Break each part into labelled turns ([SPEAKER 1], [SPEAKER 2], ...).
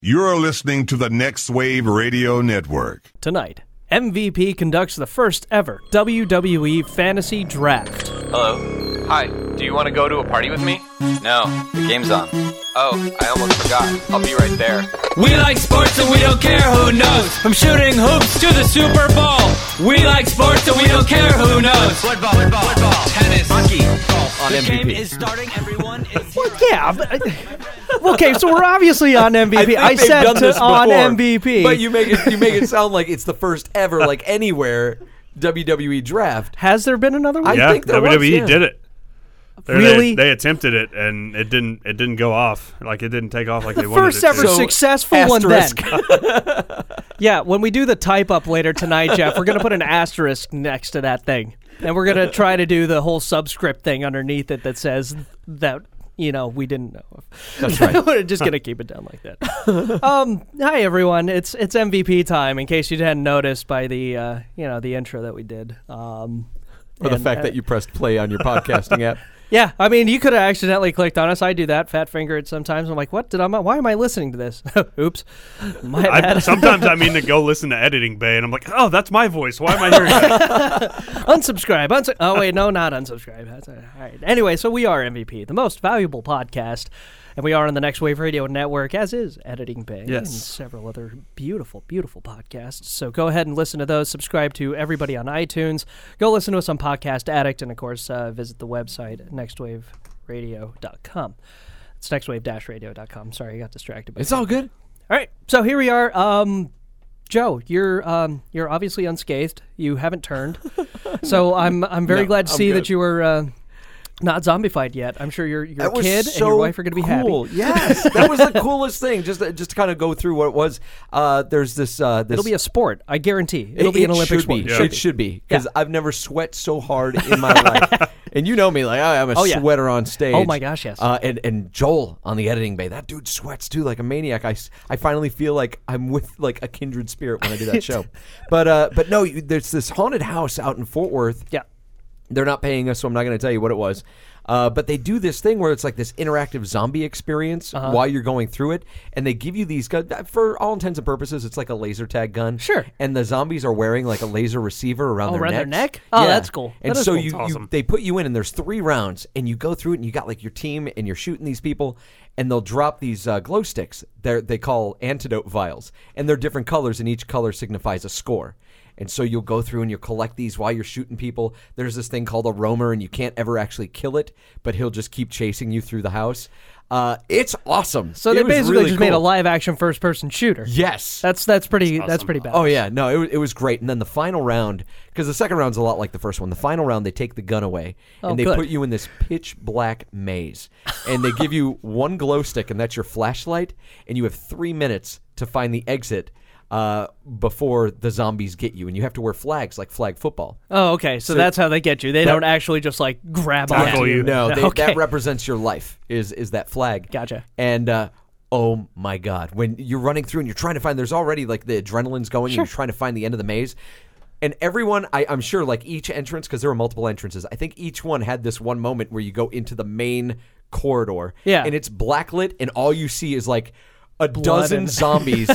[SPEAKER 1] You're listening to the Next Wave Radio Network.
[SPEAKER 2] Tonight, MVP conducts the first ever WWE Fantasy Draft.
[SPEAKER 3] Hello. Hi. Do you want to go to a party with me?
[SPEAKER 4] No, the game's on.
[SPEAKER 3] Oh, I almost forgot. I'll be right there.
[SPEAKER 5] We like sports and we don't care who knows. From shooting hoops to the Super Bowl. We like sports and we don't care who knows.
[SPEAKER 6] Football, football, football, tennis, hockey, golf on
[SPEAKER 5] The
[SPEAKER 6] MVP.
[SPEAKER 5] game is starting. Everyone is.
[SPEAKER 2] Well, yeah, but, okay, so we're obviously on MVP.
[SPEAKER 7] think
[SPEAKER 2] I,
[SPEAKER 7] they've
[SPEAKER 2] said
[SPEAKER 7] done
[SPEAKER 2] to-
[SPEAKER 7] this
[SPEAKER 2] on
[SPEAKER 7] before,
[SPEAKER 2] MVP.
[SPEAKER 7] But you make it you make it sound like it's the first ever like anywhere WWE draft.
[SPEAKER 2] Has there been another one?
[SPEAKER 7] I
[SPEAKER 8] yeah,
[SPEAKER 7] think there
[SPEAKER 8] WWE
[SPEAKER 7] was, yeah.
[SPEAKER 8] did it. They-
[SPEAKER 2] Really?
[SPEAKER 8] They, they attempted it and it didn't. It didn't go off. Like it didn't take off like they
[SPEAKER 2] the
[SPEAKER 8] wanted it
[SPEAKER 2] first ever
[SPEAKER 8] to.
[SPEAKER 7] So,
[SPEAKER 2] successful
[SPEAKER 7] asterisk.
[SPEAKER 2] one then. yeah, when we do the type up later tonight, Jeff, we're going to put an asterisk next to that thing. And we're going to try to do the whole subscript thing underneath it that says that, you know, we didn't know of. That's right. we're just going to keep it down like that. um, hi, everyone. It's it's MVP time, in case you hadn't noticed by the, uh, you know, the intro that we did. Um,
[SPEAKER 7] For the
[SPEAKER 2] and,
[SPEAKER 7] fact
[SPEAKER 2] uh,
[SPEAKER 7] that you pressed play on your podcasting app.
[SPEAKER 2] yeah, I mean, you could have accidentally clicked on us. I do that, fat finger it sometimes. I'm like, what did I? Why am I listening to this? Oops, my
[SPEAKER 8] I,
[SPEAKER 2] bad.
[SPEAKER 8] sometimes I mean to go listen to editing bay, and I'm like, oh, that's my voice. Why am I hearing that?
[SPEAKER 2] unsubscribe. Unsu- oh wait, no, not unsubscribe. That's all right. Anyway, so we are MVP, the most valuable podcast, and we are on the Next Wave Radio Network, as is Editing Bay and
[SPEAKER 8] Yes.
[SPEAKER 2] several other beautiful, beautiful podcasts. So go ahead and listen to those. Subscribe to everybody on iTunes. Go listen to us on Podcast Addict, and of course, uh, visit the website nextwaveradio.com. It's nextwave-radio.com. Sorry, I got distracted. By
[SPEAKER 7] It's
[SPEAKER 2] that.
[SPEAKER 7] all good.
[SPEAKER 2] All right, so here we are. Um, Joe, you're um, you're obviously unscathed. You haven't turned, so I'm I'm very glad to
[SPEAKER 7] I'm
[SPEAKER 2] see that
[SPEAKER 7] good.
[SPEAKER 2] you were uh, not zombified yet. I'm sure your your kid and your wife are going to be
[SPEAKER 7] cool.
[SPEAKER 2] happy.
[SPEAKER 7] Yes, that was the coolest thing. Just to, just to kind of go through what it was. Uh, there's this. Uh, this
[SPEAKER 2] It'll be a sport, I guarantee. It'll be an Olympic
[SPEAKER 7] should
[SPEAKER 2] sport.
[SPEAKER 7] Be.
[SPEAKER 8] Yeah.
[SPEAKER 7] It should be because
[SPEAKER 2] Yeah.
[SPEAKER 7] I've never sweat so hard in my life. And you know me, like I, am a
[SPEAKER 2] Oh, yeah.
[SPEAKER 7] sweater on stage.
[SPEAKER 2] Oh, my gosh, yes.
[SPEAKER 7] Uh, and and Joel on the editing bay, that dude sweats too, like a maniac. I, s- I finally feel like I'm with like a kindred spirit when I do that show. But uh, but no, you, there's this haunted house out in Fort Worth.
[SPEAKER 2] Yeah.
[SPEAKER 7] They're not paying us, so I'm not going to tell you what it was. Uh, but they do this thing where it's like this interactive zombie experience
[SPEAKER 2] Uh-huh.
[SPEAKER 7] while you're going through it, and they give you these guns. For all intents and purposes, it's like a laser tag gun.
[SPEAKER 2] Sure.
[SPEAKER 7] And the zombies are wearing like a laser receiver around,
[SPEAKER 2] Oh,
[SPEAKER 7] their,
[SPEAKER 2] around
[SPEAKER 7] necks.
[SPEAKER 2] their neck? Oh, that's cool.
[SPEAKER 7] And
[SPEAKER 2] That is
[SPEAKER 7] so
[SPEAKER 2] cool.
[SPEAKER 7] you,
[SPEAKER 2] That's
[SPEAKER 7] you they put you in, and there's three rounds, and you go through it, and you got like your team, and you're shooting these people, and they'll drop these uh, glow sticks. They're, they call antidote vials, and they're different colors, and each color signifies a score. And so you'll go through and you'll collect these while you're shooting people. There's this thing called a roamer, and you can't ever actually kill it, but he'll just keep chasing you through the house. Uh, it's awesome.
[SPEAKER 2] So
[SPEAKER 7] It
[SPEAKER 2] they
[SPEAKER 7] was
[SPEAKER 2] basically
[SPEAKER 7] really
[SPEAKER 2] just made a
[SPEAKER 7] cool.
[SPEAKER 2] live action first person shooter.
[SPEAKER 7] Yes.
[SPEAKER 2] that's that's pretty that's pretty bad.
[SPEAKER 7] Oh yeah, no, it, wa- it was great. And then the final round, because the second round's a lot like the first one. The final round, they take the gun away
[SPEAKER 2] Oh,
[SPEAKER 7] and they
[SPEAKER 2] good.
[SPEAKER 7] put you in this pitch black maze, and they give you one glow stick, and that's your flashlight, and you have three minutes to find the exit uh, before the zombies get you, and you have to wear flags like flag football.
[SPEAKER 2] Oh, okay. So, that's how they get you. They don't actually just like grab
[SPEAKER 8] Tackle
[SPEAKER 2] onto
[SPEAKER 8] you.
[SPEAKER 7] No, they,
[SPEAKER 2] okay.
[SPEAKER 7] that represents your life. Is is that flag?
[SPEAKER 2] Gotcha.
[SPEAKER 7] And uh, oh my god, when you're running through and you're trying to find, there's already like the adrenaline's going, and you're trying to find the end of the maze. And everyone, I, I'm sure, like each entrance, because there were multiple entrances. I think each one had this one moment where you go into the main corridor,
[SPEAKER 2] Yeah.
[SPEAKER 7] and it's blacklit, and all you see is like. A dozen
[SPEAKER 2] and-
[SPEAKER 7] zombies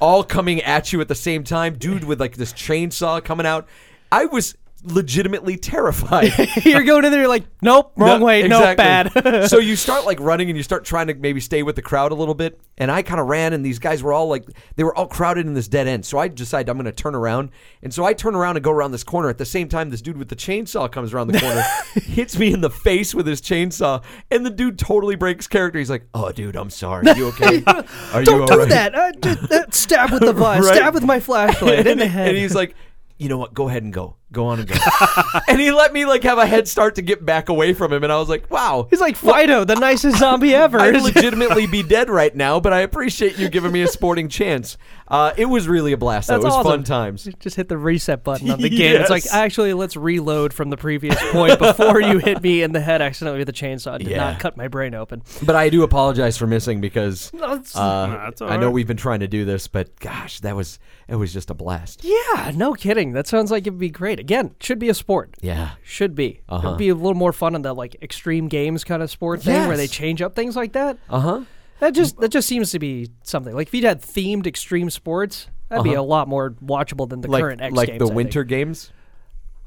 [SPEAKER 7] all coming at you at the same time, dude, with like this chainsaw coming out. I was legitimately terrified.
[SPEAKER 2] You're going in there. You're like, nope, wrong
[SPEAKER 7] No,
[SPEAKER 2] way.
[SPEAKER 7] exactly.
[SPEAKER 2] Nope, bad.
[SPEAKER 7] so you start like running and you start trying to maybe stay with the crowd a little bit. And I kind of ran, and these guys were all like, they were all crowded in this dead end. So I decided I'm going to turn around. And so I turn around and go around this corner. At the same time, this dude with the chainsaw comes around the corner, hits me in the face with his chainsaw, and the dude totally breaks character. He's like, "Oh, dude, I'm sorry. you okay? Are you
[SPEAKER 2] Don't do
[SPEAKER 7] alright?"
[SPEAKER 2] that. Uh, just, uh, stab with the vi-
[SPEAKER 7] Right.
[SPEAKER 2] Stab with my flashlight in the head.
[SPEAKER 7] And he's like, you know what? Go ahead and go. Go on and go. and he let me like have a head start to get back away from him. And I was like, wow.
[SPEAKER 2] He's like Fido, the nicest zombie ever.
[SPEAKER 7] I'd legitimately be dead right now, but I appreciate you giving me a sporting chance. Uh, it was really a blast. Though.
[SPEAKER 2] That's
[SPEAKER 7] it was
[SPEAKER 2] awesome.
[SPEAKER 7] fun times.
[SPEAKER 2] Just hit the reset button on the game. It's like actually, let's reload from the previous point before you hit me in the head accidentally with a chainsaw. It Did
[SPEAKER 7] Yeah.
[SPEAKER 2] not cut my brain open.
[SPEAKER 7] But I do apologize for missing because uh,
[SPEAKER 2] it's-
[SPEAKER 8] that's all
[SPEAKER 7] I know
[SPEAKER 8] right.
[SPEAKER 7] we've been trying to do this, but gosh, that was it was just a blast.
[SPEAKER 2] Yeah, no kidding. That sounds like it'd be great. Again, should be a sport.
[SPEAKER 7] Yeah.
[SPEAKER 2] Should be.
[SPEAKER 7] Uh-huh.
[SPEAKER 2] It'd be a little more fun on the like extreme games kind of sport thing where they
[SPEAKER 7] Yes.
[SPEAKER 2] change up things like that.
[SPEAKER 7] Uh huh.
[SPEAKER 2] That just that just seems to be something. Like if you had themed extreme sports, that'd be a lot more watchable than the current
[SPEAKER 7] Uh-huh.
[SPEAKER 2] X
[SPEAKER 7] like like
[SPEAKER 2] Games.
[SPEAKER 7] the
[SPEAKER 2] I think.
[SPEAKER 7] winter games.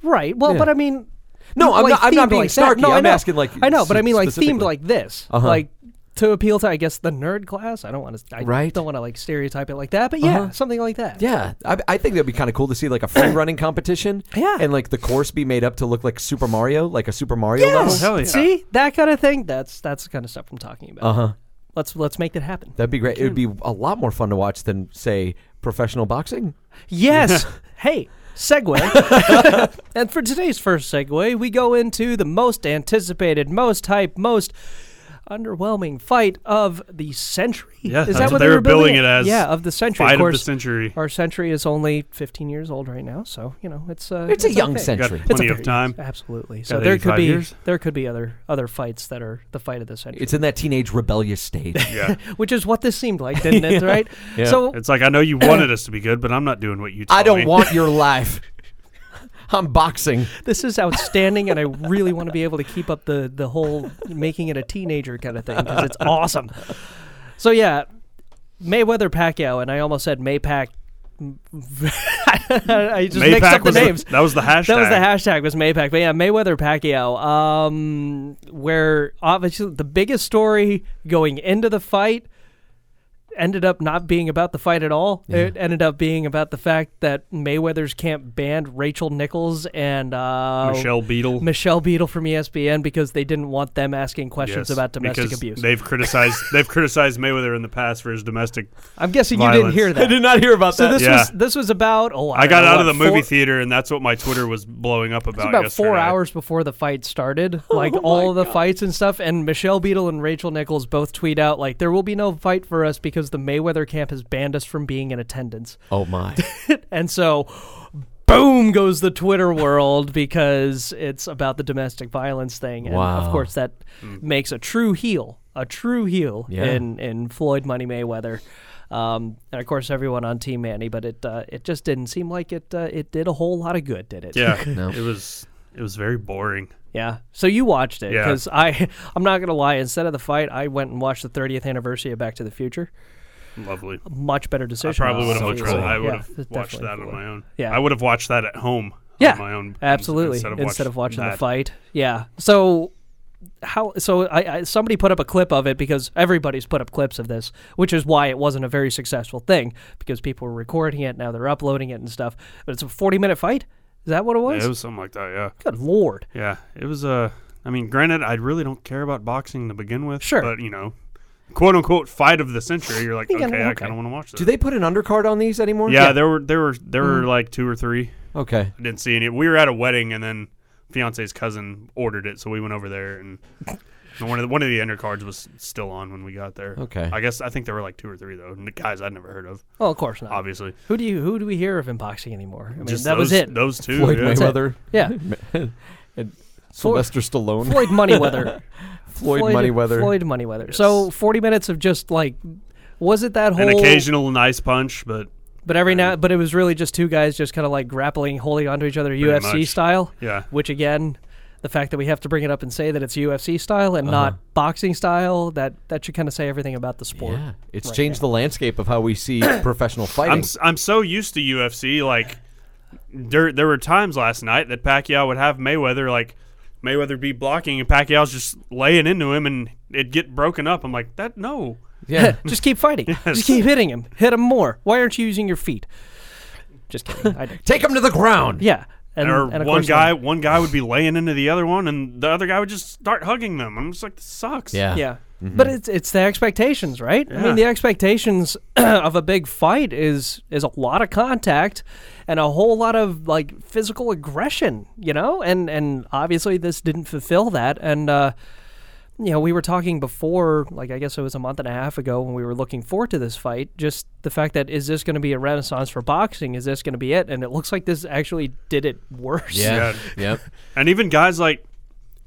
[SPEAKER 2] right? Well,
[SPEAKER 7] Yeah.
[SPEAKER 2] but I mean,
[SPEAKER 7] No, I'm
[SPEAKER 2] like,
[SPEAKER 7] not- I'm not
[SPEAKER 2] themed
[SPEAKER 7] being
[SPEAKER 2] like that.
[SPEAKER 7] snarky.
[SPEAKER 2] No, I
[SPEAKER 7] I'm
[SPEAKER 2] know.
[SPEAKER 7] asking, like,
[SPEAKER 2] I know, but I mean like themed
[SPEAKER 7] specifically. Uh-huh.
[SPEAKER 2] like this, like to appeal to I guess the nerd class. I don't want to. I
[SPEAKER 7] Right. Uh-huh.
[SPEAKER 2] Don't want to like stereotype it like that, but yeah, something like that.
[SPEAKER 7] Yeah, I, I think that'd be kind of cool to see like a free running competition.
[SPEAKER 2] Yeah.
[SPEAKER 7] and like the course be made up to look like Super Mario, like a Super Mario level.
[SPEAKER 2] Yes.
[SPEAKER 8] Oh, hell yeah.
[SPEAKER 2] See that kind of thing. That's that's the kind of stuff I'm talking about. Uh
[SPEAKER 7] Uh-huh.
[SPEAKER 2] huh. Let's let's make that happen.
[SPEAKER 7] That'd be great. It would be a lot more fun to watch than say professional boxing.
[SPEAKER 2] Yes. hey, segue. and for today's first segue, we go into the most anticipated, most hype, most underwhelming fight of the century.
[SPEAKER 8] Yeah,
[SPEAKER 2] Is
[SPEAKER 8] that's
[SPEAKER 2] that
[SPEAKER 8] what
[SPEAKER 2] what
[SPEAKER 8] they were billing it as.
[SPEAKER 2] Yeah, of the century.
[SPEAKER 8] Fight
[SPEAKER 2] of
[SPEAKER 8] of
[SPEAKER 2] course,
[SPEAKER 8] the century.
[SPEAKER 2] Our century is only 15 years old right now, so you know it's uh,
[SPEAKER 7] It's a young
[SPEAKER 2] okay.
[SPEAKER 7] century. It's
[SPEAKER 8] Got
[SPEAKER 7] a
[SPEAKER 8] plenty of
[SPEAKER 2] Very-
[SPEAKER 8] time.
[SPEAKER 2] Absolutely. So
[SPEAKER 8] Got
[SPEAKER 2] there could
[SPEAKER 8] 85
[SPEAKER 2] be
[SPEAKER 8] years.
[SPEAKER 2] there could be other other fights that are the fight of the century,
[SPEAKER 7] It's in that teenage rebellious stage.
[SPEAKER 8] Yeah.
[SPEAKER 2] which is what this seemed like, didn't it? Right. So
[SPEAKER 8] It's like I know you wanted us to be good, but I'm not doing what you. Tell
[SPEAKER 7] I
[SPEAKER 8] me.
[SPEAKER 7] don't want your life. I'm boxing.
[SPEAKER 2] this is outstanding, and I really want to be able to keep up the the whole making it a teenager kind of thing because it's awesome. So yeah, Mayweather Pacquiao, and I almost said Maypac. I just mixed
[SPEAKER 8] Maypac
[SPEAKER 2] up the
[SPEAKER 8] was the-
[SPEAKER 2] names.
[SPEAKER 8] that was the hashtag.
[SPEAKER 2] That was the hashtag was Maypac. But yeah, Mayweather Pacquiao. Um, where obviously the biggest story going into the fight ended up not being about the fight at all. It ended up being about the fact that Mayweather's camp banned Rachel Nichols and uh,
[SPEAKER 8] Michelle Beadle.
[SPEAKER 2] Michelle Beadle from E ESPN because they didn't want them asking questions
[SPEAKER 8] Yes,
[SPEAKER 2] about domestic
[SPEAKER 8] because
[SPEAKER 2] abuse.
[SPEAKER 8] They've criticized they've criticized Mayweather in the past for his domestic.
[SPEAKER 2] I'm guessing you
[SPEAKER 8] violence.
[SPEAKER 2] didn't hear that.
[SPEAKER 7] not hear about
[SPEAKER 2] so this
[SPEAKER 8] Yeah.
[SPEAKER 2] was this was about oh I,
[SPEAKER 8] I got
[SPEAKER 2] don't know,
[SPEAKER 8] out of the
[SPEAKER 2] what,
[SPEAKER 8] movie
[SPEAKER 2] four-
[SPEAKER 8] theater, and that's what my Twitter was blowing up about.
[SPEAKER 2] It's about four
[SPEAKER 8] yesterday.
[SPEAKER 2] hours before the fight started, like all the fights and stuff. And Michelle Beadle and Rachel Nichols both tweet out like, "There will be no fight for us because the Mayweather camp has banned us from being in attendance."
[SPEAKER 7] oh my.
[SPEAKER 2] And so, boom goes the Twitter world because it's about the domestic violence thing. And
[SPEAKER 7] Wow. Hmm.
[SPEAKER 2] of course, that makes a true heel, a true heel
[SPEAKER 7] Yeah.
[SPEAKER 2] in in Floyd Money Mayweather. Um, and of course, everyone on Team Manny, but it uh, it just didn't seem like it uh, it did a whole lot of good, did it?
[SPEAKER 8] Yeah, it was it was very boring.
[SPEAKER 2] Yeah. So you watched it
[SPEAKER 8] Yeah.
[SPEAKER 2] because I I'm not gonna lie. Instead of the fight, I went and watched the 30th anniversary of Back to the Future.
[SPEAKER 8] Lovely.
[SPEAKER 2] Much better
[SPEAKER 8] I
[SPEAKER 2] decision.
[SPEAKER 8] probably would have much
[SPEAKER 2] obviously.
[SPEAKER 8] rather. I would
[SPEAKER 2] Yeah,
[SPEAKER 8] have
[SPEAKER 2] it's
[SPEAKER 8] watched
[SPEAKER 2] definitely
[SPEAKER 8] that on
[SPEAKER 2] cool.
[SPEAKER 8] my own.
[SPEAKER 2] Yeah.
[SPEAKER 8] I would have watched that at home.
[SPEAKER 2] Yeah.
[SPEAKER 8] on my own.
[SPEAKER 2] Absolutely.
[SPEAKER 8] Instead of,
[SPEAKER 2] watching the
[SPEAKER 8] that.
[SPEAKER 2] fight. Yeah. So how so I, I somebody put up a clip of it because everybody's put up clips of this which is why it wasn't a very successful thing because people were recording it now they're uploading it and stuff but it's a 40 minute fight is that what it was,
[SPEAKER 8] Yeah, it was something like that. Yeah.
[SPEAKER 2] good lord
[SPEAKER 8] Yeah, it was Uh, I mean, granted, I really don't care about boxing to begin with.
[SPEAKER 2] Sure.
[SPEAKER 8] but you know, quote unquote fight of the century. You're like,
[SPEAKER 2] Yeah,
[SPEAKER 8] okay, I
[SPEAKER 2] okay.
[SPEAKER 8] kind of want to watch this.
[SPEAKER 7] Do they put an undercard on these anymore?
[SPEAKER 8] yeah, there were there were there were
[SPEAKER 2] Mm-hmm.
[SPEAKER 8] like two or three.
[SPEAKER 7] Okay.
[SPEAKER 8] I didn't see any. We were at a wedding, and then fiance's cousin ordered it, so we went over there, and and one of the, one of the undercards was still on when we got there.
[SPEAKER 7] Okay.
[SPEAKER 8] I guess I think there were like two or three though, and the guys I'd never heard of,
[SPEAKER 2] well of course not
[SPEAKER 8] obviously.
[SPEAKER 2] who do you who do we hear of in boxing anymore i mean
[SPEAKER 8] Just
[SPEAKER 2] that
[SPEAKER 8] those,
[SPEAKER 2] was it
[SPEAKER 8] Those two.
[SPEAKER 7] Floyd
[SPEAKER 8] yeah.
[SPEAKER 7] Mayweather,
[SPEAKER 2] yeah
[SPEAKER 7] Sylvester Stallone,
[SPEAKER 2] Floyd Moneyweather.
[SPEAKER 7] Floyd, Moneyweather.
[SPEAKER 2] Floyd Moneyweather. So 40 minutes of just like was it that whole
[SPEAKER 8] An occasional nice punch, but
[SPEAKER 2] but every now but it was really just two guys just kind of like grappling holding onto each other UFC
[SPEAKER 8] much.
[SPEAKER 2] style.
[SPEAKER 8] Yeah.
[SPEAKER 2] Which again the fact that we have to bring it up and say that it's UFC style and
[SPEAKER 8] Uh-huh.
[SPEAKER 2] not boxing style that that should kind of say everything about the sport.
[SPEAKER 7] Yeah, it's changed the landscape of how we see professional
[SPEAKER 8] I'm
[SPEAKER 7] fighting.
[SPEAKER 8] s- I'm so used to UFC. Like there there were times last night that Pacquiao would have Mayweather like Mayweather be blocking and Pacquiao's just laying into him and it'd get broken up. I'm like that no.
[SPEAKER 7] yeah,
[SPEAKER 2] Just keep fighting. Just keep hitting him. Hit him more. Why aren't you using your feet? Just kidding. I,
[SPEAKER 7] take him to the ground.
[SPEAKER 2] yeah. And,
[SPEAKER 8] Or
[SPEAKER 2] and of
[SPEAKER 8] one
[SPEAKER 2] course-
[SPEAKER 8] guy one guy would be laying into the other one and the other guy would just start hugging them. I'm just like this sucks.
[SPEAKER 7] Yeah.
[SPEAKER 2] Yeah. But it's it's the expectations, right? I mean, the expectations of a big fight is is a lot of contact and a whole lot of like physical aggression, you know? And and obviously this didn't fulfill that and uh you know, we were talking before, like I guess it was a month and a half ago when we were looking forward to this fight, just the fact that is this going to be a renaissance for boxing? Is this going to be it? And it looks like this actually did it worse.
[SPEAKER 7] Yeah.
[SPEAKER 8] Yeah.
[SPEAKER 7] Yep.
[SPEAKER 8] And even guys like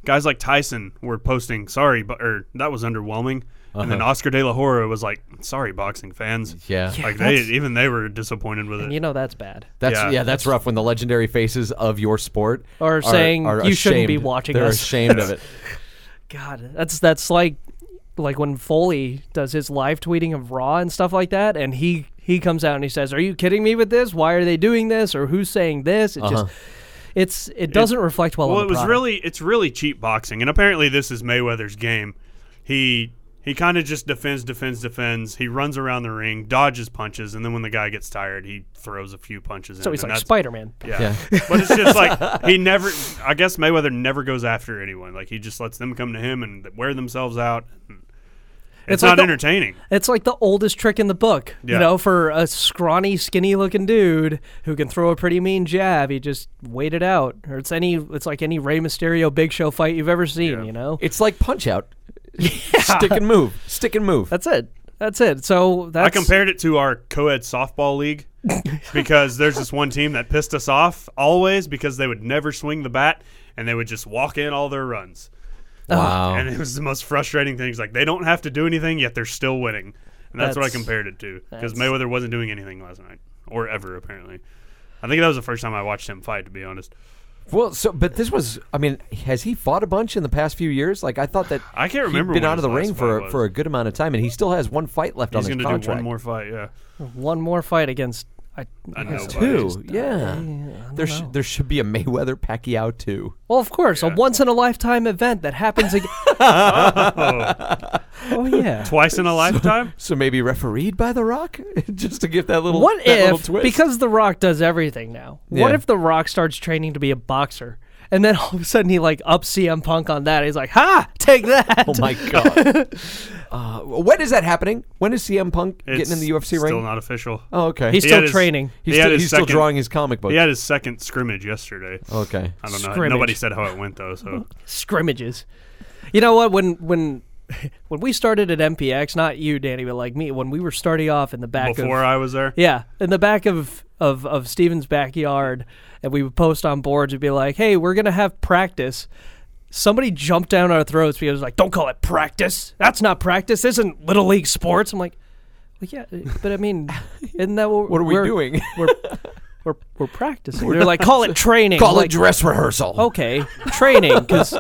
[SPEAKER 8] guys like Tyson were posting sorry, but or that was underwhelming. And then Oscar De La Hora was like, "Sorry, boxing fans."
[SPEAKER 7] Uh-huh. Yeah.
[SPEAKER 8] like they even they were disappointed with it.
[SPEAKER 2] You know, that's bad.
[SPEAKER 7] That's yeah.
[SPEAKER 8] Yeah.
[SPEAKER 7] that's rough when the legendary faces of your sport
[SPEAKER 2] Are saying, "You shouldn't be
[SPEAKER 7] ashamed.
[SPEAKER 2] watching
[SPEAKER 7] They're
[SPEAKER 2] us."
[SPEAKER 7] ashamed of it.
[SPEAKER 2] God, that's that's like like when Foley does his live tweeting of Raw and stuff like that, and he he comes out and he says, "Are you kidding me with this? Why are they doing this? Or who's saying this?" It just it's it doesn't reflect well.
[SPEAKER 8] Well,
[SPEAKER 2] on
[SPEAKER 8] it
[SPEAKER 2] the
[SPEAKER 8] was
[SPEAKER 2] product.
[SPEAKER 8] really it's really cheap boxing, and apparently this is Mayweather's game. He he kind of just defends, defends, defends. He runs around the ring, dodges punches, and then when the guy gets tired, he throws a few punches.
[SPEAKER 2] so
[SPEAKER 8] in,
[SPEAKER 2] he's like
[SPEAKER 8] and that's-
[SPEAKER 2] Spider Man.
[SPEAKER 8] Yeah. but it's just like he never. I guess Mayweather never goes after anyone. Like he just lets them come to him and wear themselves out. It's,
[SPEAKER 2] like
[SPEAKER 8] not
[SPEAKER 2] the-
[SPEAKER 8] entertaining.
[SPEAKER 2] It's like the oldest trick in the book, you
[SPEAKER 8] Yeah.
[SPEAKER 2] know, for a scrawny, skinny-looking dude who can throw a pretty mean jab. He just wait it out, or it's any, it's like any Rey Mysterio Big Show fight you've ever seen, you know.
[SPEAKER 7] It's like Punch Out. Stick and move. Stick and move.
[SPEAKER 2] that's it. That's it. So that's
[SPEAKER 8] I compared it to our co-ed softball league because there's this one team that pissed us off always because they would never swing the bat and they would just walk in all their runs.
[SPEAKER 7] wow.
[SPEAKER 8] And it was the most frustrating thing. It's like they don't have to do anything yet they're still winning. And that's, what I
[SPEAKER 2] That's-
[SPEAKER 8] compared it to because
[SPEAKER 2] that's-
[SPEAKER 8] Mayweather wasn't doing anything last night or ever apparently. I think that was the first time I watched him fight to be honest.
[SPEAKER 7] Well, so but this was. I mean, has he fought a bunch in the past few years? Like I thought that
[SPEAKER 8] I can't remember
[SPEAKER 7] He'd been
[SPEAKER 8] when
[SPEAKER 7] out of
[SPEAKER 8] his
[SPEAKER 7] the
[SPEAKER 8] last
[SPEAKER 7] ring
[SPEAKER 8] fight
[SPEAKER 7] for
[SPEAKER 8] was.
[SPEAKER 7] for a good amount of time, and he still has one fight left
[SPEAKER 8] He's
[SPEAKER 7] on
[SPEAKER 8] going
[SPEAKER 7] his
[SPEAKER 8] to do
[SPEAKER 7] contract.
[SPEAKER 8] one more fight, yeah.
[SPEAKER 2] one more fight against. I,
[SPEAKER 8] I know. but
[SPEAKER 7] Two,
[SPEAKER 8] just-
[SPEAKER 7] yeah. there sh- there should be a Mayweather Pacquiao two.
[SPEAKER 2] well, of course, a once in a lifetime event that happens. Ag- oh yeah.
[SPEAKER 8] Twice in a lifetime?
[SPEAKER 7] So maybe refereed by The Rock, just to give that little
[SPEAKER 2] What
[SPEAKER 7] that little
[SPEAKER 2] if
[SPEAKER 7] twist.
[SPEAKER 2] because The Rock does everything now? What
[SPEAKER 7] Yeah.
[SPEAKER 2] if The Rock starts training to be a boxer? And then all of a sudden he like ups CM Punk on that. He's like, "Ha, take that!"
[SPEAKER 7] Oh my god! uh, when is that happening? When is CM Punk
[SPEAKER 8] It's
[SPEAKER 7] getting in the UFC
[SPEAKER 8] still
[SPEAKER 7] ring?
[SPEAKER 8] not official.
[SPEAKER 7] oh, okay.
[SPEAKER 2] He's
[SPEAKER 8] He
[SPEAKER 2] still
[SPEAKER 8] had his-
[SPEAKER 2] training.
[SPEAKER 7] He's
[SPEAKER 8] he had
[SPEAKER 7] still,
[SPEAKER 8] his
[SPEAKER 7] he's still
[SPEAKER 8] second-
[SPEAKER 7] drawing his comic book.
[SPEAKER 8] He had his second scrimmage yesterday.
[SPEAKER 7] Okay.
[SPEAKER 8] I don't know.
[SPEAKER 2] Scrimmage.
[SPEAKER 8] Nobody said how it went though. So
[SPEAKER 2] scrimmages. You know what? When when when we started at MPX, not you, Danny, but like me, when we were starting off in the back of
[SPEAKER 8] before I was there,
[SPEAKER 2] Yeah, in the back of of of Steven's backyard, and we would post on boards and be like, "Hey, we're gonna have practice." Somebody jumped down our throats because like, "Don't call it practice. That's not practice. This isn't little league sports." I'm like, "Well, yeah, but I mean, isn't that what,
[SPEAKER 7] What are we
[SPEAKER 2] we're-
[SPEAKER 7] doing?
[SPEAKER 2] We're we're, we're practicing." They're like, "Call it training."
[SPEAKER 7] Call
[SPEAKER 2] like,
[SPEAKER 7] it dress rehearsal.
[SPEAKER 2] okay, training because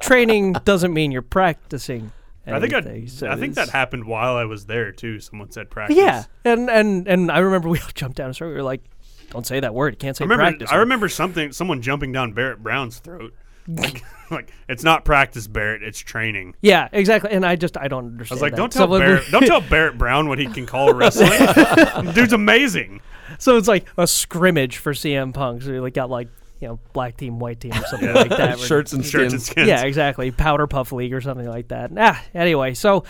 [SPEAKER 2] training doesn't mean you're practicing.
[SPEAKER 8] I think I,
[SPEAKER 2] anything, so
[SPEAKER 8] I think
[SPEAKER 2] it's-
[SPEAKER 8] that happened while I was there too. Someone said practice.
[SPEAKER 2] yeah, and and and I remember we all jumped down and started. We were like, "Don't say that word. You can't say
[SPEAKER 8] I remember.
[SPEAKER 2] practice."
[SPEAKER 8] I remember something. Someone jumping down Barrett Brown's throat. like, like, it's not practice, Barrett. It's training.
[SPEAKER 2] Yeah, exactly. And I just I don't
[SPEAKER 8] I
[SPEAKER 2] understand.
[SPEAKER 8] was like,
[SPEAKER 2] that.
[SPEAKER 8] don't tell
[SPEAKER 2] Someone-
[SPEAKER 8] Barrett. don't tell Barrett Brown what he can call wrestling. Dude's amazing.
[SPEAKER 2] so it's like a scrimmage for CM Punk. So you like got like you know black team, white team, or something like that.
[SPEAKER 7] Shirts and
[SPEAKER 8] Shirts and
[SPEAKER 7] skins.
[SPEAKER 8] skins.
[SPEAKER 2] Yeah, exactly. Powder Puff League or something like that. Ah, anyway, so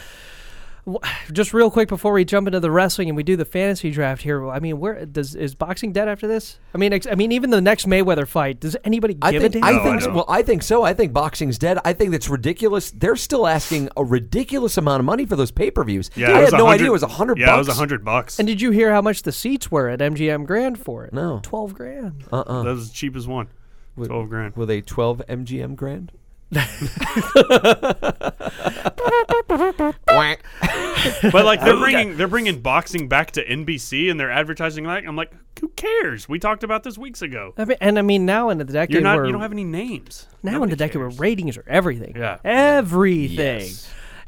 [SPEAKER 2] w- just real quick before we jump into the wrestling and we do the fantasy draft here, I mean, where does is boxing dead after this? I mean, ex- I mean, even the next Mayweather fight, does anybody
[SPEAKER 7] I
[SPEAKER 2] give
[SPEAKER 7] think,
[SPEAKER 2] a damn?
[SPEAKER 7] I
[SPEAKER 8] No, I
[SPEAKER 7] think
[SPEAKER 8] don't.
[SPEAKER 7] well, I think so. I think boxing's dead. I think that's ridiculous. They're still asking a ridiculous amount of money for those pay-per-views.
[SPEAKER 8] Yeah,
[SPEAKER 7] I
[SPEAKER 8] it was
[SPEAKER 7] had no
[SPEAKER 8] 100
[SPEAKER 7] idea it was a hundred
[SPEAKER 8] Yeah,
[SPEAKER 7] bucks.
[SPEAKER 8] it was a hundred bucks.
[SPEAKER 2] and did you hear how much the seats were at MGM Grand for it?
[SPEAKER 7] No. Uh,
[SPEAKER 2] twelve grand.
[SPEAKER 8] that was the cheapest one. Twelve grand.
[SPEAKER 7] with a twelve MGM grand.
[SPEAKER 8] But like they're bringing they're bringing boxing back to NBC and they're advertising like I'm like who cares? We talked about this weeks ago.
[SPEAKER 2] I mean, and I mean now in the decade
[SPEAKER 8] You're not
[SPEAKER 2] where
[SPEAKER 8] you don't have any names.
[SPEAKER 2] now
[SPEAKER 8] Nobody
[SPEAKER 2] in the decade where
[SPEAKER 8] cares.
[SPEAKER 2] ratings are everything.
[SPEAKER 8] Yeah.
[SPEAKER 2] everything.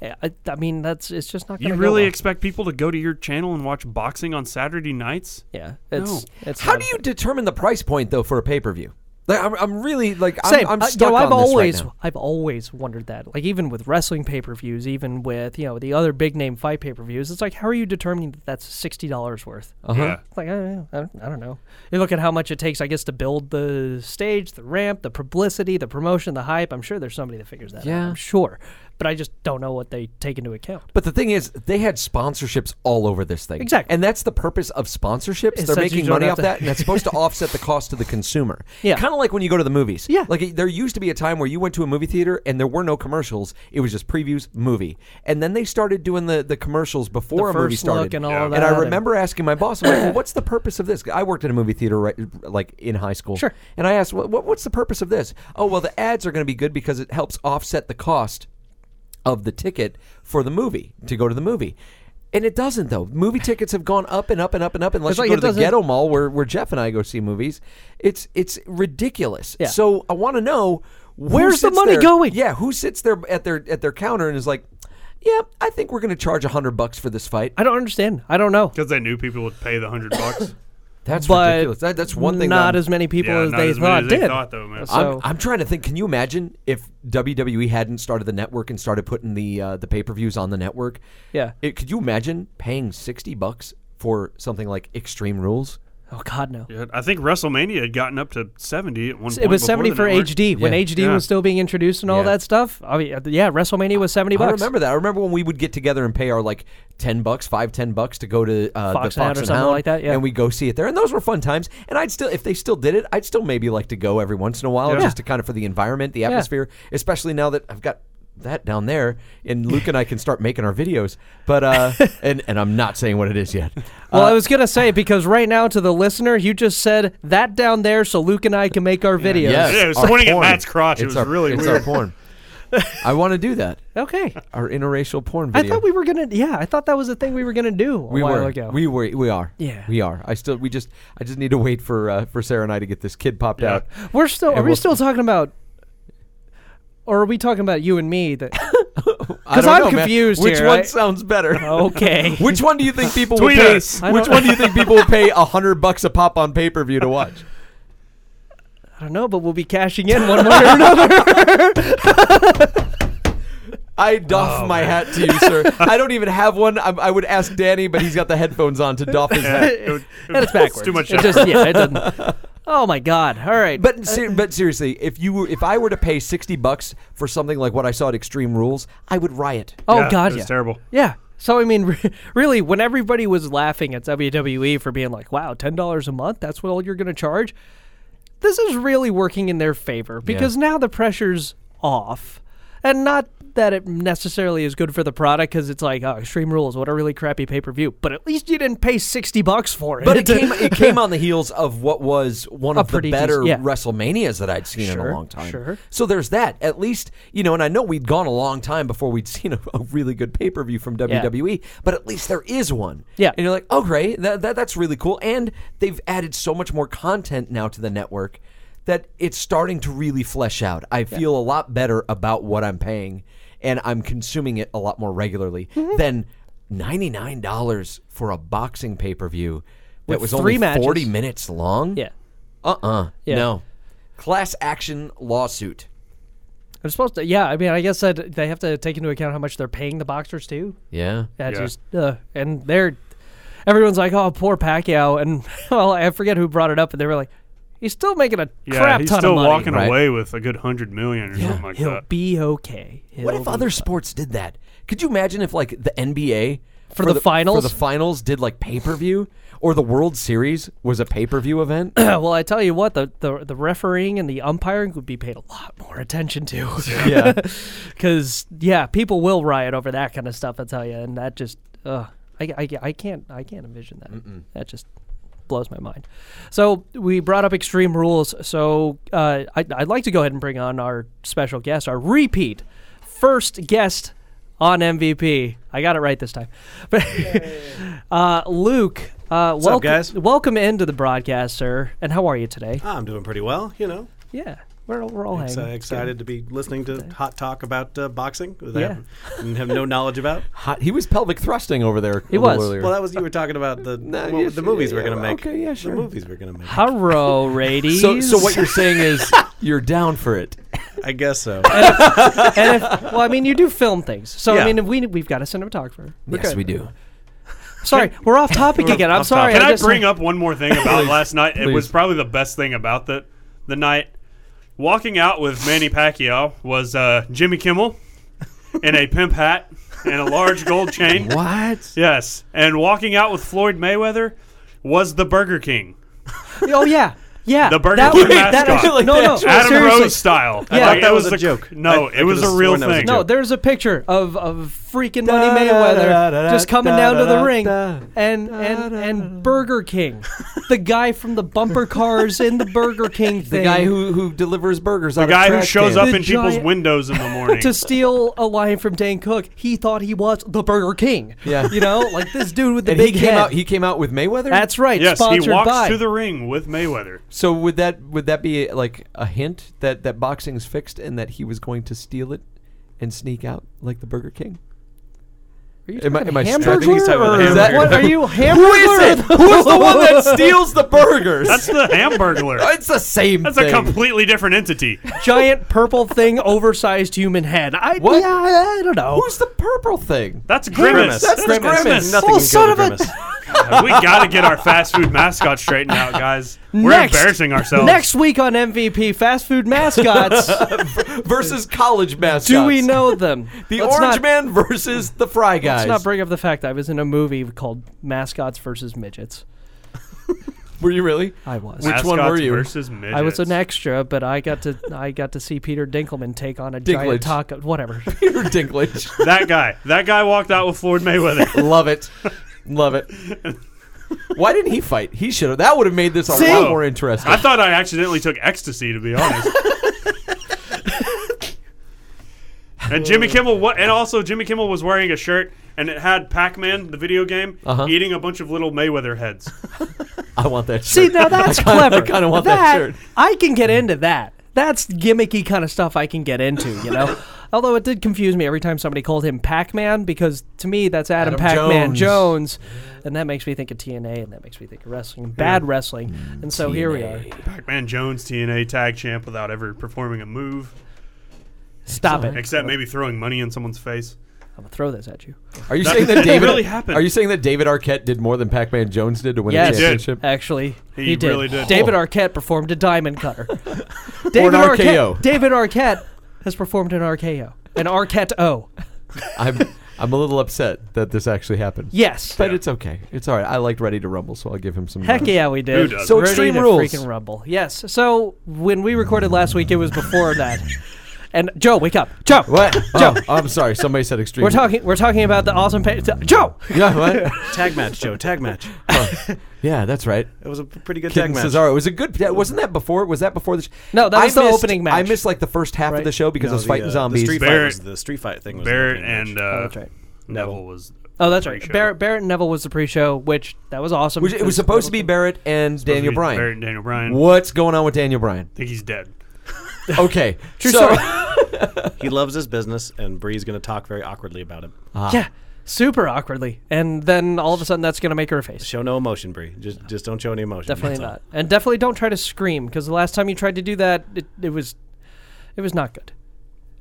[SPEAKER 2] I, I mean, that's it's just not.
[SPEAKER 8] You
[SPEAKER 2] gonna go
[SPEAKER 8] really
[SPEAKER 2] well.
[SPEAKER 8] expect people to go to your channel and watch boxing on Saturday nights?
[SPEAKER 2] yeah. It's it's
[SPEAKER 7] How
[SPEAKER 2] not
[SPEAKER 7] do
[SPEAKER 2] a-
[SPEAKER 7] you determine the price point though for a pay-per-view? Like, I'm, I'm really like I'm,
[SPEAKER 2] Same.
[SPEAKER 7] I'm
[SPEAKER 2] Uh, you
[SPEAKER 7] stuck
[SPEAKER 2] know, I've
[SPEAKER 7] on this
[SPEAKER 2] always,
[SPEAKER 7] right now.
[SPEAKER 2] I've always wondered that. Like even with wrestling pay per views, even with you know the other big name fight pay per views, it's like how are you determining that that's sixty dollars worth?
[SPEAKER 8] Yeah.
[SPEAKER 2] It's like I don't, know. I, don't, I don't know. You look at how much it takes, I guess, to build the stage, the ramp, the publicity, the promotion, the hype. I'm sure there's somebody that figures that. out.
[SPEAKER 7] Yeah.
[SPEAKER 2] I'm sure, but I just don't know what they take into account.
[SPEAKER 7] But the thing is, they had sponsorships all over this thing.
[SPEAKER 2] Exactly.
[SPEAKER 7] And that's the purpose of sponsorships.
[SPEAKER 2] It's
[SPEAKER 7] they're
[SPEAKER 2] that you
[SPEAKER 7] making
[SPEAKER 2] don't
[SPEAKER 7] money
[SPEAKER 2] have
[SPEAKER 7] off
[SPEAKER 2] to-
[SPEAKER 7] that, and that's supposed to offset the cost to the consumer.
[SPEAKER 2] Yeah.
[SPEAKER 7] Kind of like when you go to the movies.
[SPEAKER 2] Yeah.
[SPEAKER 7] Like there used to be a time where you went to a movie theater and there were no commercials. It was just previews, movie. And then they started doing the, the commercials before a movie
[SPEAKER 2] first
[SPEAKER 7] started.
[SPEAKER 2] look and all Yeah.
[SPEAKER 7] And
[SPEAKER 2] that
[SPEAKER 7] I
[SPEAKER 2] and-
[SPEAKER 7] remember asking my boss, I'm like, well, what's the purpose of this? I worked in a movie theater right, like in high school.
[SPEAKER 2] Sure.
[SPEAKER 7] And I asked, what, what, what's the purpose of this? Oh, well, the ads are going to be good because it helps offset the cost of the ticket for the movie to go to the movie. And it doesn't though. Movie tickets have gone up and up and up and up. Unless
[SPEAKER 2] It's
[SPEAKER 7] you
[SPEAKER 2] like
[SPEAKER 7] go
[SPEAKER 2] it
[SPEAKER 7] to the
[SPEAKER 2] doesn't-
[SPEAKER 7] ghetto mall where, where Jeff and I go see movies, it's it's ridiculous.
[SPEAKER 2] Yeah.
[SPEAKER 7] So I want to know who
[SPEAKER 2] Where's the
[SPEAKER 7] sits
[SPEAKER 2] money
[SPEAKER 7] there-
[SPEAKER 2] going?
[SPEAKER 7] Yeah, who sits there at their at their counter and is like, yeah, I think we're going to charge 100 bucks for this fight.
[SPEAKER 2] I don't understand. I don't know.
[SPEAKER 8] because they knew people would pay the hundred bucks.
[SPEAKER 7] That's
[SPEAKER 2] But
[SPEAKER 7] ridiculous. That, that's one thing. that
[SPEAKER 2] Not
[SPEAKER 7] I'm-
[SPEAKER 2] as many people
[SPEAKER 8] Yeah,
[SPEAKER 2] as
[SPEAKER 8] not
[SPEAKER 2] they
[SPEAKER 8] as many
[SPEAKER 2] thought
[SPEAKER 8] as they
[SPEAKER 2] did.
[SPEAKER 8] thought, though, man.
[SPEAKER 2] So
[SPEAKER 7] I'm, I'm trying to think. Can you imagine if WWE hadn't started the network and started putting the uh, the pay per views on the network?
[SPEAKER 2] Yeah.
[SPEAKER 7] It, could you imagine paying sixty bucks for something like Extreme Rules?
[SPEAKER 2] oh god no.
[SPEAKER 8] Yeah, I think WrestleMania had gotten up to seventy at one point.
[SPEAKER 2] It was
[SPEAKER 8] before
[SPEAKER 2] seventy
[SPEAKER 8] the
[SPEAKER 2] for
[SPEAKER 8] network.
[SPEAKER 2] HD when
[SPEAKER 7] Yeah.
[SPEAKER 2] HD
[SPEAKER 8] Yeah.
[SPEAKER 2] was still being introduced and all
[SPEAKER 7] Yeah.
[SPEAKER 2] that stuff. I mean, uh, yeah, WrestleMania was seventy bucks.
[SPEAKER 7] I remember that. I remember when we would get together and pay our like ten bucks, five, ten bucks to go to uh,
[SPEAKER 2] Fox
[SPEAKER 7] the
[SPEAKER 2] and Hound
[SPEAKER 7] Fox
[SPEAKER 2] or
[SPEAKER 7] and
[SPEAKER 2] something
[SPEAKER 7] Hound,
[SPEAKER 2] like that, yeah.
[SPEAKER 7] and we go see it there. And those were fun times. And I'd still, if they still did it, I'd still maybe like to go every once in a while,
[SPEAKER 8] Yeah.
[SPEAKER 7] just to kind of for the environment, the atmosphere, especially now that I've got that down there and Luke and I can start making our videos. But uh, and and I'm not saying what it is yet. Uh,
[SPEAKER 2] Well, I was gonna say because right now to the listener, you just said that down there, so Luke and I can make our videos.
[SPEAKER 7] Yes,
[SPEAKER 8] Yeah, it was
[SPEAKER 7] our
[SPEAKER 8] pointing at
[SPEAKER 7] porn.
[SPEAKER 8] Matt's crotch. It
[SPEAKER 7] It's
[SPEAKER 8] was
[SPEAKER 7] our-
[SPEAKER 8] really
[SPEAKER 7] it's
[SPEAKER 8] weird.
[SPEAKER 7] our porn. I want to do that.
[SPEAKER 2] Okay.
[SPEAKER 7] Our interracial porn
[SPEAKER 2] I
[SPEAKER 7] video.
[SPEAKER 2] thought we were gonna. Yeah, I thought that was a thing we were gonna do a
[SPEAKER 7] we
[SPEAKER 2] while
[SPEAKER 7] were.
[SPEAKER 2] ago.
[SPEAKER 7] We were. We are.
[SPEAKER 2] Yeah.
[SPEAKER 7] we are. I still. We just. I just need to wait for uh, for Sarah and I to get this kid popped
[SPEAKER 8] Yeah.
[SPEAKER 7] out.
[SPEAKER 2] We're still. Are
[SPEAKER 7] And
[SPEAKER 2] we
[SPEAKER 7] we'll-
[SPEAKER 2] still talking about? Or are we talking about you and me? That
[SPEAKER 7] Because
[SPEAKER 2] I'm confused
[SPEAKER 7] Which
[SPEAKER 2] here,
[SPEAKER 7] one
[SPEAKER 2] I-
[SPEAKER 7] sounds better?
[SPEAKER 2] okay.
[SPEAKER 7] Which one do you think people
[SPEAKER 8] Tweet
[SPEAKER 7] would pay?
[SPEAKER 8] us.
[SPEAKER 2] I
[SPEAKER 7] Which
[SPEAKER 2] don't-
[SPEAKER 7] one do you think people would pay a hundred bucks a pop on pay per view to watch?
[SPEAKER 2] I don't know, but we'll be cashing in one way or another.
[SPEAKER 7] I
[SPEAKER 2] Oh,
[SPEAKER 7] doff my hat to you, sir. I don't even have one. I, I would ask Danny, but he's got the headphones on to doff his hat.
[SPEAKER 8] It was- it
[SPEAKER 2] and it's
[SPEAKER 8] was
[SPEAKER 2] backwards.
[SPEAKER 8] Too much.
[SPEAKER 2] It
[SPEAKER 8] effort.
[SPEAKER 2] just yeah. It doesn't. Oh my god! All right,
[SPEAKER 7] But ser- but seriously, if you were, if I were to pay sixty bucks for something like what I saw at Extreme Rules, I would riot.
[SPEAKER 2] oh
[SPEAKER 8] Yeah,
[SPEAKER 2] god,
[SPEAKER 8] it was
[SPEAKER 2] yeah.
[SPEAKER 8] terrible.
[SPEAKER 2] Yeah. So I mean, re- really, when everybody was laughing at WWE for being like, "Wow, ten dollars a month—that's what all you're going to charge," this is really working in their favor because now the pressure's off, and not that it necessarily is good for the product because it's like, "Oh, Extreme Rules, what a really crappy pay-per-view," but at least you didn't pay sixty bucks for it.
[SPEAKER 7] But it came it came on the heels of what was one of the
[SPEAKER 2] pretty decent-
[SPEAKER 7] better
[SPEAKER 2] yeah.
[SPEAKER 7] WrestleManias that I'd seen in
[SPEAKER 2] Sure,
[SPEAKER 7] a long time.
[SPEAKER 2] sure.
[SPEAKER 7] So there's that. At least you know, and I know we'd gone a long time before we'd seen a, a really good pay per view from WWE. But at least there is one.
[SPEAKER 2] Yeah.
[SPEAKER 7] And you're like, oh great, that, that that's really cool. And they've added so much more content now to the network that it's starting to really flesh out. I feel a lot better about what I'm paying, and I'm consuming it a lot more regularly
[SPEAKER 2] Mm-hmm.
[SPEAKER 7] than. Ninety-nine dollars for a boxing pay-per-view that
[SPEAKER 2] With
[SPEAKER 7] was
[SPEAKER 2] three
[SPEAKER 7] only
[SPEAKER 2] matches.
[SPEAKER 7] 40 minutes long?
[SPEAKER 2] yeah,
[SPEAKER 7] Uh uh
[SPEAKER 2] Yeah.
[SPEAKER 7] No. Class action lawsuit.
[SPEAKER 2] I'm supposed to. Yeah, I mean, I guess that they have to take into account how much they're paying the boxers too.
[SPEAKER 7] Yeah.
[SPEAKER 2] That
[SPEAKER 8] Yeah.
[SPEAKER 2] just uh, and they're everyone's like, oh, poor Pacquiao, and well, I forget who brought it up, but they were like, he's still making a
[SPEAKER 8] Yeah,
[SPEAKER 2] crap
[SPEAKER 8] he's
[SPEAKER 2] ton
[SPEAKER 8] still
[SPEAKER 2] of money.
[SPEAKER 8] walking
[SPEAKER 7] right?
[SPEAKER 8] away with a good hundred million or something like
[SPEAKER 2] He'll
[SPEAKER 8] that.
[SPEAKER 2] be okay. He'll
[SPEAKER 7] What if
[SPEAKER 2] be-
[SPEAKER 7] other sports did that? Could you imagine if, like, the NBA
[SPEAKER 2] For the finals?
[SPEAKER 7] for the finals did like pay per view, or the World Series was a pay per view event?
[SPEAKER 2] well, I tell you what, the, the the refereeing and the umpiring would be paid a lot more attention to,
[SPEAKER 7] yeah,
[SPEAKER 2] because yeah, people will riot over that kind of stuff. I tell you, and that just, uh, I, I I can't I can't envision that. That just blows my mind. So we brought up extreme rules. So uh, I, I'd like to go ahead and bring on our special guest, our repeat first guest on MVP. I got it right this time. But uh, Luke, uh, welcome,
[SPEAKER 4] guys? Uh,
[SPEAKER 2] welcome into the broadcast, sir. And how are you today?
[SPEAKER 4] I'm doing pretty well, you know.
[SPEAKER 2] Yeah, we're, all- we're all
[SPEAKER 4] Ex- uh,
[SPEAKER 2] hanging.
[SPEAKER 4] excited to be listening to hot talk about uh, boxing that
[SPEAKER 2] Yeah.
[SPEAKER 4] I have, have no knowledge about.
[SPEAKER 7] Hot- he was pelvic thrusting over there. He
[SPEAKER 2] was.
[SPEAKER 4] Well, that was you were talking about the
[SPEAKER 7] No,
[SPEAKER 4] well,
[SPEAKER 7] yes,
[SPEAKER 4] the movies we're
[SPEAKER 7] yeah,
[SPEAKER 4] going to make.
[SPEAKER 7] okay, yeah, sure.
[SPEAKER 4] The movies we're going to make.
[SPEAKER 2] Hello, ladies.
[SPEAKER 7] so, so what you're saying is you're down for it.
[SPEAKER 4] I guess so.
[SPEAKER 2] and if, well, I mean, you do film things. So
[SPEAKER 4] Yeah.
[SPEAKER 2] I mean, we we've got a cinematographer.
[SPEAKER 7] Yes, we do.
[SPEAKER 2] Sorry, we're off topic again. I'm sorry.
[SPEAKER 8] Can I,
[SPEAKER 2] just-
[SPEAKER 8] bring up one more thing about last night? It was
[SPEAKER 7] please.
[SPEAKER 8] probably the best thing about the the night. Walking out with Manny Pacquiao was uh, Jimmy Kimmel in a pimp hat and a large gold chain.
[SPEAKER 7] What?
[SPEAKER 8] Yes, and walking out with Floyd Mayweather was the Burger King,
[SPEAKER 2] Oh yeah, yeah.
[SPEAKER 8] the Burger
[SPEAKER 2] that,
[SPEAKER 8] King
[SPEAKER 2] that
[SPEAKER 8] mascot,
[SPEAKER 2] actually- no, no,
[SPEAKER 8] Adam
[SPEAKER 2] seriously.
[SPEAKER 8] Rose style.
[SPEAKER 2] Yeah. I thought
[SPEAKER 8] it
[SPEAKER 4] that was a
[SPEAKER 8] the-
[SPEAKER 4] joke.
[SPEAKER 8] No,
[SPEAKER 4] I- I
[SPEAKER 8] it was a
[SPEAKER 4] could've
[SPEAKER 8] real
[SPEAKER 4] sworn that was a
[SPEAKER 8] thing.
[SPEAKER 2] No,
[SPEAKER 4] joke.
[SPEAKER 2] there's a picture of, of freaking Money
[SPEAKER 7] Da, da,
[SPEAKER 2] Mayweather
[SPEAKER 7] da, da, da,
[SPEAKER 2] just coming
[SPEAKER 7] da,
[SPEAKER 2] down to
[SPEAKER 7] da,
[SPEAKER 2] the
[SPEAKER 7] da,
[SPEAKER 2] ring,
[SPEAKER 7] da,
[SPEAKER 2] and and and Burger King, the guy from the bumper cars in the Burger King
[SPEAKER 7] The
[SPEAKER 2] thing,
[SPEAKER 7] guy who who delivers burgers. The
[SPEAKER 8] The guy who shows up
[SPEAKER 2] The
[SPEAKER 8] in people's
[SPEAKER 2] giant-
[SPEAKER 8] windows in the morning.
[SPEAKER 2] to steal a line from Dan Cook, he thought he was the Burger King.
[SPEAKER 7] Yeah.
[SPEAKER 2] you know, like this dude with the
[SPEAKER 7] And he
[SPEAKER 2] big
[SPEAKER 7] came
[SPEAKER 2] head.
[SPEAKER 7] out. He came out with Mayweather.
[SPEAKER 2] That's right.
[SPEAKER 8] yes, he
[SPEAKER 2] sponsored
[SPEAKER 8] walks
[SPEAKER 2] by.
[SPEAKER 8] to the ring with Mayweather.
[SPEAKER 7] So would that would that be like a hint that that boxing's fixed and that he was going to steal it and sneak out like the Burger King?
[SPEAKER 2] Are you
[SPEAKER 7] Am I-
[SPEAKER 2] talking
[SPEAKER 7] am I- I think
[SPEAKER 2] hamburger?
[SPEAKER 4] he's talking about
[SPEAKER 2] or
[SPEAKER 4] hamburger.
[SPEAKER 2] that- what are you hamburger?
[SPEAKER 7] Who is it? Who's the one that steals the burgers?
[SPEAKER 8] That's the Hamburglar.
[SPEAKER 7] it's the same
[SPEAKER 8] That's
[SPEAKER 7] thing.
[SPEAKER 8] a completely different entity.
[SPEAKER 2] Giant purple thing, oversized human head. I
[SPEAKER 7] What?
[SPEAKER 2] Yeah, I, I don't know.
[SPEAKER 7] Who's the purple thing?
[SPEAKER 8] That's Grimace.
[SPEAKER 7] That's the grimace.
[SPEAKER 4] Nothing
[SPEAKER 2] Oh,
[SPEAKER 4] can
[SPEAKER 2] son
[SPEAKER 4] kill the
[SPEAKER 2] of a-
[SPEAKER 4] grimace.
[SPEAKER 8] God, we got to get our fast food mascot straightened out, guys. We're
[SPEAKER 2] Next.
[SPEAKER 8] embarrassing ourselves.
[SPEAKER 2] Next week on MVP Fast Food Mascots,
[SPEAKER 7] versus college mascots.
[SPEAKER 2] do we know them?
[SPEAKER 7] the
[SPEAKER 2] Let's
[SPEAKER 7] orange
[SPEAKER 2] not-
[SPEAKER 7] man versus the fry guys?
[SPEAKER 2] Let's not bring up the fact I was in a movie called Mascots versus Midgets.
[SPEAKER 7] were you really?
[SPEAKER 2] I was.
[SPEAKER 7] Which one
[SPEAKER 8] Mascots
[SPEAKER 7] were you?
[SPEAKER 8] Versus midgets.
[SPEAKER 2] I was an extra, but I got to I got to see Peter Dinkelman take on a
[SPEAKER 7] Dinklage.
[SPEAKER 2] giant taco. Whatever.
[SPEAKER 7] Peter Dinklage.
[SPEAKER 8] That guy. That guy walked out with Floyd Mayweather.
[SPEAKER 7] Love it. Love it. Why didn't he fight? He should have. That would have made this a
[SPEAKER 2] See?
[SPEAKER 7] lot more interesting.
[SPEAKER 8] I thought I accidentally took ecstasy, to be honest. and Jimmy Kimmel, what? And also, Jimmy Kimmel was wearing a shirt, and it had Pac-Man, the video game,
[SPEAKER 7] Uh-huh.
[SPEAKER 8] eating a bunch of little Mayweather heads.
[SPEAKER 7] I want that shirt.
[SPEAKER 2] See, now that's
[SPEAKER 7] I kinda-
[SPEAKER 2] clever.
[SPEAKER 7] I kind of want that, shirt.
[SPEAKER 2] I can get into that. That's gimmicky kind of stuff I can get into, you know? Although it did confuse me every time somebody called him Pac Man because to me that's Adam,
[SPEAKER 7] Adam
[SPEAKER 2] Pac Man Jones.
[SPEAKER 7] Jones.
[SPEAKER 2] And that makes me think of TNA and that makes me think of wrestling, and bad wrestling.
[SPEAKER 7] Mm,
[SPEAKER 2] And so here we are.
[SPEAKER 8] Pac-Man Jones, TNA tag champ, without ever performing a move,
[SPEAKER 2] Stop it.
[SPEAKER 7] Uh-huh.
[SPEAKER 8] except maybe throwing money in someone's face.
[SPEAKER 2] I'm going to throw this at you.
[SPEAKER 7] Are you saying that David?
[SPEAKER 8] really happened.
[SPEAKER 7] Are you saying that David Arquette did more than Pac-Man Jones did to win
[SPEAKER 2] Yes.
[SPEAKER 7] the
[SPEAKER 2] He did.
[SPEAKER 7] championship?
[SPEAKER 2] Actually,
[SPEAKER 8] He
[SPEAKER 2] he, did.
[SPEAKER 8] really did.
[SPEAKER 2] David
[SPEAKER 7] Oh.
[SPEAKER 2] Arquette performed a diamond cutter. David
[SPEAKER 7] RKO.
[SPEAKER 2] Arquette, David Arquette has performed an RKO. An Arquette O.
[SPEAKER 7] I'm I'm a little upset that this actually happened.
[SPEAKER 2] Yes.
[SPEAKER 7] But it's okay. It's all right. I liked Ready to Rumble, so I'll give him some.
[SPEAKER 2] Heck
[SPEAKER 7] love.
[SPEAKER 2] yeah, we did.
[SPEAKER 8] Who does?
[SPEAKER 7] So
[SPEAKER 2] Ready
[SPEAKER 7] Extreme
[SPEAKER 2] to
[SPEAKER 7] Rules.
[SPEAKER 2] freaking rumble. Yes. So when we recorded last week, it was before that. And Joe, wake up, Joe.
[SPEAKER 7] What?
[SPEAKER 2] Joe.
[SPEAKER 7] Oh, I'm sorry. Somebody said extreme.
[SPEAKER 2] We're talking. We're talking about the awesome pa- Joe.
[SPEAKER 7] Yeah. What?
[SPEAKER 4] Tag match, Joe. Tag match.
[SPEAKER 7] Yeah, that's right.
[SPEAKER 4] It was a p- pretty good
[SPEAKER 7] Kid
[SPEAKER 4] tag
[SPEAKER 7] and
[SPEAKER 4] match.
[SPEAKER 7] Cesaro. It was a good. yeah, Wasn't that before? Was that before the? Sh-
[SPEAKER 2] No, that
[SPEAKER 7] I
[SPEAKER 2] was the
[SPEAKER 7] missed-
[SPEAKER 2] opening match.
[SPEAKER 7] I missed like the first half of the show because
[SPEAKER 4] No,
[SPEAKER 7] I was fighting
[SPEAKER 4] the, uh,
[SPEAKER 7] zombies.
[SPEAKER 4] The street, fight
[SPEAKER 8] Barrett-
[SPEAKER 4] was, the street fight thing was the
[SPEAKER 8] Barrett
[SPEAKER 4] opening match.
[SPEAKER 8] and uh,
[SPEAKER 2] Oh, that's right.
[SPEAKER 8] Neville was.
[SPEAKER 2] Oh, that's right.
[SPEAKER 8] Pre-show.
[SPEAKER 2] Barrett, Barrett and Neville was the pre-show, which that was awesome.
[SPEAKER 7] Which- it was supposed to be Barrett and Daniel Bryan.
[SPEAKER 8] Barrett and Daniel Bryan.
[SPEAKER 7] What's going on with Daniel Bryan?
[SPEAKER 8] I think he's dead.
[SPEAKER 7] Okay, true so,
[SPEAKER 4] He loves his business, and Bree's going to talk very awkwardly about him.
[SPEAKER 2] yeah, super awkwardly. And then all of a sudden, that's gonna make her a face.
[SPEAKER 4] Show no emotion, Bree. Just just don't show any emotion.
[SPEAKER 2] Definitely
[SPEAKER 4] That's all.
[SPEAKER 2] not. And definitely don't try to scream because the last time you tried to do that, it, it was, it was not good.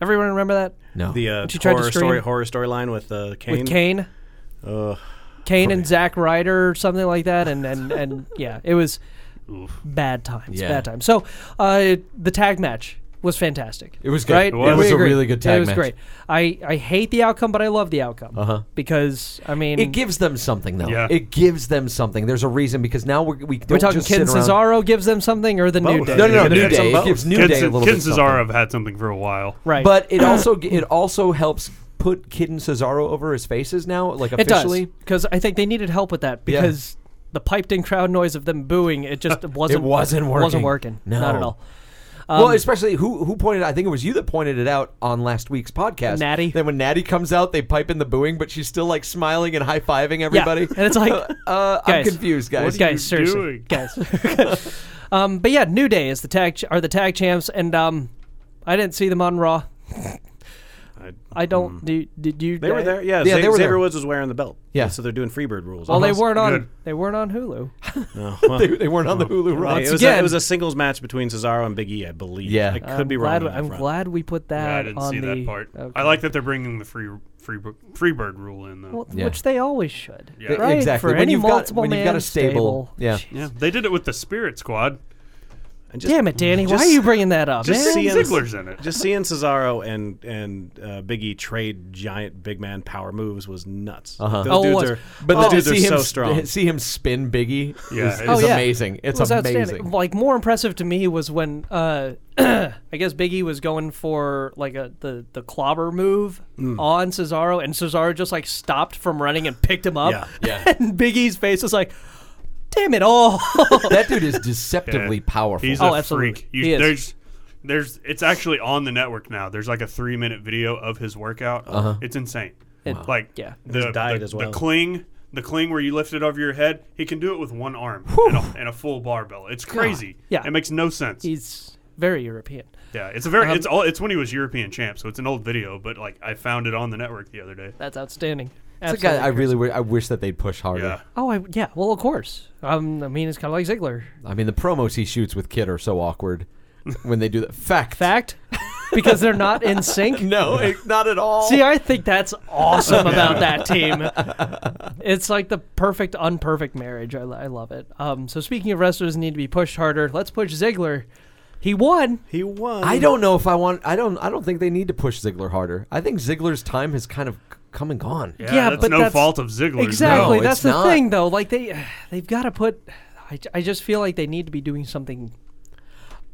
[SPEAKER 2] Everyone remember that?
[SPEAKER 7] No,
[SPEAKER 4] The uh,
[SPEAKER 2] She tried to
[SPEAKER 4] horror
[SPEAKER 2] scream.
[SPEAKER 4] story horror storyline with uh, Kane.
[SPEAKER 2] with Kane. Kane and Zack Ryder or something like that, and and and yeah, it was bad times,
[SPEAKER 7] Yeah.
[SPEAKER 2] bad times. So uh, the tag match was fantastic.
[SPEAKER 7] It was good.
[SPEAKER 2] Right?
[SPEAKER 7] It was. It was
[SPEAKER 2] We
[SPEAKER 7] a
[SPEAKER 2] agree.
[SPEAKER 7] really good tag
[SPEAKER 2] It was
[SPEAKER 7] match.
[SPEAKER 2] great. I I hate the outcome, but I love the outcome uh-huh. because I mean,
[SPEAKER 7] it gives them something though.
[SPEAKER 8] Yeah.
[SPEAKER 7] It gives them something. There's a reason because now we're, we don't
[SPEAKER 2] we're talking
[SPEAKER 7] just
[SPEAKER 2] Kid
[SPEAKER 7] sit
[SPEAKER 2] and
[SPEAKER 7] around-
[SPEAKER 2] Cesaro gives them something or the New
[SPEAKER 8] Both.
[SPEAKER 2] Day.
[SPEAKER 7] No, no, no.
[SPEAKER 8] Yeah,
[SPEAKER 7] New
[SPEAKER 8] it's
[SPEAKER 7] Day.
[SPEAKER 8] on
[SPEAKER 7] It gives New
[SPEAKER 8] Kid,
[SPEAKER 7] Day a little
[SPEAKER 8] Kid
[SPEAKER 7] bit.
[SPEAKER 8] and
[SPEAKER 7] something.
[SPEAKER 8] Cesaro have had something for a while.
[SPEAKER 2] Right,
[SPEAKER 7] But it also it also helps put Kid and Cesaro over his faces now, like
[SPEAKER 2] it
[SPEAKER 7] officially.
[SPEAKER 2] does because I think they needed help with that
[SPEAKER 7] Yeah.
[SPEAKER 2] because. The piped-in crowd noise of them booing it just wasn't
[SPEAKER 7] wasn't
[SPEAKER 2] wasn't
[SPEAKER 7] working.
[SPEAKER 2] working
[SPEAKER 7] No.
[SPEAKER 2] not at all Um,
[SPEAKER 7] well, especially who who pointed. I think it was you that pointed it out on last week's podcast.
[SPEAKER 2] Natty.
[SPEAKER 7] Then when Natty comes out, they pipe in the booing, but she's still like smiling and high fiving everybody.
[SPEAKER 2] and it's like,
[SPEAKER 7] uh, I'm
[SPEAKER 2] guys,
[SPEAKER 7] confused, guys.
[SPEAKER 2] guys, seriously,
[SPEAKER 8] doing?
[SPEAKER 2] guys. um, but yeah, New Day is the tag ch- are the tag champs, and um, I didn't see them on Raw. I
[SPEAKER 8] Mm.
[SPEAKER 2] don't. Do, did you?
[SPEAKER 4] They were there. Yeah,
[SPEAKER 7] Yeah,
[SPEAKER 4] Xav-
[SPEAKER 7] they were
[SPEAKER 4] Xavier
[SPEAKER 7] there.
[SPEAKER 4] Woods was wearing the belt.
[SPEAKER 7] Yeah. Uh-huh.
[SPEAKER 4] So they're doing Freebird rules.
[SPEAKER 2] Well, they weren't on.
[SPEAKER 8] Good.
[SPEAKER 2] They weren't on Hulu.
[SPEAKER 7] they, they weren't on the Hulu Raw.
[SPEAKER 4] it, was a,
[SPEAKER 2] again-
[SPEAKER 4] it was a singles match between Cesaro and Big E, I believe.
[SPEAKER 7] Yeah.
[SPEAKER 4] I could
[SPEAKER 2] I'm
[SPEAKER 4] be wrong.
[SPEAKER 2] glad.
[SPEAKER 4] on that
[SPEAKER 2] I'm
[SPEAKER 4] front.
[SPEAKER 2] glad we put that.
[SPEAKER 8] Yeah, I didn't
[SPEAKER 2] on
[SPEAKER 8] see
[SPEAKER 2] the,
[SPEAKER 8] that part.
[SPEAKER 2] Okay.
[SPEAKER 8] I like that they're bringing the free free free bird rule in though.
[SPEAKER 2] Well,
[SPEAKER 7] Yeah.
[SPEAKER 2] Which they always should.
[SPEAKER 8] Yeah.
[SPEAKER 2] Right?
[SPEAKER 7] Exactly.
[SPEAKER 2] For
[SPEAKER 7] When
[SPEAKER 2] any
[SPEAKER 7] you've got-
[SPEAKER 2] multiple
[SPEAKER 7] when you've got a
[SPEAKER 2] man
[SPEAKER 7] stable- yeah.
[SPEAKER 2] Jeez.
[SPEAKER 8] yeah, they did it with the Spirit Squad.
[SPEAKER 4] And just-
[SPEAKER 2] Damn it, Danny! why
[SPEAKER 4] just-
[SPEAKER 2] are you bringing that up?
[SPEAKER 4] just
[SPEAKER 2] man?
[SPEAKER 4] see
[SPEAKER 8] And
[SPEAKER 4] Yeah, this-
[SPEAKER 8] Ziggler's in it.
[SPEAKER 4] Just seeing Cesaro and and uh, Big E trade giant big man power moves was nuts. Uh-huh. Those
[SPEAKER 2] Oh, it
[SPEAKER 4] dudes
[SPEAKER 2] was.
[SPEAKER 4] are,
[SPEAKER 7] But to
[SPEAKER 4] those dudes are
[SPEAKER 7] see him
[SPEAKER 4] so
[SPEAKER 7] s-
[SPEAKER 4] strong.
[SPEAKER 7] See him spin Biggie
[SPEAKER 8] Yeah,
[SPEAKER 7] is,
[SPEAKER 8] it was-
[SPEAKER 7] is
[SPEAKER 2] Oh, yeah.
[SPEAKER 7] amazing. It's
[SPEAKER 2] It was
[SPEAKER 7] amazing.
[SPEAKER 2] outstanding. Like more impressive to me was when uh, I guess Biggie was going for like a the the clobber move
[SPEAKER 7] Mm.
[SPEAKER 2] on Cesaro, and Cesaro just like stopped from running and picked him up.
[SPEAKER 4] Yeah,
[SPEAKER 7] yeah.
[SPEAKER 2] and Biggie's face was like, "Damn it all!"
[SPEAKER 7] that dude is deceptively
[SPEAKER 8] Yeah.
[SPEAKER 7] powerful.
[SPEAKER 8] He's
[SPEAKER 2] Oh,
[SPEAKER 8] a
[SPEAKER 2] absolutely.
[SPEAKER 8] freak.
[SPEAKER 2] He is.
[SPEAKER 8] There's there's it's actually on the network now. There's like a three minute video of his workout.
[SPEAKER 7] Uh-huh.
[SPEAKER 8] It's insane. Like
[SPEAKER 2] yeah.
[SPEAKER 8] the,
[SPEAKER 4] diet
[SPEAKER 8] the,
[SPEAKER 4] as well.
[SPEAKER 8] The cling, the cling where you lift it over your head. He can do it with one arm and a, and a full barbell. It's crazy.
[SPEAKER 2] Yeah.
[SPEAKER 8] it makes no sense.
[SPEAKER 2] He's very European.
[SPEAKER 8] yeah, it's a very it's all it's when he was European champ. So it's an old video, but like I found it on the network the other day.
[SPEAKER 2] That's outstanding.
[SPEAKER 7] It's a guy I
[SPEAKER 2] Absolutely.
[SPEAKER 7] really w- I wish that they'd push harder.
[SPEAKER 8] Yeah.
[SPEAKER 2] Oh, I, yeah. Well, of course. Um, I mean, it's kind of like Ziggler.
[SPEAKER 7] I mean, the promos he shoots with Kid are so awkward when they do that. Fact.
[SPEAKER 2] Fact, because they're not in sync.
[SPEAKER 7] No, it- not at all.
[SPEAKER 2] See, I think that's awesome about that team. It's like the perfect unperfect marriage. I, I love it. Um, so speaking of wrestlers that need to be pushed harder, let's push Ziggler. He won.
[SPEAKER 4] He won.
[SPEAKER 7] I don't know if I want. I don't. I don't think they need to push Ziggler harder. I think Ziggler's time has kind of c- come and gone.
[SPEAKER 8] Yeah,
[SPEAKER 2] Yeah,
[SPEAKER 8] that's
[SPEAKER 2] but
[SPEAKER 8] no
[SPEAKER 2] that's-
[SPEAKER 8] fault of Ziggler.
[SPEAKER 2] Exactly.
[SPEAKER 7] No,
[SPEAKER 2] that's
[SPEAKER 7] it's
[SPEAKER 2] the
[SPEAKER 7] not.
[SPEAKER 2] thing, though. Like they, they've got to put. I, I just feel like they need to be doing something.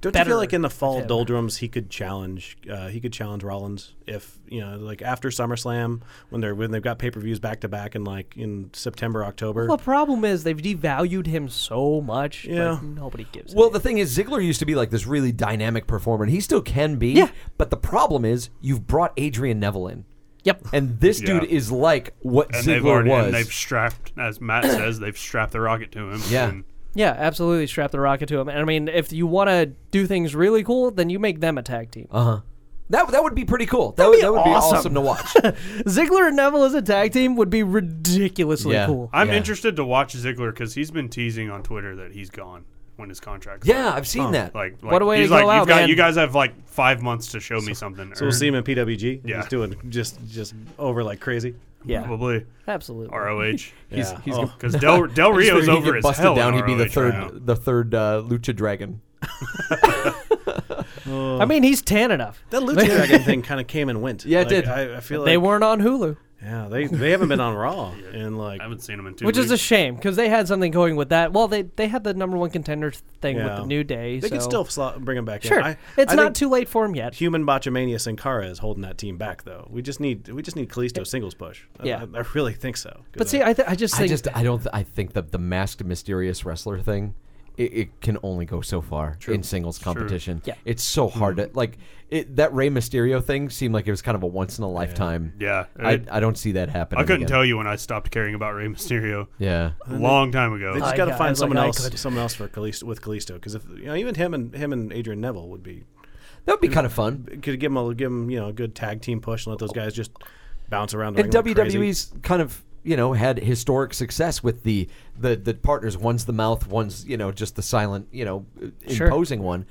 [SPEAKER 4] Don't you
[SPEAKER 2] better
[SPEAKER 4] feel like in the fall
[SPEAKER 2] him.
[SPEAKER 4] doldrums he could challenge? Uh, he could challenge Rollins if you know, like after SummerSlam when they're when they've got pay per views back to back in like in September October.
[SPEAKER 2] Well, the problem is they've devalued him so much. Yeah.
[SPEAKER 4] Yeah.
[SPEAKER 2] Like, nobody gives. a
[SPEAKER 7] Well, the thing is, Ziggler used to be like this really dynamic performer, and he still can be.
[SPEAKER 2] Yeah.
[SPEAKER 7] But the problem is, you've brought Adrian Neville in,
[SPEAKER 2] Yep.
[SPEAKER 7] and this
[SPEAKER 8] Yeah.
[SPEAKER 7] dude is like what
[SPEAKER 8] And
[SPEAKER 7] Ziggler
[SPEAKER 8] they've already
[SPEAKER 7] was.
[SPEAKER 8] and they've strapped, as Matt says, they've strapped the rocket to him.
[SPEAKER 7] Yeah.
[SPEAKER 8] And
[SPEAKER 2] Yeah, absolutely. Strap the rocket to him. And I mean, if you want to do things really cool, then you make them a tag team.
[SPEAKER 7] that that would be pretty cool. That would, that would
[SPEAKER 2] awesome.
[SPEAKER 7] be awesome to watch.
[SPEAKER 2] Ziggler and Neville as a tag team would be ridiculously
[SPEAKER 7] Yeah.
[SPEAKER 2] cool.
[SPEAKER 8] I'm
[SPEAKER 7] Yeah.
[SPEAKER 8] interested to watch Ziggler because he's been teasing on Twitter that he's gone when his contract's
[SPEAKER 7] yeah,
[SPEAKER 8] up.
[SPEAKER 7] I've seen that.
[SPEAKER 8] Oh, Like, like
[SPEAKER 2] What a way
[SPEAKER 8] he's
[SPEAKER 2] to
[SPEAKER 8] like,
[SPEAKER 2] go
[SPEAKER 8] you've
[SPEAKER 2] out,
[SPEAKER 8] got,
[SPEAKER 2] man."
[SPEAKER 8] You guys have like five months to show me something.
[SPEAKER 4] so we'll see him in PWG.
[SPEAKER 8] Yeah.
[SPEAKER 4] he's doing just just over like crazy.
[SPEAKER 2] Yeah,
[SPEAKER 8] Probably
[SPEAKER 2] absolutely.
[SPEAKER 8] ROH.
[SPEAKER 7] He's,
[SPEAKER 4] Yeah.
[SPEAKER 7] he's
[SPEAKER 4] Oh.
[SPEAKER 8] Because Del, Del
[SPEAKER 7] I just
[SPEAKER 8] Rio's
[SPEAKER 7] figured he'd
[SPEAKER 8] over
[SPEAKER 7] get
[SPEAKER 8] as
[SPEAKER 7] busted
[SPEAKER 8] hell. in
[SPEAKER 7] down. He'd be the
[SPEAKER 8] ROH
[SPEAKER 7] third,
[SPEAKER 8] right now.
[SPEAKER 7] the third uh, Lucha Dragon.
[SPEAKER 2] I mean, he's tan enough.
[SPEAKER 4] That Lucha Dragon thing kind of came and went.
[SPEAKER 7] Yeah, it
[SPEAKER 4] Like,
[SPEAKER 7] did.
[SPEAKER 4] I, I feel like
[SPEAKER 2] They weren't on Hulu,
[SPEAKER 4] Yeah, they they haven't been on Raw and like
[SPEAKER 8] I haven't seen him in two
[SPEAKER 2] which
[SPEAKER 8] weeks.
[SPEAKER 2] is a shame because they had something going with that. Well, they they had the number one contender thing with
[SPEAKER 4] Yeah.
[SPEAKER 2] the New Day.
[SPEAKER 4] they
[SPEAKER 2] so.
[SPEAKER 4] can still slot, bring him back.
[SPEAKER 2] sure.
[SPEAKER 4] in. I,
[SPEAKER 2] it's
[SPEAKER 4] I
[SPEAKER 2] not
[SPEAKER 4] think
[SPEAKER 2] too late for him yet.
[SPEAKER 4] Human Botchamania Sin Cara is holding that team back though. We just need we just need Kalisto singles push. I-
[SPEAKER 2] Yeah.
[SPEAKER 4] I, I really think so. 'Cause
[SPEAKER 2] But see, I th- I just
[SPEAKER 7] I
[SPEAKER 2] think
[SPEAKER 7] just I don't th- I think that the masked mysterious wrestler thing it, it can only go so far in singles competition.
[SPEAKER 2] Yeah.
[SPEAKER 7] It's so hard
[SPEAKER 8] Mm-hmm.
[SPEAKER 7] to like it, that Rey Mysterio thing seemed like it was kind of a once in a lifetime.
[SPEAKER 8] Yeah.
[SPEAKER 7] I,
[SPEAKER 8] It-
[SPEAKER 7] I don't see that happening.
[SPEAKER 8] I couldn't
[SPEAKER 7] again.
[SPEAKER 8] tell you when I stopped caring about Rey Mysterio.
[SPEAKER 7] Yeah.
[SPEAKER 8] A long time ago.
[SPEAKER 4] They just
[SPEAKER 2] I
[SPEAKER 4] got to
[SPEAKER 2] got- I
[SPEAKER 4] find
[SPEAKER 2] was like,
[SPEAKER 4] someone
[SPEAKER 2] I
[SPEAKER 4] else,
[SPEAKER 2] could.
[SPEAKER 4] someone else for Kalisto, with Kalisto, because if you know, even him and him and Adrian Neville would be
[SPEAKER 7] That would be kind of fun.
[SPEAKER 4] could give him a give him you know a good tag team push and
[SPEAKER 2] Oh.
[SPEAKER 4] let those guys just bounce around. The
[SPEAKER 7] And
[SPEAKER 4] ring like crazy.
[SPEAKER 7] WWE's kind of you know had historic success with the the the partners. One's the mouth. One's you know just the silent you know uh,
[SPEAKER 2] Sure.
[SPEAKER 7] imposing one.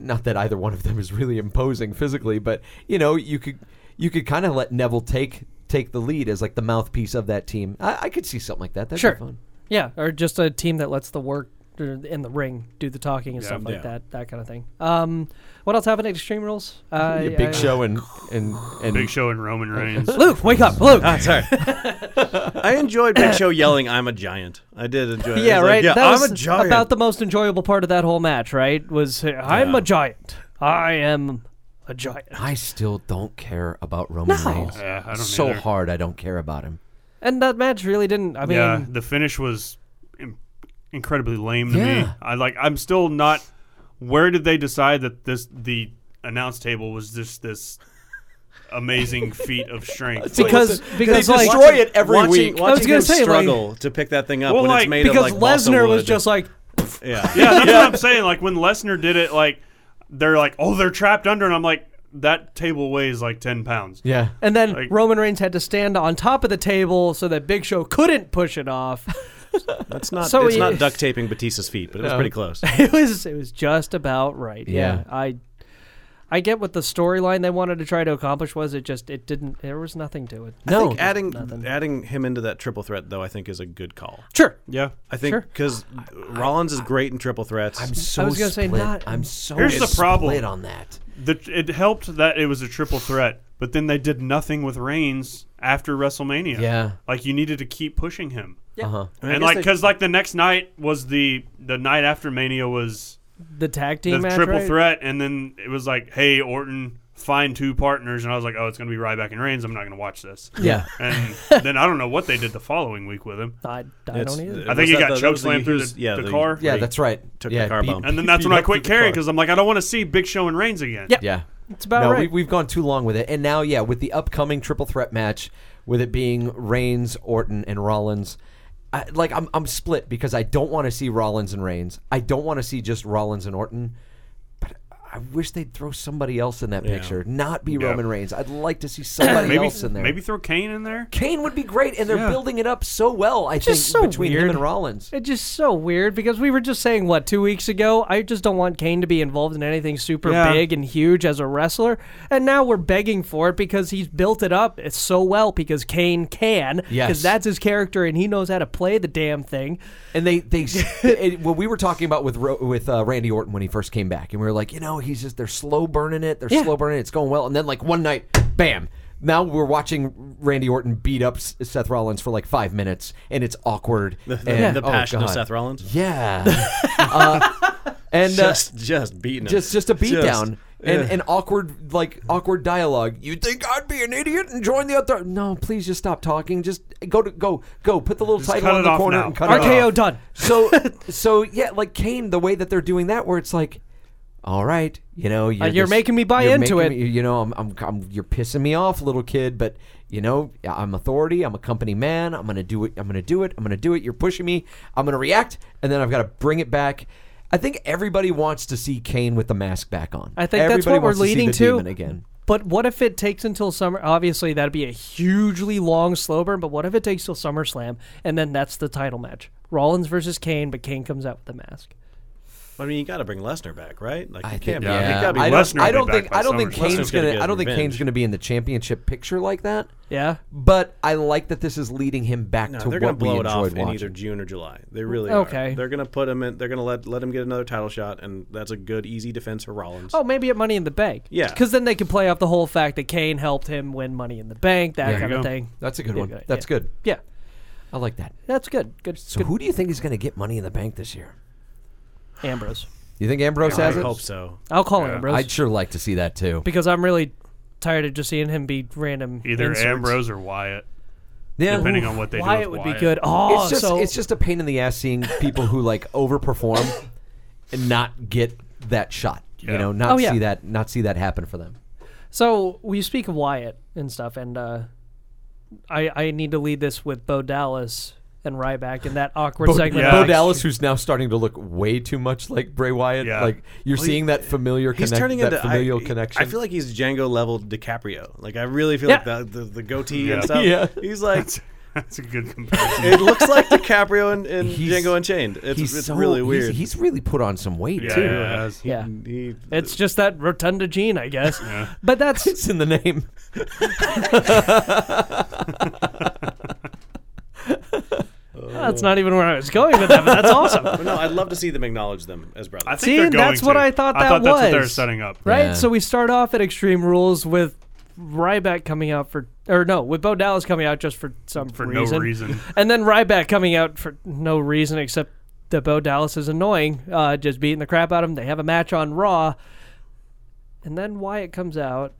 [SPEAKER 7] Not that either one of them is really imposing physically, but you know you could you could kind of let Neville take take the lead as like the mouthpiece of that team. I, I could see something like that. That'd
[SPEAKER 2] Sure.
[SPEAKER 7] be fun.
[SPEAKER 2] Yeah, or just a team that lets the work er, in the ring do the talking and stuff like
[SPEAKER 4] yeah.
[SPEAKER 2] that, that kind of thing. Um, what else happened at Extreme Rules? Uh,
[SPEAKER 7] Yeah, Big
[SPEAKER 2] I-
[SPEAKER 7] Show and and and
[SPEAKER 8] Big Show and Roman Reigns.
[SPEAKER 2] Luke, wake up, Luke.
[SPEAKER 4] Ah, sorry. I enjoyed Big Show yelling, "I'm a giant." I did enjoy. it.
[SPEAKER 2] yeah,
[SPEAKER 4] It's like,
[SPEAKER 2] right.
[SPEAKER 4] yeah,
[SPEAKER 2] that
[SPEAKER 4] I'm
[SPEAKER 2] was
[SPEAKER 4] a giant.
[SPEAKER 2] about the most enjoyable part of that whole match, right? Was uh, I'm a giant. I am a giant.
[SPEAKER 7] I still don't care about Roman
[SPEAKER 2] No.
[SPEAKER 7] Reigns.
[SPEAKER 8] Yeah, I don't
[SPEAKER 7] so
[SPEAKER 8] either.
[SPEAKER 7] hard. I don't care about him.
[SPEAKER 2] And that match really didn't. I mean,
[SPEAKER 8] yeah, the finish was Im- incredibly lame to me.
[SPEAKER 7] Yeah.
[SPEAKER 8] I like. I'm still not. Where did they decide that this the announce table was just this amazing feat of strength? Like,
[SPEAKER 2] because because
[SPEAKER 7] They
[SPEAKER 2] like
[SPEAKER 7] destroy it every
[SPEAKER 4] watching,
[SPEAKER 7] week.
[SPEAKER 4] Watching
[SPEAKER 2] I was gonna
[SPEAKER 4] him
[SPEAKER 2] say, like-
[SPEAKER 4] struggle to pick that thing up
[SPEAKER 8] Well,
[SPEAKER 4] when
[SPEAKER 8] like,
[SPEAKER 4] it's made
[SPEAKER 2] because
[SPEAKER 4] of like balsa
[SPEAKER 2] Lesnar was
[SPEAKER 4] wood.
[SPEAKER 2] just like
[SPEAKER 4] yeah.
[SPEAKER 8] yeah, that's what I'm saying. Like when Lesnar did it, like they're like, oh, they're trapped under, and I'm like, that table weighs like ten pounds.
[SPEAKER 7] Yeah.
[SPEAKER 2] And then
[SPEAKER 8] Like-
[SPEAKER 2] Roman Reigns had to stand on top of the table so that Big Show couldn't push it off.
[SPEAKER 4] That's not.
[SPEAKER 2] So
[SPEAKER 4] it's
[SPEAKER 2] he-
[SPEAKER 4] not duct taping Batista's feet, but it was pretty close.
[SPEAKER 2] it was it was just about right. Yeah.
[SPEAKER 7] Yeah.
[SPEAKER 2] I I get what the storyline they wanted to try to accomplish was. It just it didn't. There was nothing to it.
[SPEAKER 7] no.
[SPEAKER 4] I think adding adding him into that triple threat though, I think is a good call.
[SPEAKER 2] Sure.
[SPEAKER 8] Yeah.
[SPEAKER 4] I think
[SPEAKER 2] Sure.
[SPEAKER 4] because Rollins is great in triple threats.
[SPEAKER 7] I'm so
[SPEAKER 2] was gonna say
[SPEAKER 7] split.
[SPEAKER 2] not-
[SPEAKER 7] I'm so
[SPEAKER 8] Here's the problem.
[SPEAKER 7] split on that.
[SPEAKER 8] The, it helped that it was a triple threat, but then they did nothing with Reigns after WrestleMania.
[SPEAKER 7] Yeah.
[SPEAKER 8] like you needed to keep pushing him.
[SPEAKER 7] Uh-huh.
[SPEAKER 8] and
[SPEAKER 4] guess
[SPEAKER 8] like
[SPEAKER 4] they-
[SPEAKER 8] because like the next night was the the night after mania was
[SPEAKER 2] The tag
[SPEAKER 8] the
[SPEAKER 2] team match,
[SPEAKER 8] triple
[SPEAKER 2] right?
[SPEAKER 8] threat and then it was like hey orton find two partners and i was like oh it's going to be ryback and reigns i'm not going to watch this
[SPEAKER 7] Yeah.
[SPEAKER 8] and then i don't know what they did the following week with him
[SPEAKER 2] I, I
[SPEAKER 4] It's-
[SPEAKER 2] don't either.
[SPEAKER 8] i think
[SPEAKER 4] Uh, Was
[SPEAKER 8] he
[SPEAKER 4] that
[SPEAKER 8] got
[SPEAKER 4] the- that
[SPEAKER 8] choke
[SPEAKER 4] was the
[SPEAKER 8] slammed through
[SPEAKER 4] Hughes-
[SPEAKER 8] the,
[SPEAKER 4] yeah,
[SPEAKER 8] the
[SPEAKER 4] the-
[SPEAKER 8] car
[SPEAKER 7] Yeah, that's right.
[SPEAKER 4] Took the
[SPEAKER 7] yeah,
[SPEAKER 4] car
[SPEAKER 7] beat-
[SPEAKER 4] bomb.
[SPEAKER 8] and then that's
[SPEAKER 7] beat
[SPEAKER 8] when i
[SPEAKER 7] up
[SPEAKER 8] quit
[SPEAKER 7] through the
[SPEAKER 8] caring
[SPEAKER 7] car.
[SPEAKER 8] because i'm like i don't want to see big show and reigns again
[SPEAKER 2] Yeah.
[SPEAKER 7] Yeah.
[SPEAKER 2] It's about
[SPEAKER 7] no,
[SPEAKER 2] right.
[SPEAKER 7] We, we've gone too long with it. And now, yeah, with the upcoming triple threat match, with it being Reigns, Orton, and Rollins, I, like, I'm, I'm split because I don't want to see Rollins and Reigns. I don't want to see just Rollins and Orton. But I I wish they'd throw somebody else in that picture, not be
[SPEAKER 8] Yeah.
[SPEAKER 7] Roman Reigns. I'd like to see somebody
[SPEAKER 8] Maybe
[SPEAKER 7] else in there.
[SPEAKER 8] maybe throw Kane in there.
[SPEAKER 7] Kane would be great, and they're
[SPEAKER 8] Yeah.
[SPEAKER 7] building it up so well. I think
[SPEAKER 2] Just so
[SPEAKER 7] between him
[SPEAKER 2] weird.
[SPEAKER 7] and Rollins.
[SPEAKER 2] It's just so weird because we were just saying what two weeks ago. I just don't want Kane to be involved in anything super
[SPEAKER 8] Yeah.
[SPEAKER 2] big and huge as a wrestler, and now we're begging for it because he's built it up it's so well because Kane can,
[SPEAKER 7] Yes.
[SPEAKER 2] because that's his character and he knows how to play the damn thing.
[SPEAKER 7] And they they it, what we were talking about with Ro- with uh, Randy Orton when he first came back, and we were like, you know, he's just they're slow burning it, they're
[SPEAKER 2] Yeah.
[SPEAKER 7] slow burning it, it's going well, and then like one night, bam. Now we're watching Randy Orton beat up S- Seth Rollins for like five minutes, and it's awkward.
[SPEAKER 4] The,
[SPEAKER 7] and-
[SPEAKER 4] the
[SPEAKER 7] oh,
[SPEAKER 4] passion of
[SPEAKER 7] God.
[SPEAKER 4] Seth Rollins.
[SPEAKER 7] Yeah, Uh, and uh,
[SPEAKER 4] Just, just beating him.
[SPEAKER 7] just just a beatdown and
[SPEAKER 4] yeah.
[SPEAKER 7] and awkward like awkward dialogue. You think I'd be an idiot and join the other? No, please just stop talking. Just go to go go. Put the little title
[SPEAKER 8] cut
[SPEAKER 7] on
[SPEAKER 8] it
[SPEAKER 7] the
[SPEAKER 8] off
[SPEAKER 7] corner
[SPEAKER 8] now.
[SPEAKER 7] and cut it
[SPEAKER 2] RKO
[SPEAKER 7] off.
[SPEAKER 2] done.
[SPEAKER 7] So so yeah, like Kane, the way that they're doing that, where it's like. All right, you know you're,
[SPEAKER 2] Uh, you're
[SPEAKER 7] just-
[SPEAKER 2] making me buy
[SPEAKER 7] you're
[SPEAKER 2] into
[SPEAKER 7] making
[SPEAKER 2] it."
[SPEAKER 7] me- you know, I'm, I'm, I'm, you're pissing me off, little kid. But you know, I'm authority. I'm a company man. I'm gonna do it. I'm gonna do it. I'm gonna do it. You're pushing me. I'm gonna react, and then I've got to bring it back. I think everybody wants to see Kane with the mask back on.
[SPEAKER 2] I think that's
[SPEAKER 7] Everybody
[SPEAKER 2] what we're
[SPEAKER 7] wants to see
[SPEAKER 2] leading
[SPEAKER 7] the
[SPEAKER 2] to.
[SPEAKER 7] demon again.
[SPEAKER 2] But what if it takes until summer? Obviously, that'd be a hugely long slow burn. But what if it takes till SummerSlam and then that's the title match? Rollins versus Kane, but Kane comes out with the mask.
[SPEAKER 4] I mean, you got to bring Lesnar back, right? Like,
[SPEAKER 7] I
[SPEAKER 4] you
[SPEAKER 7] think.
[SPEAKER 4] can't
[SPEAKER 8] I
[SPEAKER 4] be-
[SPEAKER 8] think
[SPEAKER 7] Yeah.
[SPEAKER 8] that'd be
[SPEAKER 7] I don't,
[SPEAKER 8] Lesnar
[SPEAKER 7] I don't
[SPEAKER 8] back
[SPEAKER 7] think.
[SPEAKER 8] by
[SPEAKER 7] I don't think
[SPEAKER 8] SummerSlam.
[SPEAKER 7] Kane's
[SPEAKER 4] Lesnar's gonna
[SPEAKER 7] gonna.
[SPEAKER 4] get
[SPEAKER 7] I don't think
[SPEAKER 4] revenge.
[SPEAKER 7] Kane's gonna be in the championship picture like that.
[SPEAKER 2] Yeah.
[SPEAKER 7] But I like that this is leading him back
[SPEAKER 4] No,
[SPEAKER 7] to
[SPEAKER 4] they're
[SPEAKER 7] what we
[SPEAKER 4] going to blow it
[SPEAKER 7] enjoyed
[SPEAKER 4] off
[SPEAKER 7] watching.
[SPEAKER 4] in either June or July. They really
[SPEAKER 2] Okay.
[SPEAKER 4] are. They're going to put him in. They're going to let let him get another title shot, and that's a good, easy defense for Rollins.
[SPEAKER 2] Oh, maybe at Money in the Bank.
[SPEAKER 4] Yeah.
[SPEAKER 2] Because then they could play off the whole fact that Kane helped him win Money in the Bank, that
[SPEAKER 7] you
[SPEAKER 2] kind of
[SPEAKER 8] go.
[SPEAKER 2] thing.
[SPEAKER 7] That's a good
[SPEAKER 2] Yeah,
[SPEAKER 7] one.
[SPEAKER 2] yeah,
[SPEAKER 7] That's
[SPEAKER 2] yeah.
[SPEAKER 7] good.
[SPEAKER 2] Yeah.
[SPEAKER 7] I like that.
[SPEAKER 2] That's good. Good.
[SPEAKER 7] So
[SPEAKER 2] good.
[SPEAKER 7] who do you think is going to get Money in the Bank this year?
[SPEAKER 2] Ambrose.
[SPEAKER 7] You think Ambrose
[SPEAKER 4] I
[SPEAKER 7] has it?
[SPEAKER 4] hope so.
[SPEAKER 2] I'll call Ambrose
[SPEAKER 7] I'd sure like to see that too.
[SPEAKER 2] because I'm really tired of just seeing him be random.
[SPEAKER 8] Either
[SPEAKER 2] inserts.
[SPEAKER 8] Ambrose or Wyatt,
[SPEAKER 7] Yeah,
[SPEAKER 8] depending on what they do.
[SPEAKER 2] Wyatt
[SPEAKER 8] with
[SPEAKER 2] would
[SPEAKER 8] Wyatt.
[SPEAKER 2] be good. Oh,
[SPEAKER 7] it's just
[SPEAKER 2] so
[SPEAKER 7] it's just a pain in the ass seeing people who like overperform and not get that shot. You
[SPEAKER 8] Yeah.
[SPEAKER 7] know, not
[SPEAKER 2] Oh, yeah.
[SPEAKER 7] see that not see that happen for them.
[SPEAKER 2] So we speak of Wyatt and stuff, and uh, I I need to lead this with Bo Dallas and Ryback in that awkward segment.
[SPEAKER 8] yeah.
[SPEAKER 7] Bo
[SPEAKER 8] Bo
[SPEAKER 7] Dallas, who's now starting to look way too much like Bray Wyatt,
[SPEAKER 8] Yeah.
[SPEAKER 7] like
[SPEAKER 8] like,
[SPEAKER 7] you're seeing that familiar
[SPEAKER 4] He's
[SPEAKER 7] connect,
[SPEAKER 4] turning
[SPEAKER 7] that
[SPEAKER 4] into
[SPEAKER 7] familial
[SPEAKER 4] I,
[SPEAKER 7] connection.
[SPEAKER 4] I feel like he's Django level DiCaprio. Like I really feel
[SPEAKER 2] Yeah.
[SPEAKER 4] like the the, the goatee
[SPEAKER 8] Yeah.
[SPEAKER 4] and stuff.
[SPEAKER 7] Yeah.
[SPEAKER 4] He's like
[SPEAKER 8] That's a good comparison.
[SPEAKER 4] it looks like DiCaprio and, and
[SPEAKER 7] He's-
[SPEAKER 4] Django Unchained. It's,
[SPEAKER 7] he's
[SPEAKER 4] it's
[SPEAKER 7] so-
[SPEAKER 4] really
[SPEAKER 7] he's-
[SPEAKER 4] weird.
[SPEAKER 7] He's, really put on some weight
[SPEAKER 8] yeah,
[SPEAKER 7] too.
[SPEAKER 8] yeah, that's-
[SPEAKER 2] Yeah.
[SPEAKER 4] He-
[SPEAKER 2] It's just that rotunda gene, I guess. But that's
[SPEAKER 7] It's in the name.
[SPEAKER 2] that's not even where I was going with that. But that's awesome,
[SPEAKER 4] but no, I'd love to see them acknowledge them as brothers.
[SPEAKER 8] I think
[SPEAKER 2] See,
[SPEAKER 8] they're
[SPEAKER 2] and
[SPEAKER 8] going
[SPEAKER 2] that's what
[SPEAKER 8] to.
[SPEAKER 2] I thought
[SPEAKER 8] I
[SPEAKER 2] that
[SPEAKER 8] thought that's what they're
[SPEAKER 2] was.
[SPEAKER 8] setting up.
[SPEAKER 2] right?
[SPEAKER 7] Yeah.
[SPEAKER 2] So we start off at Extreme Rules with Ryback coming out for, or no, with Bo Dallas coming out just for some
[SPEAKER 8] For no reason.
[SPEAKER 2] and then Ryback coming out for no reason except that Bo Dallas is annoying, uh, just beating the crap out of him. They have a match on Raw, and then Wyatt comes out,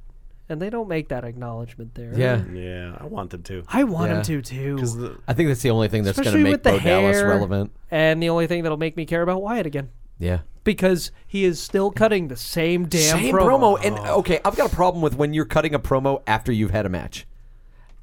[SPEAKER 2] and they don't make that acknowledgement there.
[SPEAKER 7] Yeah,
[SPEAKER 4] yeah, I want them to.
[SPEAKER 2] I want
[SPEAKER 7] Yeah.
[SPEAKER 2] him to too.
[SPEAKER 7] I think that's the only thing that's going to
[SPEAKER 2] Especially
[SPEAKER 7] make
[SPEAKER 2] with the
[SPEAKER 7] Bo Dallas
[SPEAKER 2] hair.
[SPEAKER 7] relevant.
[SPEAKER 2] And the only thing that'll make me care about Wyatt again
[SPEAKER 7] Yeah.
[SPEAKER 2] because he is still cutting the same damn
[SPEAKER 7] same
[SPEAKER 2] promo.
[SPEAKER 7] promo. And okay, I've got a problem with when you're cutting a promo after you've had a match.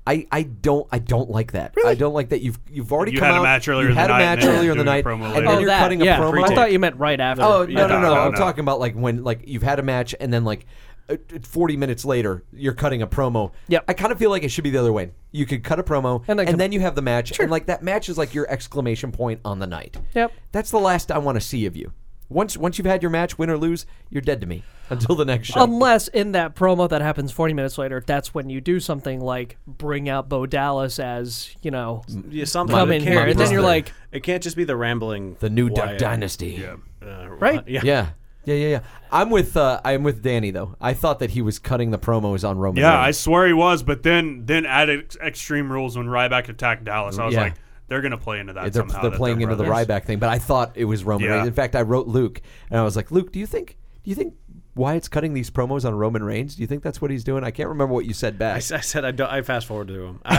[SPEAKER 7] I, I don't I don't like that. I don't like that you've you've already
[SPEAKER 8] You
[SPEAKER 7] come
[SPEAKER 8] had a
[SPEAKER 7] out,
[SPEAKER 8] match earlier
[SPEAKER 7] you
[SPEAKER 8] in the
[SPEAKER 7] had
[SPEAKER 8] night
[SPEAKER 7] a match
[SPEAKER 8] and then
[SPEAKER 7] earlier in the
[SPEAKER 8] you're doing
[SPEAKER 7] night,
[SPEAKER 8] a promo
[SPEAKER 7] and
[SPEAKER 8] later.
[SPEAKER 7] then
[SPEAKER 2] Oh,
[SPEAKER 7] you're
[SPEAKER 2] that,
[SPEAKER 7] cutting a
[SPEAKER 2] yeah.
[SPEAKER 7] promo.
[SPEAKER 2] I thought you meant right after.
[SPEAKER 7] Oh no, no,
[SPEAKER 8] Yeah,
[SPEAKER 7] no,
[SPEAKER 8] no,
[SPEAKER 7] I'm
[SPEAKER 8] no.
[SPEAKER 7] talking about like when like you've had a match and then like uh, t- 40 minutes later you're cutting a promo.
[SPEAKER 2] Yep.
[SPEAKER 7] I kind of feel like it should be the other way. You could cut a promo
[SPEAKER 2] And
[SPEAKER 7] and then,
[SPEAKER 2] then come-
[SPEAKER 7] you have the match and like that match is like your exclamation point on the night.
[SPEAKER 2] Yep.
[SPEAKER 7] That's the last I want to see of you. Once once you've had your match, win or lose, you're dead to me until the next show.
[SPEAKER 2] Unless in that promo that happens 40 minutes later, that's when you do something like bring out Bo Dallas as, you know,
[SPEAKER 4] Yeah, something.
[SPEAKER 2] come
[SPEAKER 4] It
[SPEAKER 2] in
[SPEAKER 4] can't
[SPEAKER 2] here. And then
[SPEAKER 7] brother.
[SPEAKER 2] you're like,
[SPEAKER 4] It can't just be the rambling.
[SPEAKER 7] The new Duck
[SPEAKER 4] Wyatt.
[SPEAKER 7] Dynasty.
[SPEAKER 4] Uh,
[SPEAKER 2] Right.
[SPEAKER 4] Yeah.
[SPEAKER 7] Yeah. Yeah, yeah, yeah. I'm with uh, I'm with Danny though. I thought that he was cutting the promos on Roman.
[SPEAKER 8] Yeah, I
[SPEAKER 7] Reigns.
[SPEAKER 8] swear he was, but then then added ex- extreme rules when Ryback attacked Dallas. I was
[SPEAKER 7] Yeah.
[SPEAKER 8] like, they're gonna play into that.
[SPEAKER 7] they're,
[SPEAKER 8] somehow,
[SPEAKER 7] they're
[SPEAKER 8] that
[SPEAKER 7] playing into the
[SPEAKER 8] brothers.
[SPEAKER 7] Ryback thing, but I thought it was Roman.
[SPEAKER 8] Yeah.
[SPEAKER 7] Reigns. In fact, I wrote Luke and I was like, Luke, do you think do you think Wyatt's cutting these promos on Roman Reigns? Do you think that's what he's doing? I can't remember what you said
[SPEAKER 4] I,
[SPEAKER 7] back.
[SPEAKER 4] s- I said I, don't- I fast forward to him. I,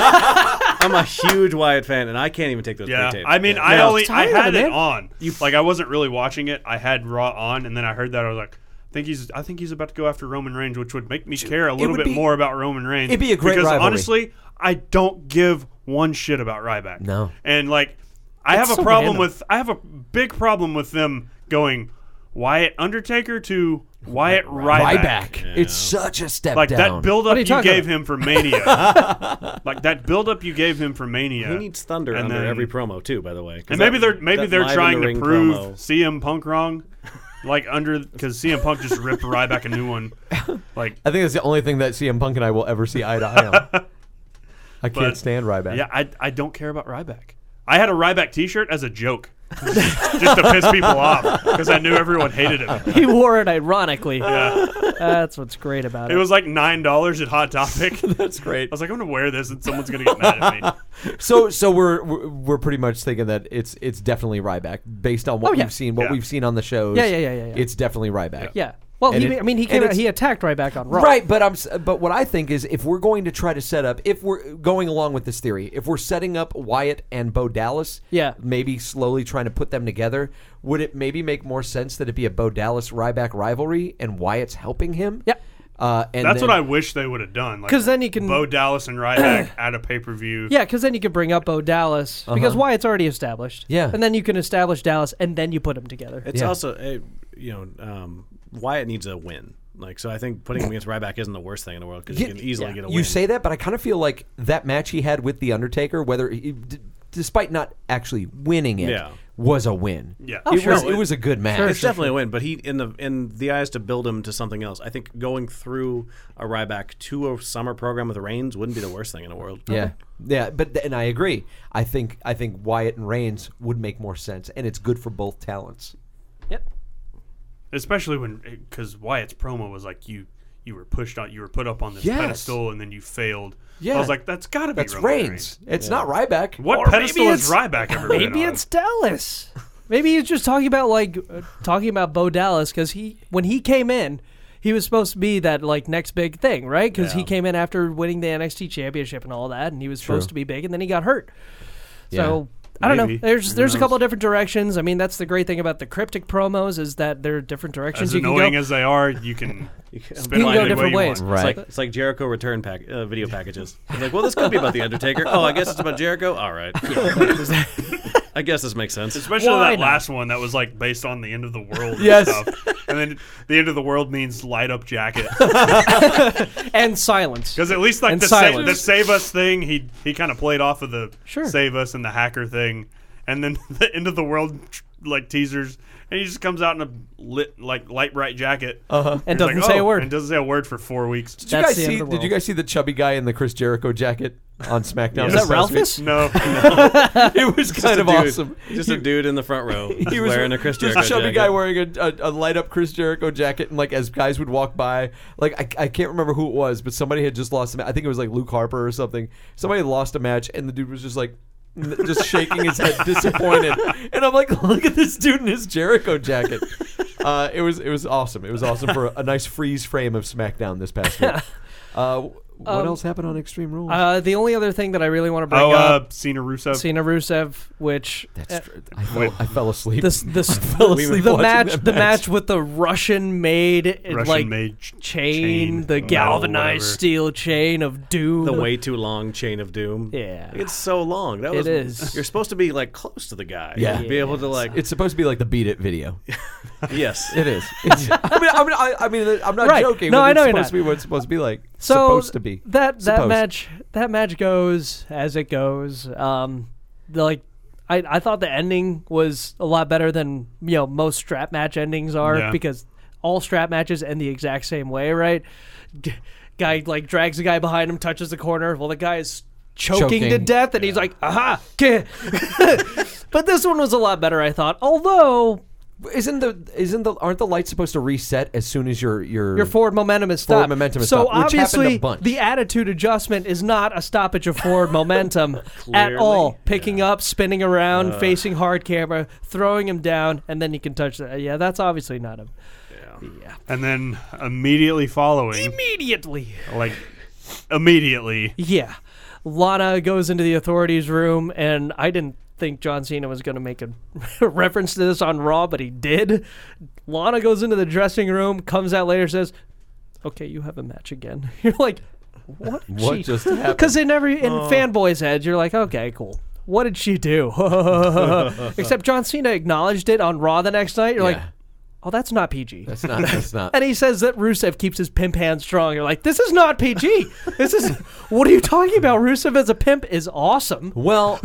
[SPEAKER 4] I, I'm, a huge Wyatt fan, and I can't even take those.
[SPEAKER 8] Yeah,
[SPEAKER 4] pre-tapes.
[SPEAKER 8] I mean,
[SPEAKER 4] Yeah.
[SPEAKER 8] I
[SPEAKER 2] Yeah.
[SPEAKER 8] only I
[SPEAKER 2] Tired
[SPEAKER 8] had
[SPEAKER 2] of
[SPEAKER 8] it
[SPEAKER 2] it.
[SPEAKER 8] on. Like I wasn't really watching it. I had Raw on, and then I heard that I was like, I think he's I think he's about to go after Roman Reigns, which would make me care a little
[SPEAKER 7] would
[SPEAKER 8] bit
[SPEAKER 7] be-
[SPEAKER 8] more about Roman Reigns.
[SPEAKER 7] it'd be a great
[SPEAKER 8] because
[SPEAKER 7] rivalry.
[SPEAKER 8] honestly, I don't give one shit about Ryback.
[SPEAKER 7] No.
[SPEAKER 8] and like I have a
[SPEAKER 2] so
[SPEAKER 8] problem
[SPEAKER 2] random.
[SPEAKER 8] with I have a big problem with them going. Wyatt Undertaker to Wyatt Ryback.
[SPEAKER 7] Ryback. It's such a step
[SPEAKER 8] Like
[SPEAKER 7] down.
[SPEAKER 8] that build
[SPEAKER 2] What
[SPEAKER 8] up
[SPEAKER 2] are you
[SPEAKER 8] you,
[SPEAKER 2] talking
[SPEAKER 8] gave
[SPEAKER 2] about?
[SPEAKER 8] him for Mania. like that build up you gave him for Mania.
[SPEAKER 4] He needs thunder
[SPEAKER 8] And
[SPEAKER 4] under
[SPEAKER 8] then-
[SPEAKER 4] every promo too, by the way. 'cause
[SPEAKER 8] And maybe
[SPEAKER 4] that-
[SPEAKER 8] they're maybe
[SPEAKER 4] that
[SPEAKER 8] they're
[SPEAKER 4] live in
[SPEAKER 8] trying
[SPEAKER 4] the
[SPEAKER 8] to
[SPEAKER 4] ring
[SPEAKER 8] prove
[SPEAKER 4] promo-
[SPEAKER 8] CM Punk wrong, like under because CM Punk just ripped Ryback a new one. Like,
[SPEAKER 7] I think that's the only thing that CM Punk and I will ever see eye to eye on. I can't
[SPEAKER 8] But-
[SPEAKER 7] stand Ryback.
[SPEAKER 8] yeah, I I don't care about Ryback. I had a Ryback T-shirt as a joke, just to piss people off because I knew everyone hated him.
[SPEAKER 2] He wore it ironically. That's what's great about
[SPEAKER 8] It
[SPEAKER 2] it.
[SPEAKER 8] was like nine dollars at Hot Topic. I
[SPEAKER 7] That's great.
[SPEAKER 8] was like, I'm gonna wear this and someone's gonna get mad at me.
[SPEAKER 7] So, so we're we're we're pretty much thinking that it's it's definitely Ryback based on what
[SPEAKER 2] Oh, yeah.
[SPEAKER 7] we've seen, what
[SPEAKER 8] Yeah.
[SPEAKER 7] we've seen on the shows.
[SPEAKER 2] Yeah, yeah, yeah, yeah, yeah.
[SPEAKER 7] It's definitely Ryback.
[SPEAKER 2] yeah. Well,
[SPEAKER 7] And
[SPEAKER 2] he,
[SPEAKER 7] it-
[SPEAKER 2] I mean, he
[SPEAKER 7] and
[SPEAKER 2] came out,
[SPEAKER 7] it's-
[SPEAKER 2] he attacked Ryback on Raw.
[SPEAKER 7] Right, but I'm s- but what I think is if we're going to try to set up if we're going along with this theory, if we're setting up Wyatt and Bo Dallas,
[SPEAKER 2] Yeah.
[SPEAKER 7] maybe slowly trying to put them together, would it maybe make more sense that it be a Bo Dallas Ryback rivalry and Wyatt's helping him?
[SPEAKER 2] Yeah.
[SPEAKER 7] Uh, and
[SPEAKER 8] That's
[SPEAKER 7] then-
[SPEAKER 8] what I wish they would have done. Like,
[SPEAKER 2] 'Cause then you can-
[SPEAKER 8] Bo Dallas and Ryback at a pay per view.
[SPEAKER 2] Yeah, because then you could bring up Bo Dallas because Wyatt's already established.
[SPEAKER 7] Uh-huh. Yeah.
[SPEAKER 2] and then you can establish Dallas, and then you put them together.
[SPEAKER 4] It's
[SPEAKER 7] Yeah.
[SPEAKER 4] also eh, you know um, Wyatt needs a win. Like so, I think putting him against Ryback isn't the worst thing in the world because
[SPEAKER 7] Yeah,
[SPEAKER 4] you can easily
[SPEAKER 7] yeah.
[SPEAKER 4] get a
[SPEAKER 7] You
[SPEAKER 4] win.
[SPEAKER 7] say that, but I kind of feel like that match he had with the Undertaker, whether he, d- despite not actually winning it,
[SPEAKER 4] Yeah.
[SPEAKER 7] was a win.
[SPEAKER 8] Yeah.
[SPEAKER 7] it
[SPEAKER 2] Oh, sure.
[SPEAKER 7] was. It was a good match.
[SPEAKER 4] it's definitely a win, but he in the in the eyes to build him to something else. I think going through a Ryback to a summer program with Reigns wouldn't be the worst thing in the world.
[SPEAKER 7] Yeah, yeah, but th- and I agree. I think I think Wyatt and Reigns would make more sense, and it's good for both talents.
[SPEAKER 2] Yep.
[SPEAKER 8] especially when because Wyatt's promo was like you you were pushed on you were put up on this
[SPEAKER 7] Yes.
[SPEAKER 8] pedestal and then you failed. I
[SPEAKER 7] Yeah.
[SPEAKER 8] was like that's got to be
[SPEAKER 7] That's
[SPEAKER 8] Roman
[SPEAKER 7] Reigns. It's not Ryback.
[SPEAKER 8] What pedestal has Ryback ever been
[SPEAKER 2] Maybe
[SPEAKER 8] on?
[SPEAKER 2] it's Dallas. Maybe he's just talking about like uh, talking about Bo Dallas because he when he came in, he was supposed to be that like next big thing, right? Because he came in after winning the NXT Championship and all that, and he was supposed to be big, and then he got hurt. So I don't know.
[SPEAKER 8] Maybe.
[SPEAKER 2] There's
[SPEAKER 8] Who
[SPEAKER 2] there's a couple
[SPEAKER 8] knows?
[SPEAKER 2] of different directions. I mean, that's the great thing about the cryptic promos is that there are different directions
[SPEAKER 8] as
[SPEAKER 2] you can
[SPEAKER 8] annoying
[SPEAKER 2] go.
[SPEAKER 8] as they are, you can spin
[SPEAKER 2] You can
[SPEAKER 8] it
[SPEAKER 2] go
[SPEAKER 8] any
[SPEAKER 2] different
[SPEAKER 8] way you
[SPEAKER 2] ways.
[SPEAKER 8] want.
[SPEAKER 4] It's like it's like Jericho return pack uh, video packages. It's like, well, this could be about the Undertaker. Oh, I guess it's about Jericho. All right. I guess this makes sense.
[SPEAKER 8] Especially
[SPEAKER 2] Why
[SPEAKER 8] that
[SPEAKER 2] not?
[SPEAKER 8] last one that was like based on the end of the world
[SPEAKER 7] Yes.
[SPEAKER 8] and stuff. And then the end of the world means light up jacket.
[SPEAKER 2] and silence.
[SPEAKER 8] Because at least like
[SPEAKER 2] And
[SPEAKER 8] the, sa-
[SPEAKER 2] silence.
[SPEAKER 8] the save us thing, he he kind of played off of the
[SPEAKER 2] Sure.
[SPEAKER 8] save us and the hacker thing, and then the end of the world like teasers, and he just comes out in a lit like light bright jacket uh-huh.
[SPEAKER 2] And doesn't say a word.
[SPEAKER 8] and doesn't say a word for four weeks.
[SPEAKER 7] Did you
[SPEAKER 2] That's
[SPEAKER 7] guys
[SPEAKER 2] the end
[SPEAKER 7] see?
[SPEAKER 2] of the
[SPEAKER 7] Did you
[SPEAKER 2] world.
[SPEAKER 7] guys see the chubby guy in the Chris Jericho jacket on SmackDown?
[SPEAKER 8] Is
[SPEAKER 2] Is
[SPEAKER 7] this
[SPEAKER 2] that
[SPEAKER 7] past week?
[SPEAKER 2] Ralphus?
[SPEAKER 8] No,
[SPEAKER 2] Oh,
[SPEAKER 7] It was kind of
[SPEAKER 4] Dude,
[SPEAKER 7] awesome.
[SPEAKER 4] Just a dude in the front row.
[SPEAKER 7] He
[SPEAKER 4] He
[SPEAKER 7] was
[SPEAKER 4] wearing a Chris
[SPEAKER 7] just
[SPEAKER 4] Jericho
[SPEAKER 7] a chubby
[SPEAKER 4] jacket.
[SPEAKER 7] guy wearing a, a, a light up Chris Jericho jacket, and like as guys would walk by, like I, I can't remember who it was, but somebody had just lost. A ma- I think it was like Luke Harper or something. Somebody lost a match, and the dude was just like. n- Just shaking his head, disappointed, and I'm like, "Look at this dude in his Jericho jacket." Uh, it was it was awesome. It was awesome for a, a nice freeze frame of SmackDown this past week. Uh, what
[SPEAKER 4] Um,
[SPEAKER 7] else happened on Extreme Rules?
[SPEAKER 2] Uh, the only other thing that I really want to bring
[SPEAKER 8] oh,
[SPEAKER 2] up,
[SPEAKER 8] uh, Cena Rusev.
[SPEAKER 2] Cena Rusev, which uh,
[SPEAKER 7] That's tr- I, fell, I fell asleep.
[SPEAKER 2] this this
[SPEAKER 7] asleep
[SPEAKER 2] the
[SPEAKER 7] watching
[SPEAKER 2] match,
[SPEAKER 7] that
[SPEAKER 2] the
[SPEAKER 7] match.
[SPEAKER 2] match with the Russian made
[SPEAKER 8] Russian
[SPEAKER 2] like
[SPEAKER 8] made ch-
[SPEAKER 2] chain,
[SPEAKER 8] chain,
[SPEAKER 2] the
[SPEAKER 8] metal,
[SPEAKER 2] galvanized
[SPEAKER 8] whatever.
[SPEAKER 2] steel chain of doom.
[SPEAKER 4] The way too long chain of doom.
[SPEAKER 2] Yeah.
[SPEAKER 4] It's so long. That
[SPEAKER 2] It
[SPEAKER 4] was,
[SPEAKER 2] is.
[SPEAKER 4] You're supposed to be like close to the guy.
[SPEAKER 7] Yeah.
[SPEAKER 4] Be able to like.
[SPEAKER 7] it's supposed to be like the Beat It video.
[SPEAKER 4] yes.
[SPEAKER 7] It is. It's, I mean, I mean, I, I mean, I'm not
[SPEAKER 2] Right.
[SPEAKER 7] joking.
[SPEAKER 2] No,
[SPEAKER 7] but
[SPEAKER 2] I know you're not.
[SPEAKER 7] It's supposed to be what it's supposed to be like.
[SPEAKER 2] so
[SPEAKER 7] supposed to be
[SPEAKER 2] that that
[SPEAKER 7] Supposed.
[SPEAKER 2] match that match goes as it goes. Um, the, like I I thought the ending was a lot better than you know most strap match endings are
[SPEAKER 8] Yeah.
[SPEAKER 2] because all strap matches end the exact same way, right? G- guy like drags the guy behind him, touches the corner. Well, the guy is. Choking, to
[SPEAKER 7] Choking.
[SPEAKER 2] death, and he's like, "Aha!" K-" but this one was a lot better, I thought. Although
[SPEAKER 7] Isn't the isn't the aren't the lights supposed to reset as soon as your your
[SPEAKER 2] Your forward momentum is stopped.
[SPEAKER 7] Forward momentum is
[SPEAKER 2] so
[SPEAKER 7] stopped, which happened a
[SPEAKER 2] obviously,
[SPEAKER 7] bunch.
[SPEAKER 2] the attitude adjustment is not a stoppage of forward momentum at all. Picking up, spinning around, facing hard camera, throwing him down, and then you can touch that. Yeah, that's obviously not him.
[SPEAKER 8] and then immediately following,
[SPEAKER 2] Immediately.
[SPEAKER 8] like immediately,
[SPEAKER 2] Yeah. Lana goes into the authorities room, and I didn't think John Cena was going to make a reference to this on Raw, but he did. Lana goes into the dressing room, comes out later, says, Okay, you have a match again. You're like, What? did
[SPEAKER 7] What
[SPEAKER 2] she-
[SPEAKER 7] just happened?
[SPEAKER 2] Because in every in
[SPEAKER 7] Oh.
[SPEAKER 2] fanboys' heads, you're like, okay, cool. What did she do? Except John Cena acknowledged it on Raw the next night. You're like, "Oh, that's not PG."
[SPEAKER 7] That's not. That's not.
[SPEAKER 2] and he says that Rusev keeps his pimp hand strong. You're like, this is not PG. This is what are you talking about? Rusev as a pimp is awesome.
[SPEAKER 7] well,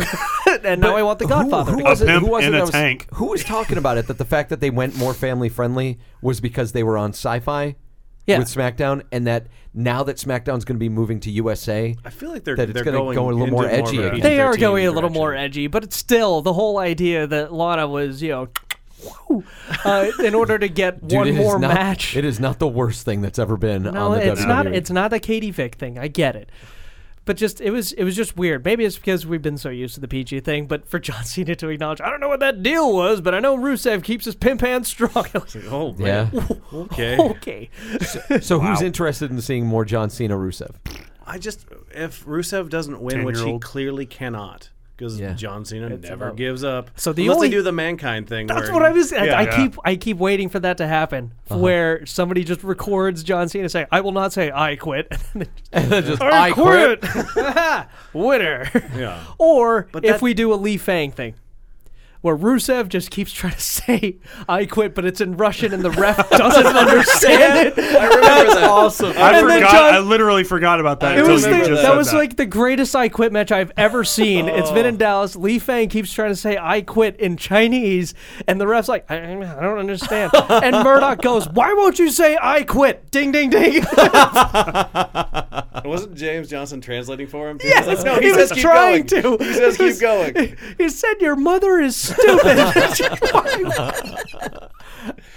[SPEAKER 2] and now I want the Godfather.
[SPEAKER 7] Who, who
[SPEAKER 2] to
[SPEAKER 7] was it,
[SPEAKER 8] pimp
[SPEAKER 7] who was it
[SPEAKER 8] in a
[SPEAKER 7] that was,
[SPEAKER 8] tank.
[SPEAKER 7] Who was talking about it? That the fact that they went more family friendly was because they were on Sci-Fi
[SPEAKER 2] Yeah.
[SPEAKER 7] with SmackDown, and that now that SmackDown's going to be moving to USA,
[SPEAKER 4] I feel like they're
[SPEAKER 7] that it's
[SPEAKER 4] they're
[SPEAKER 7] gonna
[SPEAKER 4] going
[SPEAKER 7] go a little
[SPEAKER 4] into
[SPEAKER 7] more
[SPEAKER 4] of a
[SPEAKER 7] edgy again.
[SPEAKER 4] PG-13
[SPEAKER 2] they are going a little
[SPEAKER 4] direction.
[SPEAKER 2] more edgy, but it's still the whole idea that Lana was, you know, uh, in order to get
[SPEAKER 7] Dude, it
[SPEAKER 2] one
[SPEAKER 7] is
[SPEAKER 2] more
[SPEAKER 7] not-
[SPEAKER 2] match.
[SPEAKER 7] It is not the worst thing that's ever been
[SPEAKER 2] no,
[SPEAKER 7] on the E.
[SPEAKER 2] it's
[SPEAKER 7] WWE.
[SPEAKER 2] not. It's not the Katie Vick thing. I get it, but just it was it was just weird. Maybe it's because we've been so used to the PG thing. But for John Cena to acknowledge, I don't know what that deal was, but I know Rusev keeps his pimp hand strong.
[SPEAKER 4] Oh man.
[SPEAKER 7] yeah.
[SPEAKER 4] Okay.
[SPEAKER 2] okay,
[SPEAKER 7] So who's interested in seeing more John Cena Rusev?
[SPEAKER 4] I just if Rusev doesn't win, which he
[SPEAKER 8] 10-year-old.
[SPEAKER 4] clearly cannot, because
[SPEAKER 7] Yeah.
[SPEAKER 4] John Cena never
[SPEAKER 2] about-
[SPEAKER 4] gives up.
[SPEAKER 2] So the
[SPEAKER 4] unless
[SPEAKER 2] only-
[SPEAKER 4] they do the mankind thing.
[SPEAKER 2] that's
[SPEAKER 4] where-
[SPEAKER 2] what I was. I,
[SPEAKER 8] Yeah,
[SPEAKER 2] I
[SPEAKER 8] yeah.
[SPEAKER 2] keep I keep waiting for that to happen, where somebody just records John Cena saying, "I will not say I quit." and then
[SPEAKER 7] Just,
[SPEAKER 8] I, quit.
[SPEAKER 2] winner.
[SPEAKER 4] Yeah.
[SPEAKER 2] Or if
[SPEAKER 4] that-
[SPEAKER 2] we do a Lee Fang thing, where Rusev just keeps trying to say "I quit," but it's in Russian and the ref doesn't understand it.
[SPEAKER 4] I remember that. awesome.
[SPEAKER 8] I
[SPEAKER 2] And then
[SPEAKER 8] forgot.
[SPEAKER 2] John-
[SPEAKER 8] I literally forgot about that.
[SPEAKER 2] It
[SPEAKER 8] until
[SPEAKER 2] was
[SPEAKER 8] you
[SPEAKER 2] the-
[SPEAKER 8] just
[SPEAKER 2] that
[SPEAKER 8] said
[SPEAKER 2] was
[SPEAKER 8] that.
[SPEAKER 2] like the greatest I quit match I've ever seen. It's been
[SPEAKER 4] Oh.
[SPEAKER 2] in Dallas. Lee Fang keeps trying to say I quit in Chinese, and the ref's like, I, I don't understand. and Murdoch goes, Why won't you say I quit? Ding ding ding.
[SPEAKER 4] Wasn't James Johnson translating for him?
[SPEAKER 2] Yes,
[SPEAKER 4] He's like, no, he,
[SPEAKER 2] he
[SPEAKER 4] says,
[SPEAKER 2] was
[SPEAKER 4] "Keep
[SPEAKER 2] trying
[SPEAKER 4] going."
[SPEAKER 2] to.
[SPEAKER 4] He says
[SPEAKER 2] He
[SPEAKER 4] keep
[SPEAKER 2] was-
[SPEAKER 4] going.
[SPEAKER 2] he said, Your mother is stupid.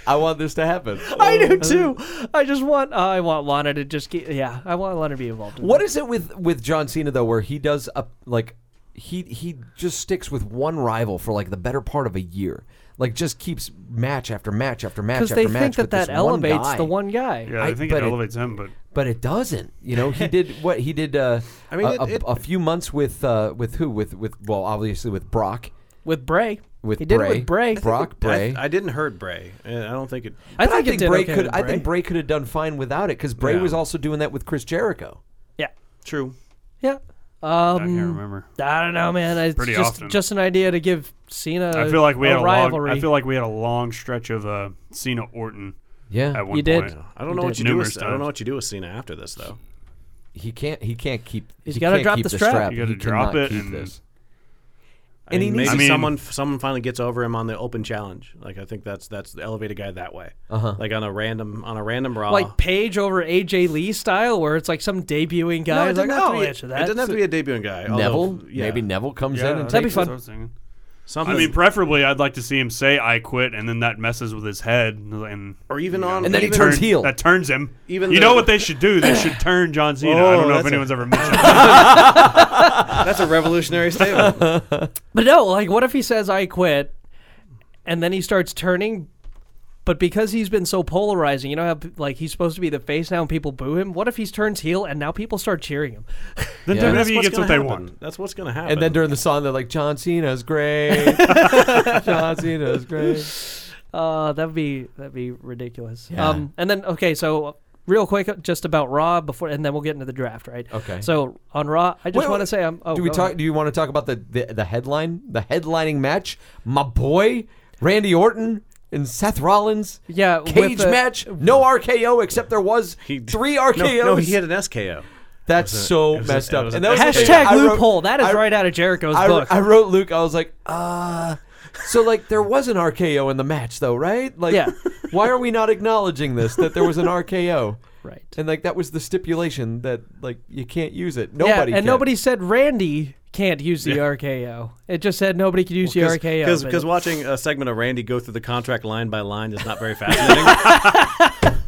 [SPEAKER 7] I want this to happen.
[SPEAKER 2] I do too. I just want uh, I want Lana to just get yeah. I want Lana to be involved. In
[SPEAKER 7] What is it with with John Cena though, where he does a like he he just sticks with one rival for like the better part of a year, like just keeps match after match after match
[SPEAKER 2] because
[SPEAKER 7] after
[SPEAKER 2] they
[SPEAKER 7] match.
[SPEAKER 2] think that
[SPEAKER 7] with
[SPEAKER 2] that
[SPEAKER 7] this one
[SPEAKER 2] elevates
[SPEAKER 7] guy.
[SPEAKER 2] the one guy.
[SPEAKER 8] Yeah, I,
[SPEAKER 7] I-
[SPEAKER 8] think
[SPEAKER 7] but
[SPEAKER 8] it
[SPEAKER 7] it-
[SPEAKER 8] elevates him, but
[SPEAKER 7] but it doesn't. You know, he did what he did. Uh, I
[SPEAKER 4] mean,
[SPEAKER 7] mean, a,
[SPEAKER 4] it-
[SPEAKER 7] a-
[SPEAKER 4] it-
[SPEAKER 7] a few months with uh, with who with with well, obviously with Brock.
[SPEAKER 2] With Bray,
[SPEAKER 7] With
[SPEAKER 2] he did it
[SPEAKER 7] Bray,
[SPEAKER 2] with Bray.
[SPEAKER 7] Brock Bray.
[SPEAKER 4] I, I didn't hurt Bray. and I don't think it.
[SPEAKER 2] I
[SPEAKER 7] But I
[SPEAKER 2] think, it
[SPEAKER 7] think
[SPEAKER 2] did
[SPEAKER 7] Bray
[SPEAKER 2] okay
[SPEAKER 7] could.
[SPEAKER 2] with
[SPEAKER 7] I think Bray could have done fine without it because Bray
[SPEAKER 4] Yeah.
[SPEAKER 7] was also doing that with Chris Jericho.
[SPEAKER 2] Yeah,
[SPEAKER 4] True.
[SPEAKER 2] yeah.
[SPEAKER 8] I can't
[SPEAKER 2] um,
[SPEAKER 8] remember.
[SPEAKER 2] I don't know, man. It's
[SPEAKER 8] Pretty
[SPEAKER 2] just
[SPEAKER 8] often.
[SPEAKER 2] just an idea to give Cena.
[SPEAKER 8] I feel like we
[SPEAKER 2] a
[SPEAKER 8] had a long.
[SPEAKER 2] rivalry.
[SPEAKER 8] I feel like we had a long stretch of uh, Cena Orton.
[SPEAKER 7] Yeah,
[SPEAKER 8] At one
[SPEAKER 2] You did.
[SPEAKER 8] point.
[SPEAKER 4] I don't know what
[SPEAKER 8] did.
[SPEAKER 4] you do.
[SPEAKER 8] Numerous
[SPEAKER 4] With, I don't
[SPEAKER 8] times.
[SPEAKER 4] know what you do with Cena after this though.
[SPEAKER 7] he can't. He can't keep.
[SPEAKER 2] He's
[SPEAKER 7] he
[SPEAKER 2] gotta
[SPEAKER 7] can't
[SPEAKER 2] drop
[SPEAKER 7] keep
[SPEAKER 2] the strap.
[SPEAKER 8] You gotta
[SPEAKER 7] He
[SPEAKER 8] drop
[SPEAKER 7] cannot
[SPEAKER 8] it
[SPEAKER 7] keep
[SPEAKER 8] and-
[SPEAKER 7] this.
[SPEAKER 4] And
[SPEAKER 7] he
[SPEAKER 4] maybe
[SPEAKER 7] needs-
[SPEAKER 8] I mean-
[SPEAKER 4] someone someone finally gets over him on the open challenge. Like I think that's that's the elevated guy that way. Uh-huh. Like on a random on a random raw.
[SPEAKER 8] Uh.
[SPEAKER 2] like Paige over AJ Lee style, where it's like some debuting
[SPEAKER 4] No,
[SPEAKER 2] guy.
[SPEAKER 4] it
[SPEAKER 2] is
[SPEAKER 4] doesn't
[SPEAKER 2] like,
[SPEAKER 4] have
[SPEAKER 2] oh,
[SPEAKER 4] to
[SPEAKER 2] I'll
[SPEAKER 4] be-
[SPEAKER 2] answer
[SPEAKER 4] It
[SPEAKER 2] that.
[SPEAKER 4] doesn't have to be a debuting guy. although-
[SPEAKER 7] Neville.
[SPEAKER 4] yeah.
[SPEAKER 7] Maybe Neville comes in and
[SPEAKER 8] that'd
[SPEAKER 7] takes
[SPEAKER 2] be
[SPEAKER 7] it.
[SPEAKER 2] fun.
[SPEAKER 4] Something.
[SPEAKER 8] I mean, preferably, I'd like to see him say "I quit," and then that messes with his head, and
[SPEAKER 4] or even on
[SPEAKER 7] And then he
[SPEAKER 4] even-
[SPEAKER 7] turns heel.
[SPEAKER 8] That turns him.
[SPEAKER 4] Even
[SPEAKER 8] you
[SPEAKER 4] the-
[SPEAKER 8] know what they should do? They should turn John Cena. I
[SPEAKER 4] Whoa,
[SPEAKER 8] don't know if
[SPEAKER 4] that's a-
[SPEAKER 8] anyone's ever mentioned. that.
[SPEAKER 4] That's a revolutionary statement.
[SPEAKER 2] But no, like, what if he says, I quit, and then he starts turning, but because he's been so polarizing, you know how, like, he's supposed to be the face now and people boo him? What if he turns heel and now people start cheering him?
[SPEAKER 8] Then
[SPEAKER 7] That's
[SPEAKER 8] WWE gets what they want.
[SPEAKER 4] That's what's gonna happen.
[SPEAKER 7] And then during the song, they're like, "John Cena's great. John Cena's great."
[SPEAKER 2] Uh, that'd be that'd be ridiculous. Um, and then okay, so real quick, just about Raw before, and then we'll get into the draft, right?
[SPEAKER 7] Okay.
[SPEAKER 2] So on Raw, I just
[SPEAKER 7] Wait,
[SPEAKER 2] want to
[SPEAKER 7] wait.
[SPEAKER 2] say, I'm. Oh,
[SPEAKER 7] do we
[SPEAKER 2] go
[SPEAKER 7] talk?
[SPEAKER 2] ahead.
[SPEAKER 7] Do you want to talk about the, the the headline, the headlining match? My boy, Randy Orton and Seth Rollins.
[SPEAKER 2] Yeah,
[SPEAKER 7] cage
[SPEAKER 2] with the-
[SPEAKER 7] match. No RKO, except there was three RKOs.
[SPEAKER 4] no, no, he had an SKO.
[SPEAKER 7] That's so
[SPEAKER 4] was a-
[SPEAKER 7] messed
[SPEAKER 4] it
[SPEAKER 7] up.
[SPEAKER 4] was
[SPEAKER 7] And
[SPEAKER 4] a-
[SPEAKER 7] that was the thing.
[SPEAKER 2] Hashtag
[SPEAKER 7] I wrote-
[SPEAKER 2] loophole. that is
[SPEAKER 7] I-
[SPEAKER 2] right out of Jericho's
[SPEAKER 7] I,
[SPEAKER 2] book.
[SPEAKER 7] I wrote Luke. I was like, uh. So like, there was an RKO in the match, though, right? Like,
[SPEAKER 2] Yeah.
[SPEAKER 7] why are we not acknowledging this that there was an RKO?
[SPEAKER 2] Right.
[SPEAKER 7] And like that was the stipulation that like you can't use it. Nobody
[SPEAKER 2] yeah, and
[SPEAKER 7] can.
[SPEAKER 2] nobody said Randy can't use the RKO. It just said nobody could use the RKO. but
[SPEAKER 4] because
[SPEAKER 2] it-
[SPEAKER 4] watching a segment of Randy go through the contract line by line is not very fascinating.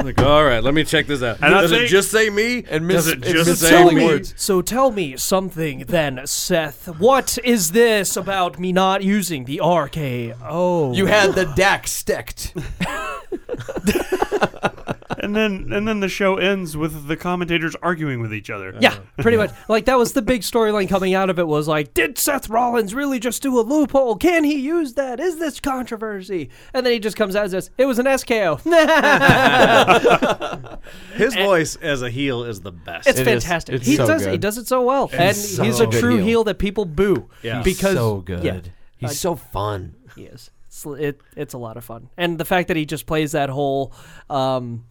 [SPEAKER 4] like, all right, let me check this out.
[SPEAKER 8] And I
[SPEAKER 4] Does it
[SPEAKER 8] think-
[SPEAKER 4] just say me?
[SPEAKER 7] and miss,
[SPEAKER 8] Does it
[SPEAKER 7] and
[SPEAKER 8] just
[SPEAKER 7] miss
[SPEAKER 4] say
[SPEAKER 7] all the
[SPEAKER 4] we-
[SPEAKER 7] words.
[SPEAKER 2] So tell me something then, Seth. What is this about me not using the RKO?
[SPEAKER 7] You had the DAC sticked.
[SPEAKER 8] And then, and then the show ends with the commentators arguing with each other.
[SPEAKER 2] Yeah,
[SPEAKER 7] Uh,
[SPEAKER 2] pretty much. Like that was the big storyline coming out of it was like, did Seth Rollins really just do a loophole? Can he use that? Is this controversy? And then he just comes out and says, "It was an SKO."
[SPEAKER 4] His voice as a heel is the best.
[SPEAKER 2] it's
[SPEAKER 7] It is.
[SPEAKER 2] fantastic.
[SPEAKER 7] It's
[SPEAKER 2] he
[SPEAKER 7] so
[SPEAKER 2] does
[SPEAKER 7] good.
[SPEAKER 2] he does it so well, and
[SPEAKER 7] so
[SPEAKER 2] he's a
[SPEAKER 7] good
[SPEAKER 2] true
[SPEAKER 7] heel.
[SPEAKER 2] heel that people boo
[SPEAKER 4] Yeah.
[SPEAKER 2] because
[SPEAKER 7] so good.
[SPEAKER 2] yeah,
[SPEAKER 7] He's so fun.
[SPEAKER 2] he is. It's, it, it's a lot of fun, and the fact that he just plays that whole. Um,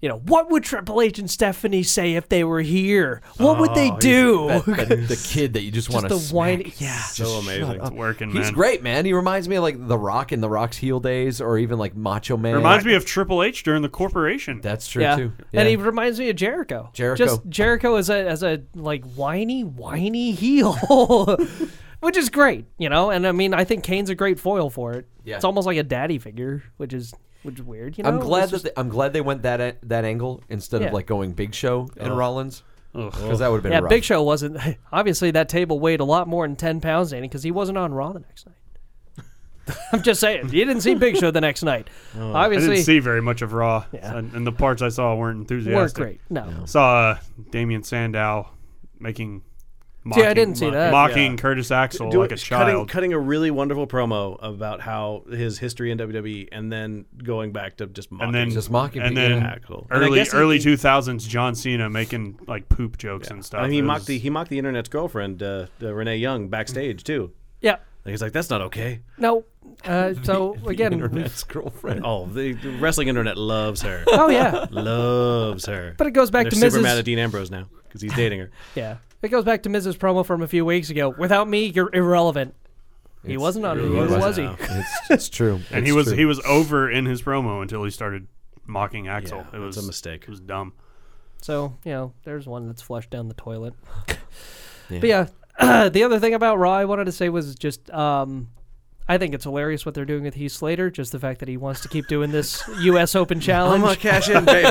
[SPEAKER 2] you know what would Triple H and Stephanie say if they were here? What would they do?
[SPEAKER 7] Oh, That- the kid that you just want to
[SPEAKER 2] the whiny, yeah.
[SPEAKER 4] so amazing.
[SPEAKER 8] It's working,
[SPEAKER 7] He's
[SPEAKER 8] man.
[SPEAKER 7] great, man. He reminds me of like The Rock in The Rock's heel days, or even like Macho Man.
[SPEAKER 8] Reminds me of Triple H during the corporation.
[SPEAKER 7] That's true too. Yeah.
[SPEAKER 2] And he reminds me of Jericho.
[SPEAKER 7] Jericho.
[SPEAKER 2] Just Jericho as a as a like whiny, whiny heel. which is great, you know? And I mean I think Kane's a great foil for it.
[SPEAKER 7] Yeah.
[SPEAKER 2] It's almost like a daddy figure, which is which is weird, you know.
[SPEAKER 7] I'm glad
[SPEAKER 2] It's
[SPEAKER 7] that
[SPEAKER 2] just-
[SPEAKER 7] they, I'm glad they went that a- that angle instead
[SPEAKER 2] Yeah.
[SPEAKER 7] of like going Big Show
[SPEAKER 8] Oh.
[SPEAKER 7] and Rollins because that would have been
[SPEAKER 2] yeah,
[SPEAKER 7] rough.
[SPEAKER 2] Big Show wasn't. Obviously, that table weighed a lot more than ten pounds, Danny, because he wasn't on Raw the next night. I'm just saying, you didn't see Big Show the next night.
[SPEAKER 8] Oh, I
[SPEAKER 2] Obviously,
[SPEAKER 8] didn't see very much of Raw, and, and the parts I saw weren't
[SPEAKER 2] weren't
[SPEAKER 8] enthusiastic.
[SPEAKER 2] great. No,
[SPEAKER 8] Saw uh, Damian Sandow making. Mocking,
[SPEAKER 2] I didn't see that.
[SPEAKER 8] Mocking Curtis Axel
[SPEAKER 4] Do
[SPEAKER 8] like
[SPEAKER 4] it-
[SPEAKER 8] a
[SPEAKER 4] Cutting,
[SPEAKER 8] child.
[SPEAKER 4] cutting a really wonderful promo about how his history in WWE, and then going back to just mocking.
[SPEAKER 8] and then
[SPEAKER 7] Just mocking
[SPEAKER 8] and
[SPEAKER 7] people.
[SPEAKER 8] then
[SPEAKER 4] Yeah, cool. And I
[SPEAKER 8] early
[SPEAKER 4] guess he-
[SPEAKER 8] early two thousands John Cena making like poop jokes and stuff.
[SPEAKER 4] I mean, he
[SPEAKER 8] It
[SPEAKER 4] mocked
[SPEAKER 8] was-
[SPEAKER 4] the he mocked the internet's girlfriend, uh, uh, Renee Young, backstage too.
[SPEAKER 2] yeah,
[SPEAKER 4] And he's like, "That's not okay."
[SPEAKER 2] no. Uh, so again, we-
[SPEAKER 7] internet's girlfriend.
[SPEAKER 4] Oh, the, the wrestling internet loves her,
[SPEAKER 2] oh yeah,
[SPEAKER 4] loves her.
[SPEAKER 2] but it goes back
[SPEAKER 4] they're
[SPEAKER 2] to
[SPEAKER 4] super
[SPEAKER 2] Mrs.
[SPEAKER 4] mad at Dean Ambrose now because he's dating her.
[SPEAKER 2] Yeah. It goes back to Miz's promo from a few weeks ago. Without me, you're irrelevant. he wasn't on Who was he?
[SPEAKER 7] It's, it's true.
[SPEAKER 8] and he was he was over in his promo until he started mocking Axel.
[SPEAKER 4] Yeah,
[SPEAKER 8] it was
[SPEAKER 4] that's a mistake.
[SPEAKER 8] It was dumb.
[SPEAKER 2] So, you know, there's one that's flushed down the toilet. But yeah, the other thing about Raw I wanted to say was just um, I think it's hilarious what they're doing with Heath Slater, just the fact that he wants to keep doing this U.S. Open Challenge.
[SPEAKER 4] cash in, baby.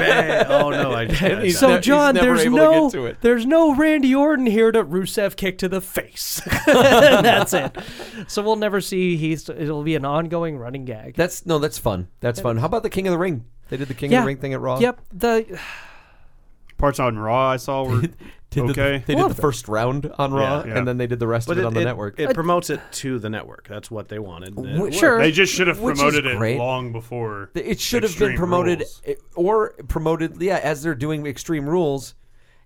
[SPEAKER 4] oh no, I. I
[SPEAKER 2] so
[SPEAKER 7] ne- he's
[SPEAKER 2] John,
[SPEAKER 7] never
[SPEAKER 2] there's
[SPEAKER 7] able to
[SPEAKER 2] no,
[SPEAKER 7] get to it.
[SPEAKER 2] there's no Randy Orton here to Rusev kick to the face. That's it. So we'll never see Heath. It'll be an ongoing running gag.
[SPEAKER 7] That's no, that's fun. That's fun. How about the King of the Ring? They did the King of the Ring thing at Raw.
[SPEAKER 2] Yep. The
[SPEAKER 8] Parts on Raw I saw were
[SPEAKER 7] They did the-
[SPEAKER 8] okay.
[SPEAKER 7] they did the first round on Raw,
[SPEAKER 8] Yeah.
[SPEAKER 7] and then they did the rest
[SPEAKER 4] but
[SPEAKER 7] of it,
[SPEAKER 4] it,
[SPEAKER 7] on the
[SPEAKER 4] it-
[SPEAKER 7] network.
[SPEAKER 4] it promotes it to the network. That's what they wanted. and it
[SPEAKER 7] Wh-
[SPEAKER 4] worked.
[SPEAKER 2] sure.
[SPEAKER 8] they just should have
[SPEAKER 7] Which is
[SPEAKER 8] promoted
[SPEAKER 7] great.
[SPEAKER 8] it long before.
[SPEAKER 7] It should have been
[SPEAKER 8] Extreme
[SPEAKER 7] promoted
[SPEAKER 8] Rules.
[SPEAKER 7] eh, or promoted, yeah, as they're doing Extreme Rules.